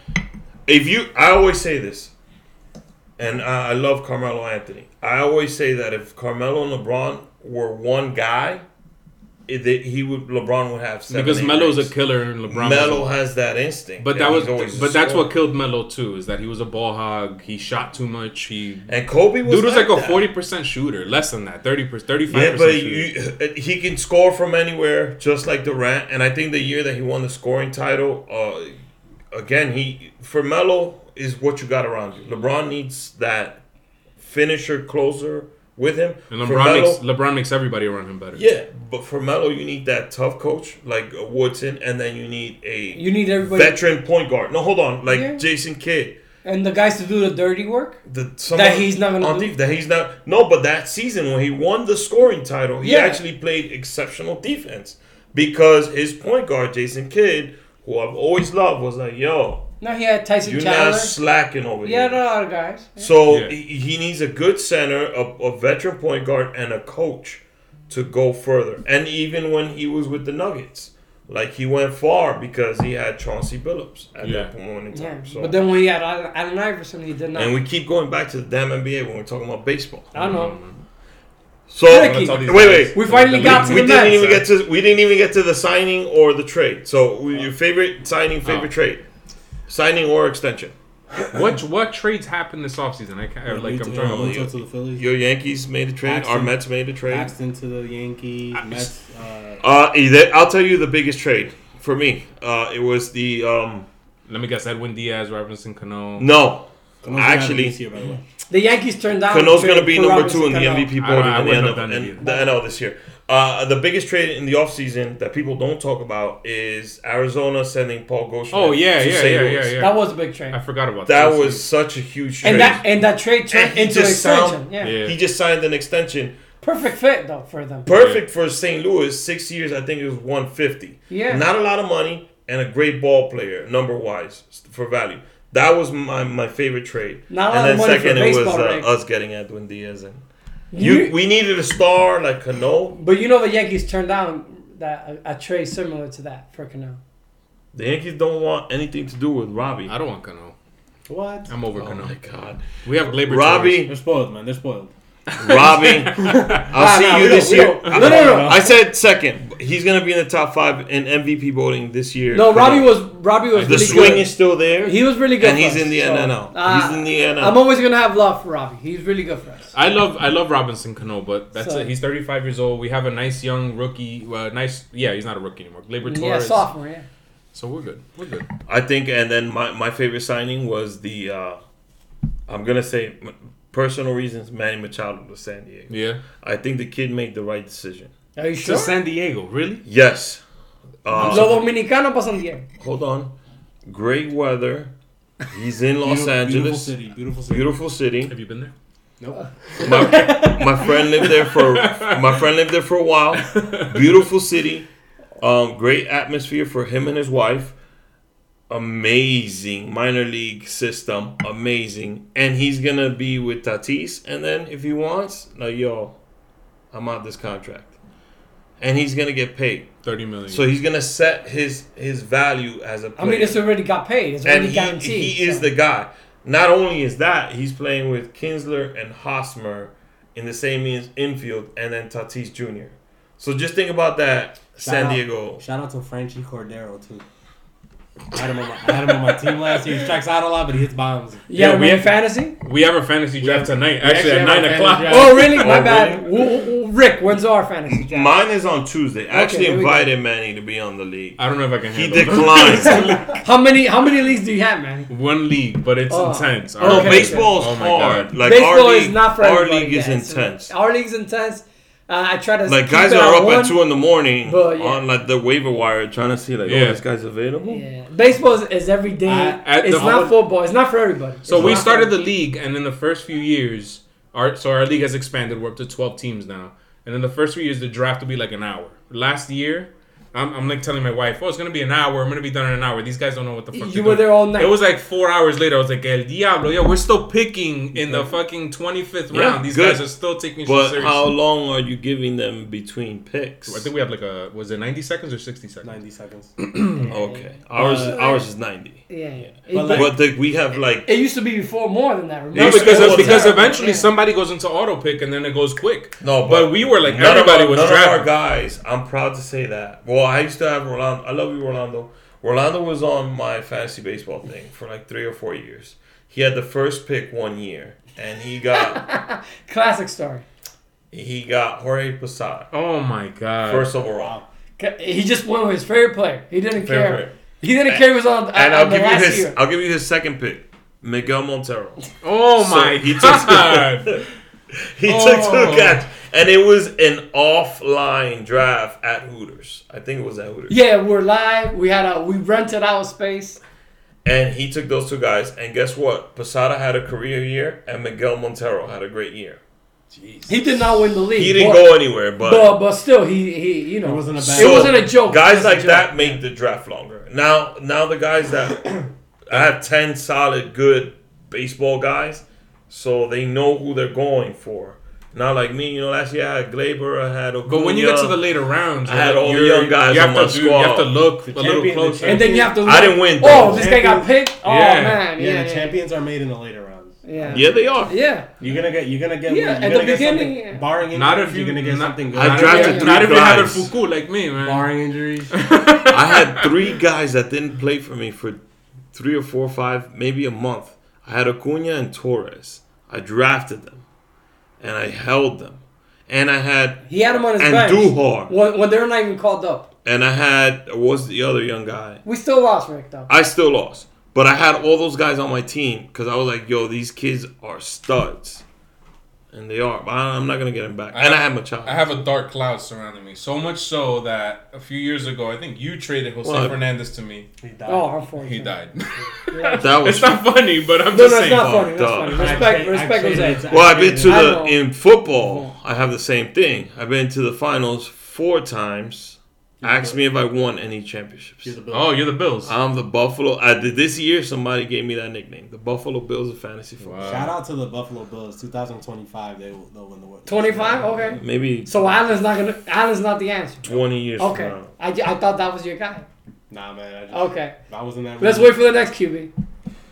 S1: If you, I always say this, and I, I love Carmelo Anthony. I always say that if Carmelo and LeBron were one guy, it, that he would LeBron would have seven.
S2: Because
S1: eight
S2: Melo's a
S1: rings.
S2: killer and LeBron.
S1: Melo
S2: was
S1: has that instinct,
S2: but
S1: and
S2: that was
S1: he's always a
S2: but that's
S1: scorer.
S2: what killed Melo too, is that he was a ball hog, he shot too much, he
S1: And Kobe was
S2: Dude was like a
S1: that.
S2: forty percent shooter, less than that, thirty percent, thirty five
S1: Yeah,
S2: percent.
S1: but you, uh, he can score from anywhere, just like Durant. And I think the year that he won the scoring title, uh, again, he for Melo is what you got around you. LeBron needs that finisher, closer with him.
S2: And
S1: For
S2: LeBron
S1: Melo-
S2: makes LeBron makes everybody around him better.
S1: yeah, but for Melo, you need that tough coach like uh, Woodson, and then you need a
S3: You need everybody
S1: veteran point guard. No, hold on, like
S3: Yeah.
S1: Jason Kidd.
S3: and the guys to do the dirty work.
S1: The, someone
S3: he's not gonna
S1: on
S3: do?
S1: def- that he's not no but that season when he won the scoring title he
S3: Yeah.
S1: actually played exceptional defense because his point guard Jason Kidd who I've always loved was like yo
S3: Now he had Tyson
S1: you're not
S3: Chandler.
S1: slacking over
S3: He had a
S1: here
S3: lot of guys.
S1: so
S2: Yeah.
S1: he, he needs a good center a, a veteran point guard and a coach to go further and even when he was with the Nuggets like he went far because he had Chauncey Billups at
S2: Yeah.
S1: that point in time
S3: Yeah,
S1: so
S3: but then when he had Allen Allen Iverson, he did not.
S1: and we keep going back to the damn NBA when we're talking about baseball
S3: I don't know.
S1: so
S3: Ricky.
S2: That's all these
S1: Wait,
S2: guys-
S1: wait.
S3: We finally
S2: the-
S3: got to
S1: we
S3: the
S1: didn't
S3: Mets.
S1: even get to we didn't even get to the signing or the trade. So your favorite signing, favorite
S2: Oh.
S1: trade. signing or extension.
S2: What what trades happened this offseason? I can't, like I'm talking about.
S1: you.
S4: to the Phillies.
S1: Your Yankees made a trade. Our
S4: Paxton.
S1: Mets made a trade.
S4: Paxton to the Yankees. Mets. Uh,
S1: Uh, either- I'll tell you the biggest trade for me. Uh, it was the um,
S2: Let me guess. Edwin Diaz, Robinson Cano.
S1: no.
S4: Cano's
S1: Actually-
S4: not this year, by the way.
S3: The Yankees turned down.
S1: Cano's
S3: trade
S1: going to be
S3: for
S1: number
S3: Robinson
S1: two in the
S3: Cano.
S1: MVP
S2: I-
S1: voting
S2: I
S1: at the
S2: wouldn't
S1: end
S2: have
S1: of
S2: done it
S1: in
S2: either.
S1: the NL this year. Uh, the biggest trade in the offseason that people don't talk about is Arizona sending Paul Goldschmidt.
S2: Oh yeah,
S1: to
S2: yeah,
S1: St.
S2: yeah,
S1: Louis.
S2: yeah, yeah.
S3: That was a big trade.
S2: I forgot about
S1: That
S2: that.
S1: was such a huge trade.
S3: and that and that trade turned
S1: And Eh, he
S3: into
S1: just
S3: extension.
S1: sound-
S3: yeah.
S2: Yeah.
S1: he just signed an extension,
S3: perfect fit though for them.
S1: perfect for St. Louis. Six years, I think it was one fifty.
S3: Yeah.
S1: not a lot of money and a great ball player number wise for value. That was my, my favorite trade.
S3: Not a
S1: and
S3: lot of money for
S1: it was uh,
S3: baseball, right?
S1: us getting Edwin Diaz and you. We needed a star like Cano.
S3: but you know the Yankees turned down that a, a trade similar to that for Cano.
S1: The Yankees don't want anything to do with Robbie.
S2: I don't want Cano.
S4: What?
S2: I'm over
S1: Oh
S2: Cano.
S1: my god,
S2: We have Glaber.
S1: Robbie,
S4: [laughs] They're spoiled, man. They're spoiled. [laughs]
S1: Robbie, I'll
S4: no,
S1: see
S4: we
S1: you this
S4: don't- we
S1: year.
S4: don't-
S1: I-
S4: no, no, no, no.
S1: I said second. He's gonna be in the top five in MVP voting this year.
S3: No,
S1: Cano.
S3: Robbie was Robbie was
S1: the
S3: really
S1: swing
S3: good.
S1: is still there.
S3: he was really good.
S1: and
S3: for
S1: he's
S3: us,
S1: in the
S3: so,
S1: NNL.
S3: uh,
S1: he's in the NNL.
S3: I'm always gonna have love for Robbie. He's really good for us.
S2: I love I love Robinson Cano, but that's
S3: So-
S2: it. He's 35 years old. We have a nice young rookie. Well, nice. Yeah, he's not a rookie anymore. Glaber
S3: Yeah,
S2: Torres.
S3: sophomore. Yeah.
S2: So we're good. We're good.
S1: I think, and then my, my favorite signing was the, uh, I'm going to say m- personal reasons, Manny Machado to San Diego.
S2: Yeah.
S1: I think the kid made the right decision.
S3: Are you sure?
S2: To San Diego, really?
S1: Yes. Uh,
S3: Los Dominicanos pasan bien.
S1: hold on. Great weather. He's in Los
S4: Beautiful- Beautiful
S1: Angeles.
S4: city. Beautiful city.
S1: Beautiful city.
S2: Have you been there?
S4: Nope.
S1: My, my friend lived there for my friend lived there for a while. Beautiful city, um, great atmosphere for him and his wife. Amazing minor league system, amazing. And he's gonna be with Tatis, and then if he wants, now yo, I'm out this contract, and he's gonna get paid.
S2: 30 million.
S1: So he's gonna set his his value as a
S3: I
S1: player
S3: mean, it's already got paid. It's
S1: and
S3: already
S1: he,
S3: guaranteed.
S1: he is
S3: so.
S1: the guy. Not only is that, he's playing with Kinsler and Hosmer in the same in- infield, and then Tatis Jr. So just think about that, San
S4: out-
S1: Diego.
S4: Shout out to Franchi Cordero too. I had him on my, I had him on my team last year. He strikes out a lot, but he hits bombs.
S3: Yeah,
S2: Yeah,
S3: we
S2: we
S3: have
S2: have-
S3: fantasy.
S2: we have a fantasy draft tonight. Actually,
S4: actually
S2: at
S4: have
S2: 9
S4: our
S2: o'clock.
S4: fantasy
S3: Oh, really? My
S1: Oh,
S3: bad. W- w- Rick, when's our fantasy draft?
S1: Mine is on Tuesday. I actually
S3: there we go.
S1: invited Manny to be on the league.
S2: I don't know if I can
S1: He [laughs]
S2: handle
S1: declined.
S3: How many how many leagues do you have, man?
S2: [laughs] One league, but it's
S3: Oh.
S2: intense.
S3: Oh,
S1: No,
S3: Okay.
S1: baseball's
S2: Oh my
S1: hard.
S2: God.
S1: Like
S3: Baseball
S1: our league,
S3: is not for
S1: our
S3: everybody,
S1: league is
S3: yeah, so
S1: intense.
S3: Our league's intense. Uh, I try to
S1: Like
S3: keep
S1: guys
S3: it
S1: are up
S3: one.
S1: at two in the morning
S3: But, yeah.
S1: on like the waiver wire trying to see like,
S2: Yeah.
S1: oh, this guy's available.
S3: Yeah, baseball is, is every day.
S4: I-
S2: at
S3: it's
S2: the-
S3: not football. It's not for everybody.
S2: So
S3: It's
S2: we
S3: not
S2: started
S3: for-
S2: the league, and in the first few years, our so our league has expanded. We're up to twelve teams now, and in the first few years, the draft will be like an hour. Last year, I'm, I'm like telling my wife, "Oh, it's gonna be an hour. I'm gonna be done in an hour." These guys don't know what the fuck.
S3: You
S2: they're
S3: were
S2: doing.
S3: there all night.
S2: It was like four hours later. I was like, "El diablo, yo, we're still picking in the fucking twenty fifth
S1: Yeah,
S2: round. These
S1: good.
S2: guys are still taking shit
S1: But
S2: seriously."
S1: how long are you giving them between picks?
S2: I think we have like a was it ninety seconds or sixty seconds?
S4: Ninety seconds.
S1: Okay, ours
S4: Uh,
S1: ours is ninety.
S3: Yeah, yeah. It,
S4: But
S3: but
S1: But the, we have like
S3: it used to be before more than that. Remember?
S2: No, because
S1: Baseball
S2: because
S1: was-
S2: eventually
S3: Yeah.
S2: somebody goes into auto pick and then it goes quick.
S1: no,
S2: But, we were like
S1: none of
S2: everybody
S1: our-
S2: was
S1: none of our
S2: drafted.
S1: guys. I'm proud to say that. Well, I used to have Rolando. I love you, Rolando. Rolando was on my fantasy baseball thing for like three or four years. He had the first pick one year, and he
S3: [laughs]
S1: got
S3: classic story.
S1: he got Jorge Posada
S2: Oh my god!
S1: first
S3: Uh,
S1: overall.
S3: C- He just went with his favorite player. He didn't
S1: Favorite
S3: care.
S1: player.
S3: He didn't care. He was on, uh,
S1: And
S3: on
S1: I'll
S3: the
S1: give you
S3: last
S1: his
S3: year.
S1: I'll give you his second pick, Miguel Montero.
S2: Oh
S1: So
S2: my
S1: he took-
S2: [laughs] god!
S1: [laughs] He
S2: Oh.
S1: took two catch, and it was an offline draft at Hooters. I think it was at Hooters.
S3: Yeah, we're live. We had a we rented out space.
S1: And he took those two guys. And guess what? Posada had a career year, and Miguel Montero had a great year.
S4: Jeez.
S3: He did not win the league.
S1: He didn't
S3: but,
S1: go anywhere, but,
S3: But but still, he he you know
S4: It wasn't a bad.
S3: it wasn't a joke. It
S1: Guys
S3: wasn't a
S1: like
S3: joke.
S1: that make the draft longer. Now, now the guys that [coughs] I have ten solid, good baseball guys, so they know who they're going for. Not like me, you know. Last year I had Glaber, I had Acuna.
S2: But when you get to the later rounds,
S1: I had
S2: like,
S1: all the
S2: you're-
S1: young guys
S2: You have
S1: on
S2: to
S1: my
S2: do- you have to
S1: squad.
S2: look a
S4: The
S2: little
S4: champion- the
S2: closer.
S3: and then you have to. Look,
S1: I didn't win.
S3: Oh,
S1: though.
S3: this guy got picked. Oh
S2: Yeah.
S3: man,
S4: yeah,
S3: yeah,
S4: the champions are made in the later rounds.
S3: Yeah,
S1: yeah, they are.
S3: yeah.
S4: You're gonna get. You're gonna get.
S3: Yeah,
S4: you're
S3: at
S4: gonna
S3: the
S4: get something-
S3: beginning, yeah.
S4: Barring injuries,
S2: Not if
S4: you're gonna get something good.
S1: I
S4: [laughs]
S2: not
S1: drafted
S2: if,
S1: three
S2: Not if you had a
S1: guys.
S2: Fuku [laughs] like me, man.
S4: Oh, Barring injuries.
S1: I had three guys that didn't play for me for three or four, five, maybe a month. I had Acuna and Torres. I drafted them, and I held them, and I had
S3: He had him on his
S1: and
S3: bench.
S1: Duhar,
S3: When, when they're not even called up.
S1: and I had what's the other young guy?
S3: We still lost, Rick, though.
S1: I still lost, but I had all those guys on my team because I was like, "Yo, these kids are studs," and they are. But I- I'm not gonna get them back.
S2: I
S1: and
S2: have-
S1: I had Machado.
S2: I have a dark cloud surrounding me, so much so that a few years ago, I think you traded Jose
S1: What?
S2: Fernandez to me.
S4: He died.
S3: oh, unfortunately.
S2: He died. [laughs]
S1: that was
S2: it's not funny, but I'm
S3: No,
S2: just
S3: no, it's
S2: saying.
S3: not funny.
S1: fucked
S3: That's
S1: up.
S3: funny.
S1: I
S3: Respect,
S4: tra- I
S3: respect
S4: traded
S3: Jose.
S4: it.
S1: Well, I've been to
S3: I
S1: the
S3: know.
S1: in football. I have the same thing. I've been to the finals four times. Asked me if I won any championships.
S4: You're the Bill.
S2: oh, you're the Bills.
S1: I'm the Buffalo. I did this year. Somebody gave me that nickname, the Buffalo Bills of fantasy football.
S2: Wow.
S4: Shout out to the Buffalo Bills. 2025, they will, they'll win the World.
S3: 25? Okay.
S1: Maybe
S3: So Allen's not gonna. Allen's not the answer.
S1: 20 years.
S3: Okay.
S1: From now.
S3: I, ju- I thought that was your guy.
S4: Nah, man. I just,
S3: Okay.
S4: I was in that.
S3: Let's
S4: room.
S3: wait for the next QB.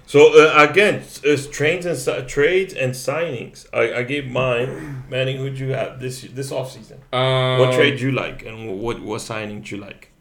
S1: So uh, again, it's- it's trades and si- trades and signings. I, I gave mine. Manny, who'd you have this this offseason?
S2: Um,
S1: what trade you like, and what what signing do you like?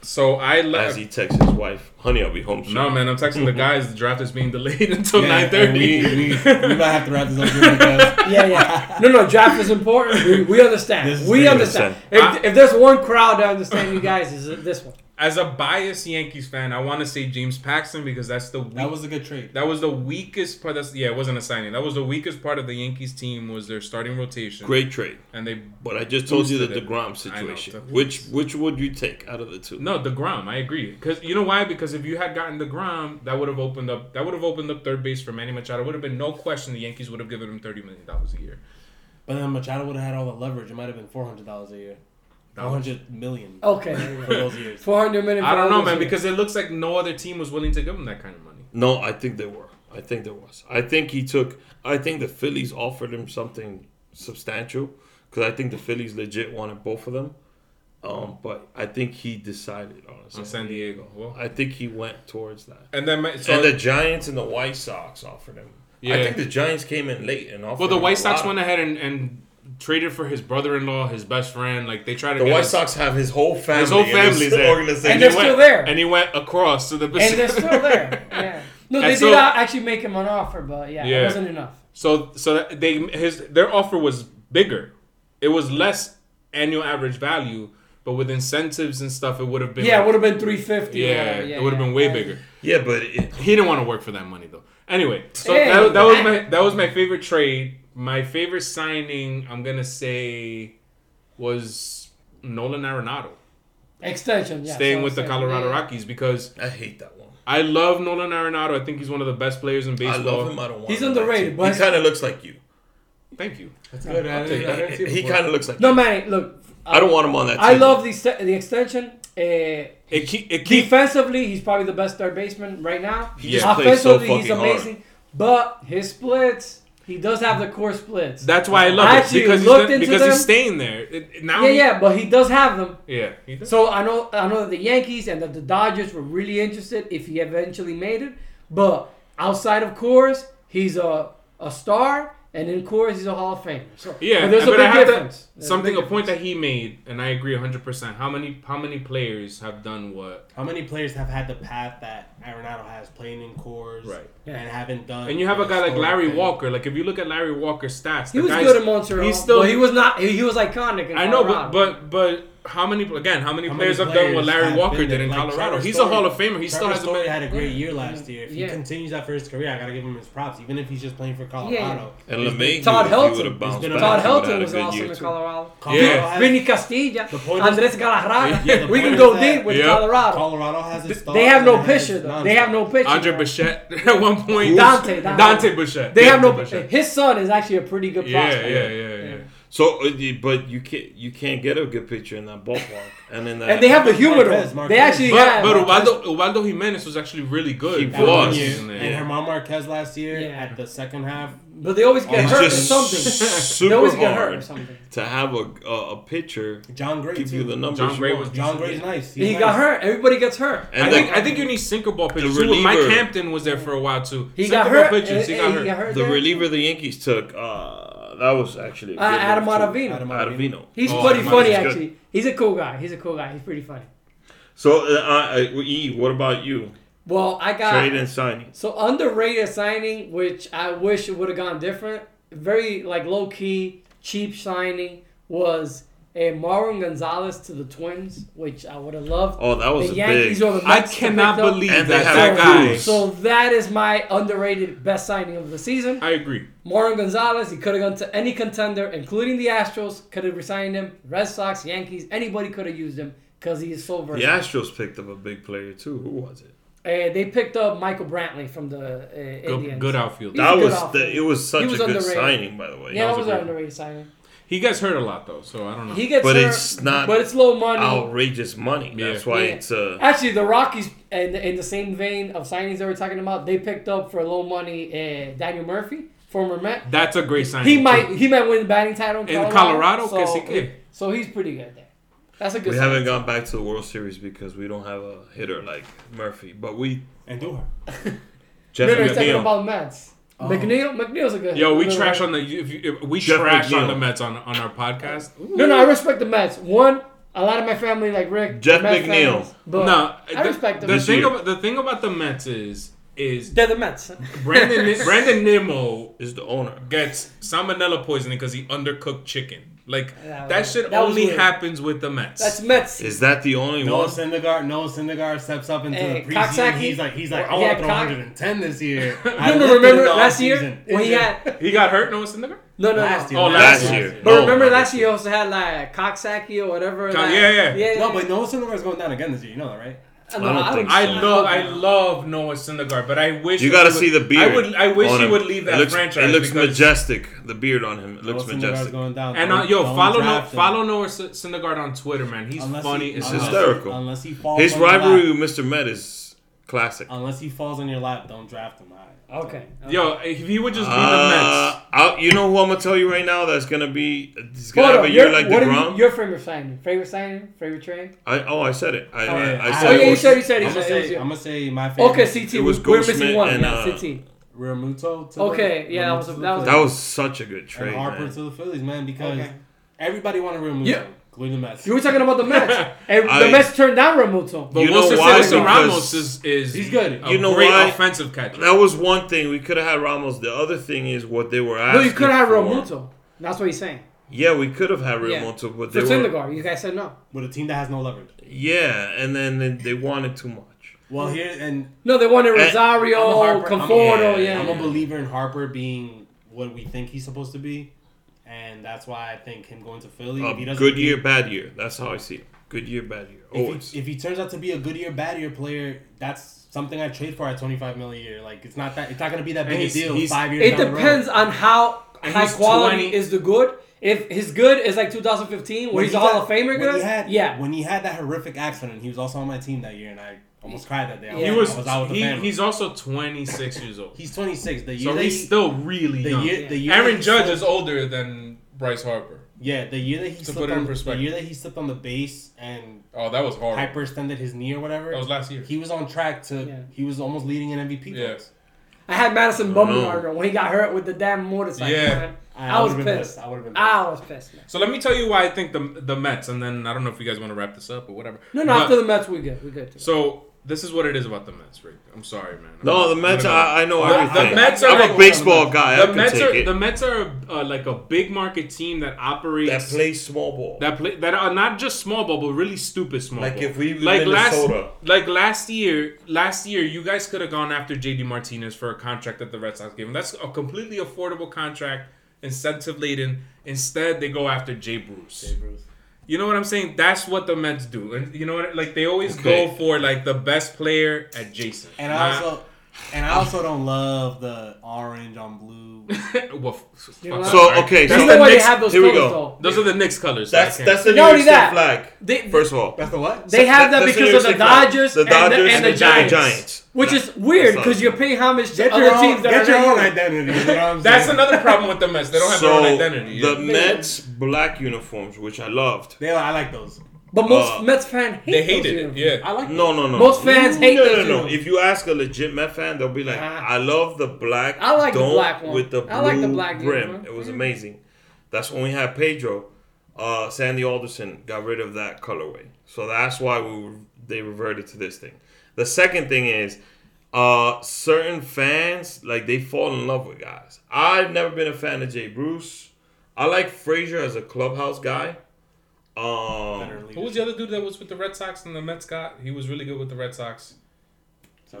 S2: So I
S1: As
S2: left.
S1: he texts his wife, "Honey, I'll be home soon." Mm-hmm.
S2: No, man, I'm
S1: [laughs]
S2: texting the guys. The draft is being delayed [laughs] until
S4: Yeah, and
S2: 9:30.
S4: We, we, we might have to wrap this up here because
S3: Yeah, yeah. [laughs] No, no. Draft is important. We, we
S4: This
S3: understand.
S4: is
S3: We
S4: really
S3: understand.
S2: important.
S3: If, if there's one crowd that understands you guys, is this one.
S2: As a biased Yankees fan, I want to say James Paxton because that's the weak,
S4: that was a good
S3: [laughs]
S4: trade.
S2: that was the weakest part. That's yeah, it wasn't a signing. That was the weakest part of the Yankees team was their starting rotation.
S1: Great trade.
S2: and they
S1: But I just told you the
S2: Boosted it.
S1: Degrom
S2: I know,
S1: situation.
S2: definitely.
S1: which which would you take out of the two?
S2: No, Degrom. I agree. Because you know why? Because if you had gotten Degrom, that would have opened up. That would have opened up third base for Manny Machado. Would have been no question. The Yankees would have given him thirty million dollars a year.
S4: But then Machado would have had all the leverage. It might have been four hundred dollars a year. Four
S2: Dollars.
S4: hundred million
S3: Oh.
S4: for
S3: Okay.
S4: those years.
S3: Four hundred million.
S2: I don't know, man.
S3: followers.
S2: Because it looks like no other team was willing to give him that kind of money.
S1: No, I think they were. I think there was. I think he took. I think the Phillies offered him something substantial because I think the Phillies legit wanted both of them. Um, but I think he decided
S2: On
S1: honestly.
S2: San Diego. Well,
S1: I think he went towards that.
S2: and then my- so
S1: and the Giants and the White Sox offered him. I
S2: Yeah.
S1: think the Giants came in late and offered.
S2: well, the
S1: him a
S2: White Sox
S1: lot.
S2: went ahead and, and traded for his brother-in-law, his best friend. Like they tried to
S1: The
S2: get
S1: White
S2: his-
S1: Sox have his whole family.
S2: His whole
S1: in this
S2: family's
S1: [laughs]
S2: there.
S1: organization.
S3: And they're
S2: he
S3: still
S2: went-
S3: there.
S2: And he went across to the
S3: and they're still there. Yeah. No, they
S2: And so-
S3: did not actually make him an offer, but yeah,
S2: Yeah.
S3: it wasn't enough.
S2: [laughs] So so that they his their offer was bigger. It was less annual average value, but with incentives and stuff, it would have been
S3: Yeah, it
S2: like-
S3: would have been three fifty.
S2: yeah, it would have been way bigger.
S1: Yeah, but it,
S2: He didn't want to work for that money though. Anyway, so
S3: Hey,
S2: that, that was
S3: man.
S2: my that was my favorite trade. My favorite signing, I'm gonna say, was Nolan Arenado
S3: Extension. Yeah,
S2: staying
S3: so
S2: with the
S3: extension,
S2: Colorado
S3: yeah.
S2: Rockies because
S1: I hate that one.
S2: I love Nolan Arenado. I think he's one of the best players in
S1: I
S2: baseball.
S1: love him. I don't want
S3: He's
S1: him on my
S3: underrated,
S1: team.
S3: but-
S1: he kind of looks like you.
S2: Thank you.
S4: That's good. I
S1: He,
S4: didn't- I didn't see it before.
S1: kind of looks like.
S3: No,
S1: you.
S3: man, look. uh,
S1: I don't want him on that.
S3: I
S1: team.
S3: love the se- the extension. Uh,
S2: It keep it keep
S3: defensively, he's probably the best third baseman right now.
S1: He
S2: just
S1: plays so
S3: Offensively, he's
S1: fucking hard.
S3: amazing. But his splits, he does have the core splits.
S2: That's why I love
S3: I
S2: it
S3: actually
S2: because he's,
S3: looked
S2: not-
S3: into
S2: because
S3: them.
S2: he's staying there. It- it- now
S3: yeah,
S2: he-
S3: yeah, but he does have them.
S2: yeah. He does.
S3: So I know I know that the Yankees and that the Dodgers were really interested if he eventually made it. But outside of Coors, he's a a star, and in Coors, he's a Hall of Famer. So
S2: yeah,
S3: but there's a
S2: but I
S3: big
S2: have to-
S3: difference. There's
S2: something
S3: big
S2: a point that he made, and I agree 100. percent How many how many players have done what?
S4: How many players have had the path that Arenado has, playing in cores,
S2: Right.
S3: Yeah.
S4: and haven't done?
S2: And you have a
S4: the
S2: guy like
S4: historic
S2: Larry
S4: thing.
S2: Walker. Like if you look at Larry Walker's stats,
S3: He
S2: the
S3: was
S2: guy's-
S3: good in Montreal.
S2: He's still
S3: but he was not. He, he was iconic. In
S2: I know,
S3: Colorado.
S2: but but but how many again? How many
S4: How many
S2: players have done what
S4: players
S2: Larry
S4: have
S2: Walker
S4: been
S2: did
S4: there?
S2: in
S4: Like
S2: Colorado?
S4: Trevor
S2: he's
S4: Story.
S2: a Hall of Famer. He still
S4: Trevor
S2: has a
S4: Story
S2: been.
S4: had a great year
S3: Yeah.
S4: last year. If
S3: Yeah.
S4: he continues that for his career, I gotta give him his props, even if he's just playing for Colorado.
S1: And LeMay,
S3: Todd
S1: he would- he would
S3: Helton.
S1: have bounced
S4: He's been
S1: back.
S3: Todd
S4: a-
S1: He would have
S3: Helton
S1: had a
S3: was
S1: good
S3: awesome
S1: year,
S3: in
S1: too.
S3: Colorado.
S4: Colorado
S2: Yeah.
S4: has-
S3: Vinny Castilla,
S4: The point is-
S3: Andres Galarraga.
S4: Yeah, the
S3: we can
S4: point
S3: go
S4: is that-
S3: deep with
S2: Yeah.
S3: Colorado.
S4: Colorado has his
S3: They have no
S4: stars and
S3: pitcher. Though.
S4: his
S3: They have no pitcher.
S2: Andre
S3: bro.
S2: Bichette [laughs] at one point.
S3: Dante, Dante.
S2: Dante Bichette.
S3: They have no.
S2: Dante Bichette.
S3: His son is actually a pretty good prospect.
S2: Yeah, yeah, yeah, yeah.
S1: So, uh, you- but you can't you can't get a good picture in that ballpark, and uh, in that
S3: And they have the humidor.
S4: Marquez, Marquez.
S3: They actually
S2: But
S3: have.
S2: but Ubaldo, Ubaldo Jimenez was actually really good.
S1: He
S2: for
S4: That
S2: the
S1: was.
S4: one year.
S2: season there.
S4: And Herman Marquez last year
S3: Yeah.
S4: at the second half.
S3: but they always get
S1: it's
S3: hurt or
S1: just
S3: something.
S1: super
S3: They always get hurt or
S1: hard
S3: something.
S1: to have a a, a pitcher
S4: John Gray
S1: give
S4: too.
S1: you the numbers.
S2: John
S1: you
S2: Gray
S1: want.
S2: was
S4: John Gray's nice. He's
S3: He
S4: nice.
S3: got hurt. Everybody gets hurt.
S1: and
S2: I
S1: the-
S2: think I think you need sinker ball pitchers.
S1: The
S2: Too. Mike
S1: reliever-
S2: Hampton was there for a while too.
S3: He
S2: sinker
S3: got
S2: ball
S3: hurt.
S2: Pitchers, he
S3: eh, eh,
S2: got hurt.
S1: the
S3: there.
S1: reliever the Yankees took. Uh, that was actually a
S3: Uh,
S1: good
S3: Adam
S1: one, too.
S3: Ottavino.
S4: Adam
S1: Ottavino.
S3: He's
S2: Oh,
S3: pretty
S2: Adam
S3: funny,
S1: Ottavino's good.
S3: actually. He's a cool guy. He's a cool guy. He's pretty funny.
S1: So, uh, I, I, E, uh, what about you?
S3: Well, I got
S1: Trade and signing.
S3: so underrated signing, which I wish it would have gone different. Very like low key, cheap signing was a Marvin Gonzalez to the Twins, which I would have loved.
S1: Oh, that was
S3: the
S1: a
S3: Yankees
S1: big.
S3: or the
S2: I
S3: Mets to
S2: cannot
S3: pick up.
S2: believe
S1: And they
S2: that
S1: have
S2: that guy.
S1: Cruz.
S3: So that is my underrated best signing of the season.
S2: I agree.
S3: Marvin Gonzalez, he could have gone to any contender, including the Astros, could have resigned him. Red Sox, Yankees, anybody could have used him because he is so
S1: The
S3: versatile.
S1: Astros picked up a big player too. Who was it?
S3: Uh, they picked up Michael Brantley from the uh, Indians.
S2: Good, good outfielder.
S3: He's
S1: That
S3: a good
S1: was
S3: outfielder.
S1: the, it was such
S3: He was
S1: a good
S3: underrated.
S1: signing, by the way.
S2: That
S3: Yeah,
S2: was
S3: that was
S2: a
S3: an
S2: great-
S3: underrated signing.
S2: He gets hurt a lot though, so I don't know.
S3: He gets
S1: But
S3: hurt,
S1: it's not
S3: but it's low money.
S1: outrageous money.
S2: Yeah.
S1: That's why
S3: Yeah.
S1: it's uh
S3: Actually, the Rockies, in the, in the same vein of signings that we're talking about, they picked up for low money uh, Daniel Murphy, former Met.
S2: That's a great signing.
S3: He
S2: too.
S3: might he might win the batting title in
S2: In Colorado,
S3: Colorado.
S2: 'cause he could.
S3: so he's pretty good there. That's a good.
S1: we
S3: sign.
S1: haven't gone back to the World Series because we don't have a hitter like Murphy. But we
S4: And do her.
S1: [laughs] Jeff
S3: No, no, he's talking
S1: McNeil.
S3: about Mets.
S4: Oh.
S3: McNeil, McNeil's a good.
S2: Yo, we
S3: good
S2: trash
S3: one.
S2: on the if you, if we
S1: Jeff
S2: trash on
S1: McNeil.
S2: the Mets on on our podcast.
S3: No, no, I respect the Mets. One, a lot of my family like Rick.
S1: Jeff
S3: Mets
S1: McNeil.
S3: fans, but
S2: no,
S3: I respect
S2: the,
S3: them.
S2: the
S1: This
S2: thing.
S1: year.
S2: About, the thing about the Mets is is
S3: They're the Mets.
S2: Brandon Ni- Brandon Nimmo
S1: Is the owner.
S2: gets salmonella poisoning because he undercooked chicken. Like
S3: Yeah,
S2: that shit
S3: that was
S2: only
S3: weird.
S2: happens with the Mets.
S3: That's Mets.
S1: Is that the only
S4: Noah
S1: one?
S4: Syndergaard, Noah Syndergaard steps up into
S3: Hey,
S4: the preseason.
S3: Coxsackie.
S4: He's like, he's like,
S3: He
S4: oh, I want
S3: had
S4: to throw
S3: Cox-
S4: 110
S3: [laughs]
S4: this year. I
S3: You
S4: lifted
S3: don't remember
S4: it all
S3: last year
S4: season.
S3: when he
S4: Injured.
S3: had
S2: he got hurt. No, it's in the
S3: no no
S4: last year.
S2: Oh, last year.
S3: But
S1: No,
S3: remember
S1: not
S3: last
S1: this
S3: year he also had like Coxsackie or whatever.
S2: Co-
S3: like-
S2: yeah, yeah.
S4: No, but Noah Syndergaard's going down again this year. You know that, right?
S3: No,
S1: I don't think
S2: I
S1: so.
S2: love I love Noah Syndergaard, but I wish
S1: You
S2: that
S1: gotta
S2: he would-
S1: see the beard.
S2: I would I wish
S1: on
S2: he
S1: him.
S2: would leave that
S1: it looks,
S2: franchise.
S1: It looks
S2: because-
S1: majestic. The beard on him it looks
S4: Noah Syndergaard's
S1: majestic.
S4: going down.
S2: And uh,
S4: Don't-
S2: yo,
S4: don't
S2: follow no,
S4: draft him.
S2: follow Noah Sy- Syndergaard on Twitter, man. He's
S4: Unless
S2: funny.
S4: he-
S2: as
S4: unless-
S1: It's
S2: hell.
S1: hysterical.
S4: Unless he falls
S1: His
S4: on your
S1: rivalry
S4: lap.
S1: with Mr. Met is classic.
S4: Unless he falls on your lap, don't draft him. I-
S3: Okay.
S2: Yo, if he would just be the Mets.
S1: Uh, I'll, you know who I'm gonna tell you right now? That's gonna be. He's gonna
S3: Hold
S1: have
S3: up,
S1: a year
S3: your-
S1: like
S3: what are you-
S1: Degrom.
S3: Your favorite signing, favorite signing, favorite trade.
S1: I oh, I said it. I,
S3: Oh, yeah.
S1: I, I said
S3: Oh, yeah,
S1: it.
S3: you
S1: was-
S3: said- you said- you
S4: I'm gonna
S3: said-
S4: say,
S3: you-
S4: I'm gonna say my favorite.
S3: Okay, CT.
S1: It was
S3: we're
S1: Goldschmidt
S3: missing one.
S1: and,
S3: yeah,
S1: uh,
S3: CT.
S4: Realmuto to
S3: Okay,
S4: the,
S3: yeah, that
S4: Realmuto
S3: was-
S4: to the
S3: that was-
S1: that
S4: Phillies.
S1: was such a good trade.
S4: and Harper
S1: man.
S4: to the Phillies, man, because
S3: Okay.
S4: everybody wanted Realmuto,
S3: Yeah.
S4: including the Mets.
S3: You were talking about the Mets, and
S1: I-
S3: the Mets turned down Ramuto.
S2: But
S1: You know
S2: Wilson
S1: why?
S2: Cesar
S1: Because-
S2: Ramos is, is
S4: He's good.
S2: A
S1: You know
S2: great
S1: why?
S2: offensive catcher.
S1: That was one thing we could have had Ramos. The other thing is what they were asking.
S3: no, you could have had
S1: for.
S3: Ramuto. That's what he's saying.
S1: Yeah, we could have had
S3: Yeah.
S1: Ramuto, but they
S3: For
S1: were.
S3: Syndergaard, you guys said no.
S4: with a team that has no leverage.
S1: Yeah, and then they, they wanted too much.
S4: Well, here and
S3: No, they wanted
S1: Eh,
S3: Rosario,
S4: I'm a Harper- I'm a-
S3: Conforto.
S1: yeah,
S3: Yeah,
S4: I'm
S3: yeah.
S4: a believer in Harper being what we think he's supposed to be, and that's why I think him going to Philly.
S1: Uh,
S4: if he doesn't
S1: good
S4: be-
S1: year, bad year. That's how I see it. Good year, bad year.
S4: If
S1: Always.
S4: he, if he turns out to be a good year, bad year player, that's something I trade for at 25 million a year. Like it's not that it's not gonna be that
S2: And
S4: big a
S2: he's-
S4: deal.
S2: he's-
S4: five years.
S3: It
S4: down the road.
S3: depends on how
S2: And
S3: high
S2: he's
S3: quality
S2: 20.
S3: is the good. If his good is like 2015, where
S4: When
S3: he's
S4: he
S3: a Hall
S4: got-
S3: of Famer,
S4: When
S3: good.
S4: he had,
S3: yeah,
S4: When he had that horrific accident, he was also on my team that year, and I almost cried that day. I
S3: Yeah.
S2: he
S4: was,
S2: was,
S4: I was out with the
S2: he,
S4: family.
S2: he's also 26 years old.
S4: He's 26. The year
S2: so
S4: that
S2: he's
S4: he-
S2: still really
S4: the
S2: young.
S4: year, the year that
S2: Aaron
S4: he
S2: Judge
S4: slipped-
S2: is older than Bryce Harper.
S4: yeah. The year that he
S2: to
S4: slipped
S2: put it in
S4: on, the
S2: perspective.
S4: year that he slipped on the base and
S2: Oh, that was horrible.
S4: hyperextended his knee or whatever.
S2: That was last year.
S4: He was on track to.
S3: Yeah.
S4: He was almost leading in MVP.
S2: Yeah.
S4: votes.
S3: I had Madison
S1: don't
S3: Bumgarner when he got hurt with the damn motorcycle.
S2: Yeah.
S3: man.
S4: I,
S3: I was
S4: would've been
S3: pissed. Ah.
S4: I would have been.
S3: I was pissed. Man.
S2: So let me tell you why I think the the Mets, and then I don't know if you guys want to wrap this up or whatever.
S3: No, no.
S2: But-
S3: after the Mets, we good. We good.
S2: So this is what it is about the Mets, Rick. I'm sorry, man. I'm
S1: no,
S2: not-
S1: the Mets.
S2: I'm gonna-
S1: I, I know
S2: The- the
S1: everything.
S2: Mets are
S1: I'm
S2: like-
S1: a baseball guy. I
S2: the
S1: can
S2: Mets
S1: take
S2: are
S1: it.
S2: the Mets are uh, like a big market team that operates
S1: that plays small ball.
S2: that play that are not just small ball but really stupid small
S1: Like
S2: ball.
S1: if we were Minnesota.
S2: last like last year last year you guys could have gone after JD Martinez for a contract that the Red Sox gave him. That's a completely affordable contract, incentive laden. Instead, they go after Jay Bruce. You know what I'm saying? That's what the Mets do, and you know what? Like they always
S1: Okay.
S2: go for like the best player adjacent.
S4: And I
S2: Not-
S4: also, and I also don't love the orange on
S2: [laughs]
S4: blue.
S2: well, f-
S3: know
S2: fuck
S3: what?
S2: up,
S1: So
S2: right?
S1: okay, so
S2: That's
S3: That's
S2: the
S3: the way they
S2: next-
S3: have those
S1: here we
S3: colors,
S1: go.
S3: though.
S2: those are the Knicks colors. so I
S1: that's
S2: can't-
S1: that's the New
S3: Not
S1: York
S3: only
S1: State
S3: that,
S1: flag.
S3: they-
S1: First of all,
S4: That's the what?
S3: They have that
S1: That's the New
S3: because
S1: York
S3: of the
S1: State flag.
S3: Dodgers,
S1: The Dodgers
S3: and the, and the Giants, which
S1: Yeah.
S3: is weird
S1: That's
S3: because
S1: not-
S3: you're paying homage to
S4: Get
S3: other
S4: your own,
S3: teams that
S4: get
S3: are
S4: your
S3: not
S4: own
S3: yours.
S4: identity. You know what I'm
S2: That's
S4: saying?
S2: another problem with the Mets. They don't have
S1: so
S2: their own identity.
S1: the
S2: Yeah.
S1: Mets black uniforms, which I loved.
S4: They, I like those.
S3: But most
S1: Uh,
S3: Mets fans hate
S2: they
S3: those
S2: hated it.
S3: uniforms.
S2: Yeah.
S4: I like.
S1: No, no, no.
S3: Most fans hate
S1: no,
S3: those
S1: no, no,
S3: uniforms.
S1: If you ask a legit Met fan, they'll be like,
S3: Ah.
S1: "I love the black.
S3: I like the
S1: dome
S3: black one.
S1: with the blue
S3: I like the black Mm-hmm.
S1: brim.
S3: uniform.
S1: It was amazing. That's when we had Pedro. Uh, Sandy Alderson got rid of that colorway, so that's why we were, they reverted to this thing. The second thing is uh, certain fans like they fall in love with guys. I've never been a fan of Jay Bruce. I like Frazier as a clubhouse guy.
S4: Better
S1: Um,
S2: Who was the other dude that was with the Red Sox and the Mets got? He was really good with the Red Sox.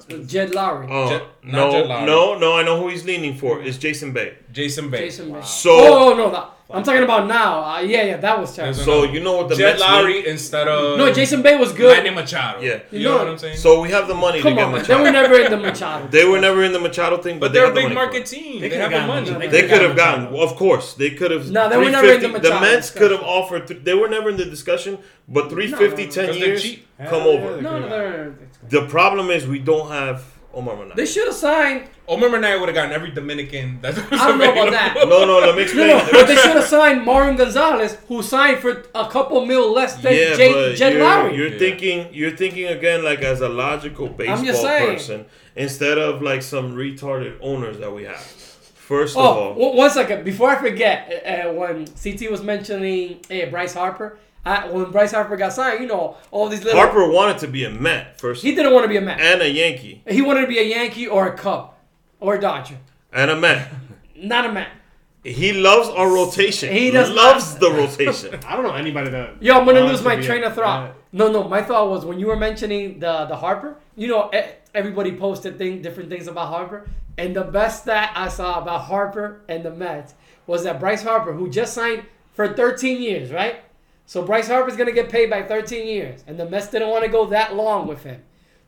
S4: leadership.
S3: Jed Lowry.
S1: uh,
S2: Jet- not
S1: no,
S2: Jet Lowry.
S1: no, no. I know who he's leaning for. It's Jason Bay.
S2: Jason Bay.
S3: Jason Bay.
S1: So,
S3: oh, no, no. I'm talking about now. Uh, yeah, yeah, that was terrible.
S1: so you know what the
S2: Jet
S1: Mets need?
S2: Lowry instead of
S3: No, Jason Bay was good.
S2: Manny Machado.
S1: Yeah.
S2: you
S3: No.
S2: know what I'm saying.
S1: So we have the money
S3: Come
S1: to get
S3: on, man.
S1: Machado.
S3: They were never in the Machado.
S1: They were never in the Machado thing, but,
S2: but they're a
S1: they got
S2: big
S1: the money for it.
S2: market team. They,
S4: They
S2: have
S4: could've
S2: the
S4: gotten
S2: money.
S4: them.
S2: They
S1: They
S2: could've
S1: could have
S4: gotten
S1: gotten,
S4: Machado.
S1: of course, they could have.
S3: No, they were never in the
S1: 350
S3: Machado
S1: Mets could have
S3: discussion.
S1: offered. th- They were never in the discussion, but 350,
S3: no,
S2: no.
S1: 10
S2: 'Cause they're
S1: years,
S2: cheap.
S1: come over.
S3: No, no, no, no, no.
S1: The problem is we don't have Omar Minaya.
S3: They should have signed.
S2: Omar Minaya would have gotten every Dominican. That was
S3: I don't know about
S2: available. [laughs]
S3: that.
S1: No, no, let me
S3: [laughs] No,
S1: explain.
S3: no, but they should have signed Marvin Gonzalez, who signed for a couple mil less than
S1: yeah,
S3: Jay,
S1: but
S3: Jed
S1: you're,
S3: Lowry.
S1: you're
S2: Yeah.
S1: thinking, you're thinking again, like as a logical baseball
S3: just saying.
S1: person, instead of like some retarded owners that we have. First of
S3: Oh,
S1: all,
S3: one- one second. Before I forget, uh, when CT was mentioning eh, Bryce Harper, I, when Bryce Harper got signed, you know, all these little.
S1: Harper Eh. wanted to be a Met first,
S3: He didn't want to be a Met.
S1: and a Yankee,
S3: He wanted to be a Yankee or a Cub or a Dodger.
S1: and a Met.
S3: Not a Met.
S1: He loves our rotation.
S3: He
S1: He
S3: does
S1: loves the rotation.
S4: I don't know anybody that.
S3: Yo, I'm gonna
S4: wants
S3: lose
S4: to
S3: my
S4: Oh, be a-
S3: train of thought. No, no, my thought was when you were mentioning the the Harper. You know, e- everybody posted thing different things about Harper, and the best stat I saw about Harper and the Mets was that Bryce Harper, who just signed for 13 years, right? So Bryce Harper's gonna get paid by 13 years, and the Mets didn't want to go that long with him.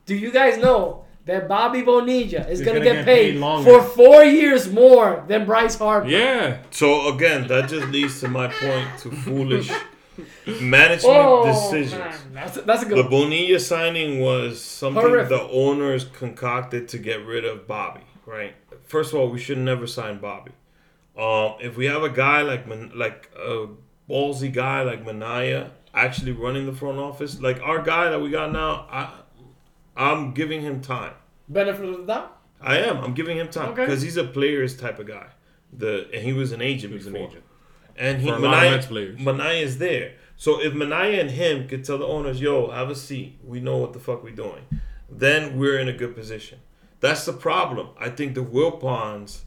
S3: Do you guys know that Bobby Bonilla is
S4: He's
S3: gonna,
S4: gonna
S3: get,
S4: get
S3: paid,
S4: paid longer.
S3: for four years more than Bryce Harper?
S2: Yeah.
S1: So again, that just leads to my point to
S3: [laughs]
S1: foolish management
S3: Oh,
S1: decisions.
S3: man. That's, a, that's a
S1: The
S3: good. one.
S1: Bonilla signing was something
S3: Horrific.
S1: the owners concocted to get rid of Bobby. Right. First of all, we should never sign Bobby. Um, if we have a guy like Man- like a ballsy guy like Manaya actually running the front office, like our guy that we got now, I I'm giving him time.
S3: Benefit of the doubt.
S1: I am. I'm giving him time
S3: Okay.
S1: because he's a players type of guy. The and he was an agent
S2: was an
S1: before,
S2: agent.
S1: and he
S2: For a lot of
S1: Mania,
S2: Mets players.
S1: is there. So if Mania and him could tell the owners, "Yo, have a seat. We know what the fuck we're doing," then we're in a good position. That's the problem. I think the Wilpons,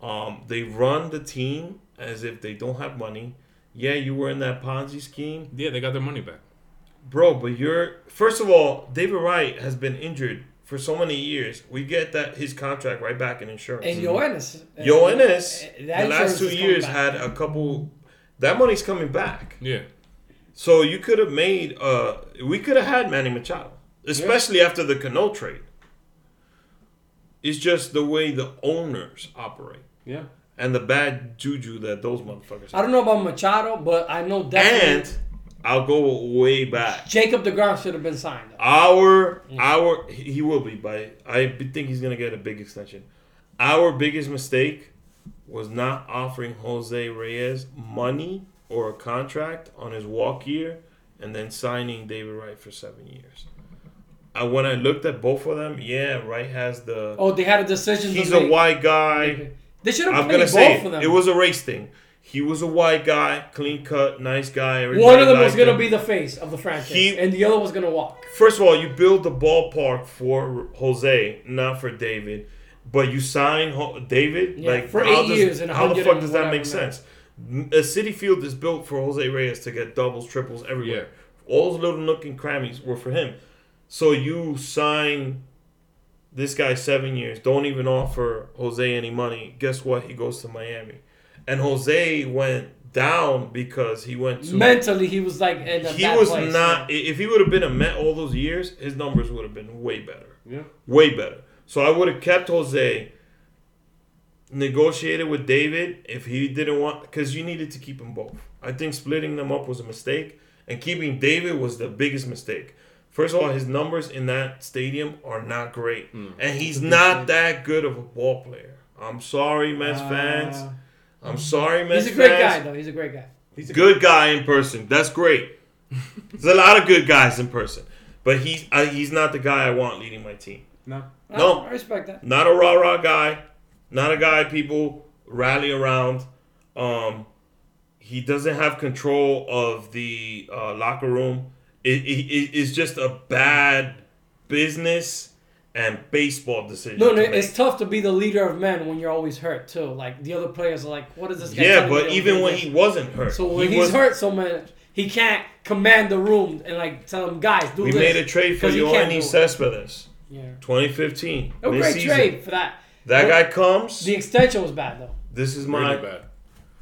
S1: um, they run the team as if they don't have money. Yeah, you were in that Ponzi scheme,
S2: Yeah, they got their money back.
S1: bro. But you're first of all, David Wright has been injured for so many years. We get that his contract right back in insurance.
S3: And Yoenis.
S1: Yoenis,
S3: Uh,
S1: the
S3: that insurance
S1: last two
S3: is coming
S1: years
S3: back.
S1: had a couple. That money's coming back.
S2: Yeah.
S1: So you could have made. Uh, we could have had Manny Machado, especially after the Cano trade. It's just the way the owners operate
S4: Yeah.
S1: and the bad juju that those motherfuckers.
S3: I don't know about Machado, but I know definitely
S1: and I'll go way back.
S3: Jacob DeGrom should have been signed.
S1: Our
S3: Mm.
S1: our he he will be by. I think he's gonna get a big extension. Our biggest mistake was not offering Jose Reyes money or a contract on his walk year, and then signing David Wright for seven years. I, when I looked at both of them, yeah, Wright has the.
S3: Oh, they had a decision.
S1: he's
S3: to
S1: a
S3: make.
S1: white guy.
S3: They should have
S1: I'm
S3: played
S1: gonna
S3: both
S1: say
S3: of
S1: it,
S3: them.
S1: it was a race thing. He was a white guy, clean cut, nice guy.
S3: one
S1: everybody
S3: of them was
S1: liked
S3: going to
S1: him.
S3: be the face of the franchise,
S1: He-
S3: and the other was going to walk.
S1: First of all, you build the ballpark for Jose, not for David. But you sign Ho- David
S3: Yeah,
S1: like
S3: for
S1: how
S3: eight
S1: does-
S3: years and
S1: how the
S3: 100
S1: fuck
S3: and
S1: does that
S3: whatever
S1: make sense? A city field is built for Jose Reyes to get doubles, triples everywhere. All those little nook and crammies were for him. So you sign this guy seven years. Don't even offer Jose any money. Guess what? He goes to Miami, and Jose went down because he went to
S3: Mentally, he was like in a
S1: he
S3: bad
S1: was
S3: place.
S1: not. i- If he would have been a Met all those years, his numbers would have been way better,
S4: Yeah.
S1: way better. So I would have kept Jose. Negotiated with David if he didn't want, because you needed to keep them both. I think splitting them up was a mistake, and keeping David was the biggest mistake. First of all, his numbers in that stadium are not great, and he's not that good of a ball player. I'm sorry, Mets fans.
S4: Uh,
S1: I'm sorry, Mets
S3: um, He's a great
S1: fans.
S3: guy, though. He's a great guy.
S4: He's a
S1: Good guy in person. That's great. There's a lot of good guys in person, but he's I, he's not the guy I want leading my team.
S4: No.
S3: I-
S1: No.
S3: I respect that.
S1: Not a rah rah guy. Not a guy people rally around. Um, he doesn't have control of the uh, locker room. It, it, it- it's just a bad business and baseball decisions.
S3: No, no,
S1: to make.
S3: it's tough to be the leader of men when you're always hurt too. Like the other players are like, what is this guy?
S1: yeah,
S3: telling me
S1: but
S3: to
S1: even
S3: do
S1: when
S3: this?
S1: he wasn't hurt,
S3: so when
S1: he
S3: he's
S1: was-
S3: hurt so much, he can't command the room and like tell them guys do
S1: We
S3: this.
S1: made a trade for
S3: 'cause he can't do
S1: Yoani
S3: it.
S1: Cespedes,
S3: Yeah,
S1: 2015.
S3: a great
S1: mid-season.
S3: trade for that.
S1: That
S3: But
S1: guy comes.
S3: The extension was bad though.
S1: this is my
S2: Really bad.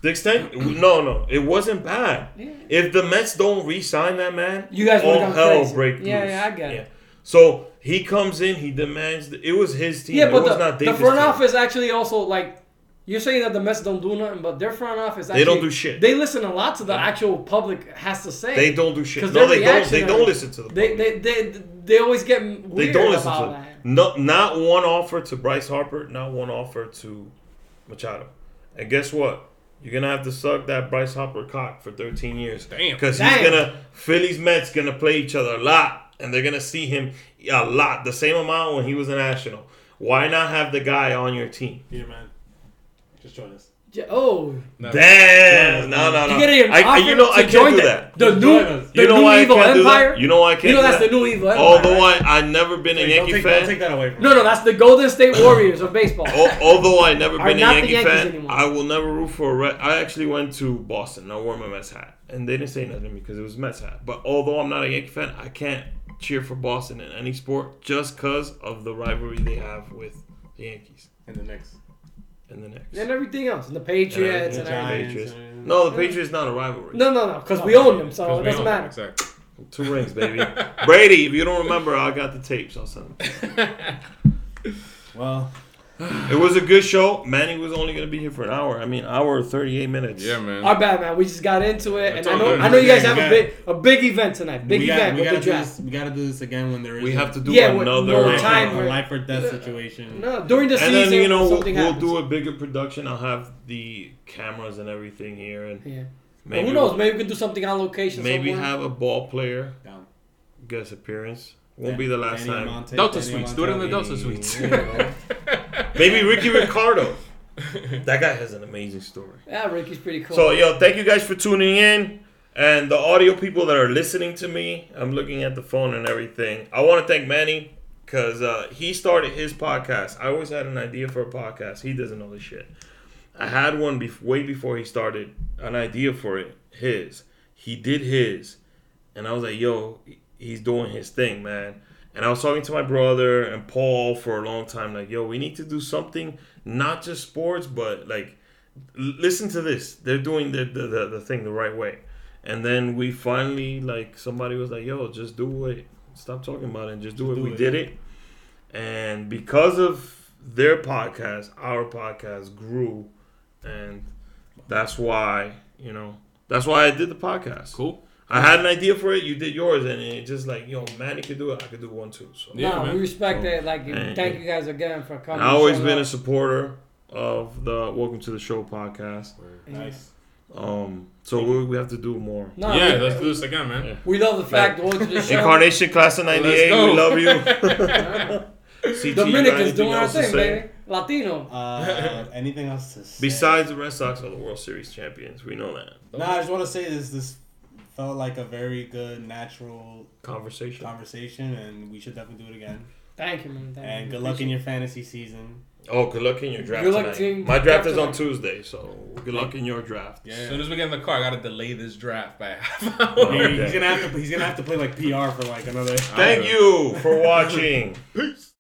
S1: the extent. No, no, it wasn't bad.
S3: Yeah.
S1: If the Mets don't re-sign that man,
S3: You guys
S1: all
S3: would've gone
S1: hell
S3: crazy.
S1: break
S3: Yeah,
S1: loose.
S3: yeah, I get it.
S1: So he comes in, he demands. The, it was his team.
S3: Yeah,
S1: it
S3: but
S1: was
S3: the,
S1: not
S3: the
S1: Davis'
S3: front
S1: team.
S3: office actually also like you're saying that the Mets don't do nothing, but their front office
S1: They
S3: actually,
S1: don't do shit.
S3: They listen a lot to the actual public has to say.
S1: They don't do shit.
S3: 'Cause
S1: No,
S3: they're
S1: they don't. They
S3: reactionary.
S1: don't listen to the.
S3: They they they, they always get weird
S1: They don't listen
S3: about
S1: to
S3: that.
S1: him. No, not one offer to Bryce Harper, not one offer to Machado. And guess what? You're gonna have to suck that Bryce Harper cock for 13 years.
S2: Damn.
S1: Because he's
S3: Damn.
S1: gonna Phillies Mets gonna play each other a lot, and they're gonna see him a lot, the same amount when he was a national. Why not have the guy on your team?
S4: Peter, man, just join us.
S3: J- Oh,
S2: No.
S1: Damn! No, no, no.
S3: you get it.
S1: I, I- you know, I can't do that.
S3: The
S4: Just
S3: new,
S4: join us.
S3: the
S1: You know
S3: new
S1: why I
S3: evil
S1: can't do
S3: empire.
S1: that? You know why I can't
S3: You know
S1: do
S3: that's
S1: that?
S3: the new evil empire.
S1: Although
S3: right?
S1: I, I never been a
S4: Hey, don't,
S1: Yankee
S4: take,
S1: fan.
S4: don't take that away from
S3: no,
S4: me.
S3: no, that's the Golden State Warriors of baseball.
S1: Al- although I never
S3: Are
S1: been a
S3: not the
S1: Yankee
S3: Yankees
S1: fan,
S3: anymore.
S1: I will never root for a Red. I actually went to Boston. I wore my Mets hat, and they didn't say nothing because it was Mets hat. But although I'm not a Yankee fan, I can't cheer for Boston in any sport just because of the rivalry they have with the Yankees
S4: In the Knicks.
S1: and the Knicks.
S3: and everything else, and the Patriots,
S1: Yeah,
S3: and
S1: yeah.
S3: everything.
S1: Patriots. No, the Patriots not a rivalry.
S3: No, no, no, because we own them, so
S2: 'Cause
S3: it
S2: we
S3: doesn't
S2: don't-
S3: matter.
S2: Exactly.
S1: Two rings, baby. Brady, if you don't remember, I got the tapes. I'll send them.
S4: Well,
S1: It was a good show. Manny was only gonna be here for an hour. I mean, hour and thirty-eight minutes.
S2: Yeah, man.
S3: Our bad, man. We just got into it,
S2: That's
S3: and I
S2: all
S3: know
S2: good.
S3: I know you guys have
S4: Yeah.
S3: a big a big event tonight, big
S4: we, got,
S3: event
S4: we,
S3: with
S4: gotta
S3: the
S4: do this,
S3: draft.
S4: we gotta do this again when there is
S1: We have to do
S3: Yeah, with
S1: another
S3: more
S4: a,
S3: time
S4: a
S3: where-
S4: life or death situation.
S3: No, during the
S1: and
S3: season,
S1: then you know we'll,
S3: something
S1: we'll
S3: happens.
S1: do a bigger production. I'll have the cameras and everything here, and
S3: Yeah. But
S1: maybe
S3: who knows? Maybe we can do something on location.
S1: maybe
S3: somewhere.
S1: have a ball player
S4: Down.
S1: guest appearance. Won't be the last
S4: Danny
S1: time.
S4: Amante,
S2: Delta
S4: Danny
S2: Suites. Do it in the
S4: Amante.
S2: Delta Suites.
S4: Yeah.
S3: [laughs]
S1: Maybe [laughs] Ricky Ricardo. that guy has an amazing story.
S3: Yeah, Ricky's pretty cool.
S1: So yo, thank you guys for tuning in. And the audio people that are listening to me, I'm looking at the phone and everything. I want to thank Manny because uh, he started his podcast. I always had an idea for a podcast. He doesn't know this shit. I had one bef- way before he started an idea for it. His. He did his. And I was like, yo, he's doing his thing, man. And I was talking to my brother and Paul for a long time, like, yo, we need to do something, not just sports, but like, l- listen to this. They're doing the, the, the, the thing the right way. And then we finally, like, somebody was like, yo, just do it. Stop talking about it and just do it.
S4: do
S1: we
S4: it.
S1: did it. And because of their podcast, our podcast grew. And that's why, you know, that's why I did the podcast.
S2: Cool.
S1: I had an idea for it. You did yours, and it just like yo, Manny could do it. I could do one too. So
S2: Yeah,
S3: no,
S2: man.
S3: we respect
S1: So,
S3: it. Like,
S1: man,
S3: thank
S1: yeah.
S3: you guys again for
S1: i
S3: coming.
S1: I always
S3: showing
S1: been a
S3: up.
S1: supporter of the Welcome to the Show podcast.
S4: Nice.
S1: Um, so we, we have to do more.
S3: No,
S2: yeah,
S3: we,
S2: let's do this again, man.
S1: Yeah.
S3: we love the fact that we're to the show.
S1: Incarnation class of '98.
S2: go.
S1: We love you.
S3: [laughs]
S1: CT, you got
S3: Dominicans
S1: anything
S3: doing our
S1: else to
S3: thing,
S1: say?
S3: baby. Latino.
S4: Uh, anything else to say?
S1: Besides, the Red Sox are the World Series champions. We know that
S4: No, I just want to say this. This felt like a very good, natural
S1: conversation.
S4: conversation, and we should definitely do it again.
S3: Thank you, man. Thank
S4: And
S3: you.
S4: good luck in your fantasy season.
S1: Oh, good luck in your draft
S3: Good luck
S1: tonight.
S3: team.
S1: My draft is on
S3: Draft
S1: Tuesday, so good luck in your draft. [laughs]
S4: Yeah.
S2: As soon as we get in the car, I gotta delay this draft by half [laughs]
S1: Oh,
S2: hour.
S1: okay.
S4: He's gonna have to. He's gonna have to play like PR for like another.
S1: Thank you for watching.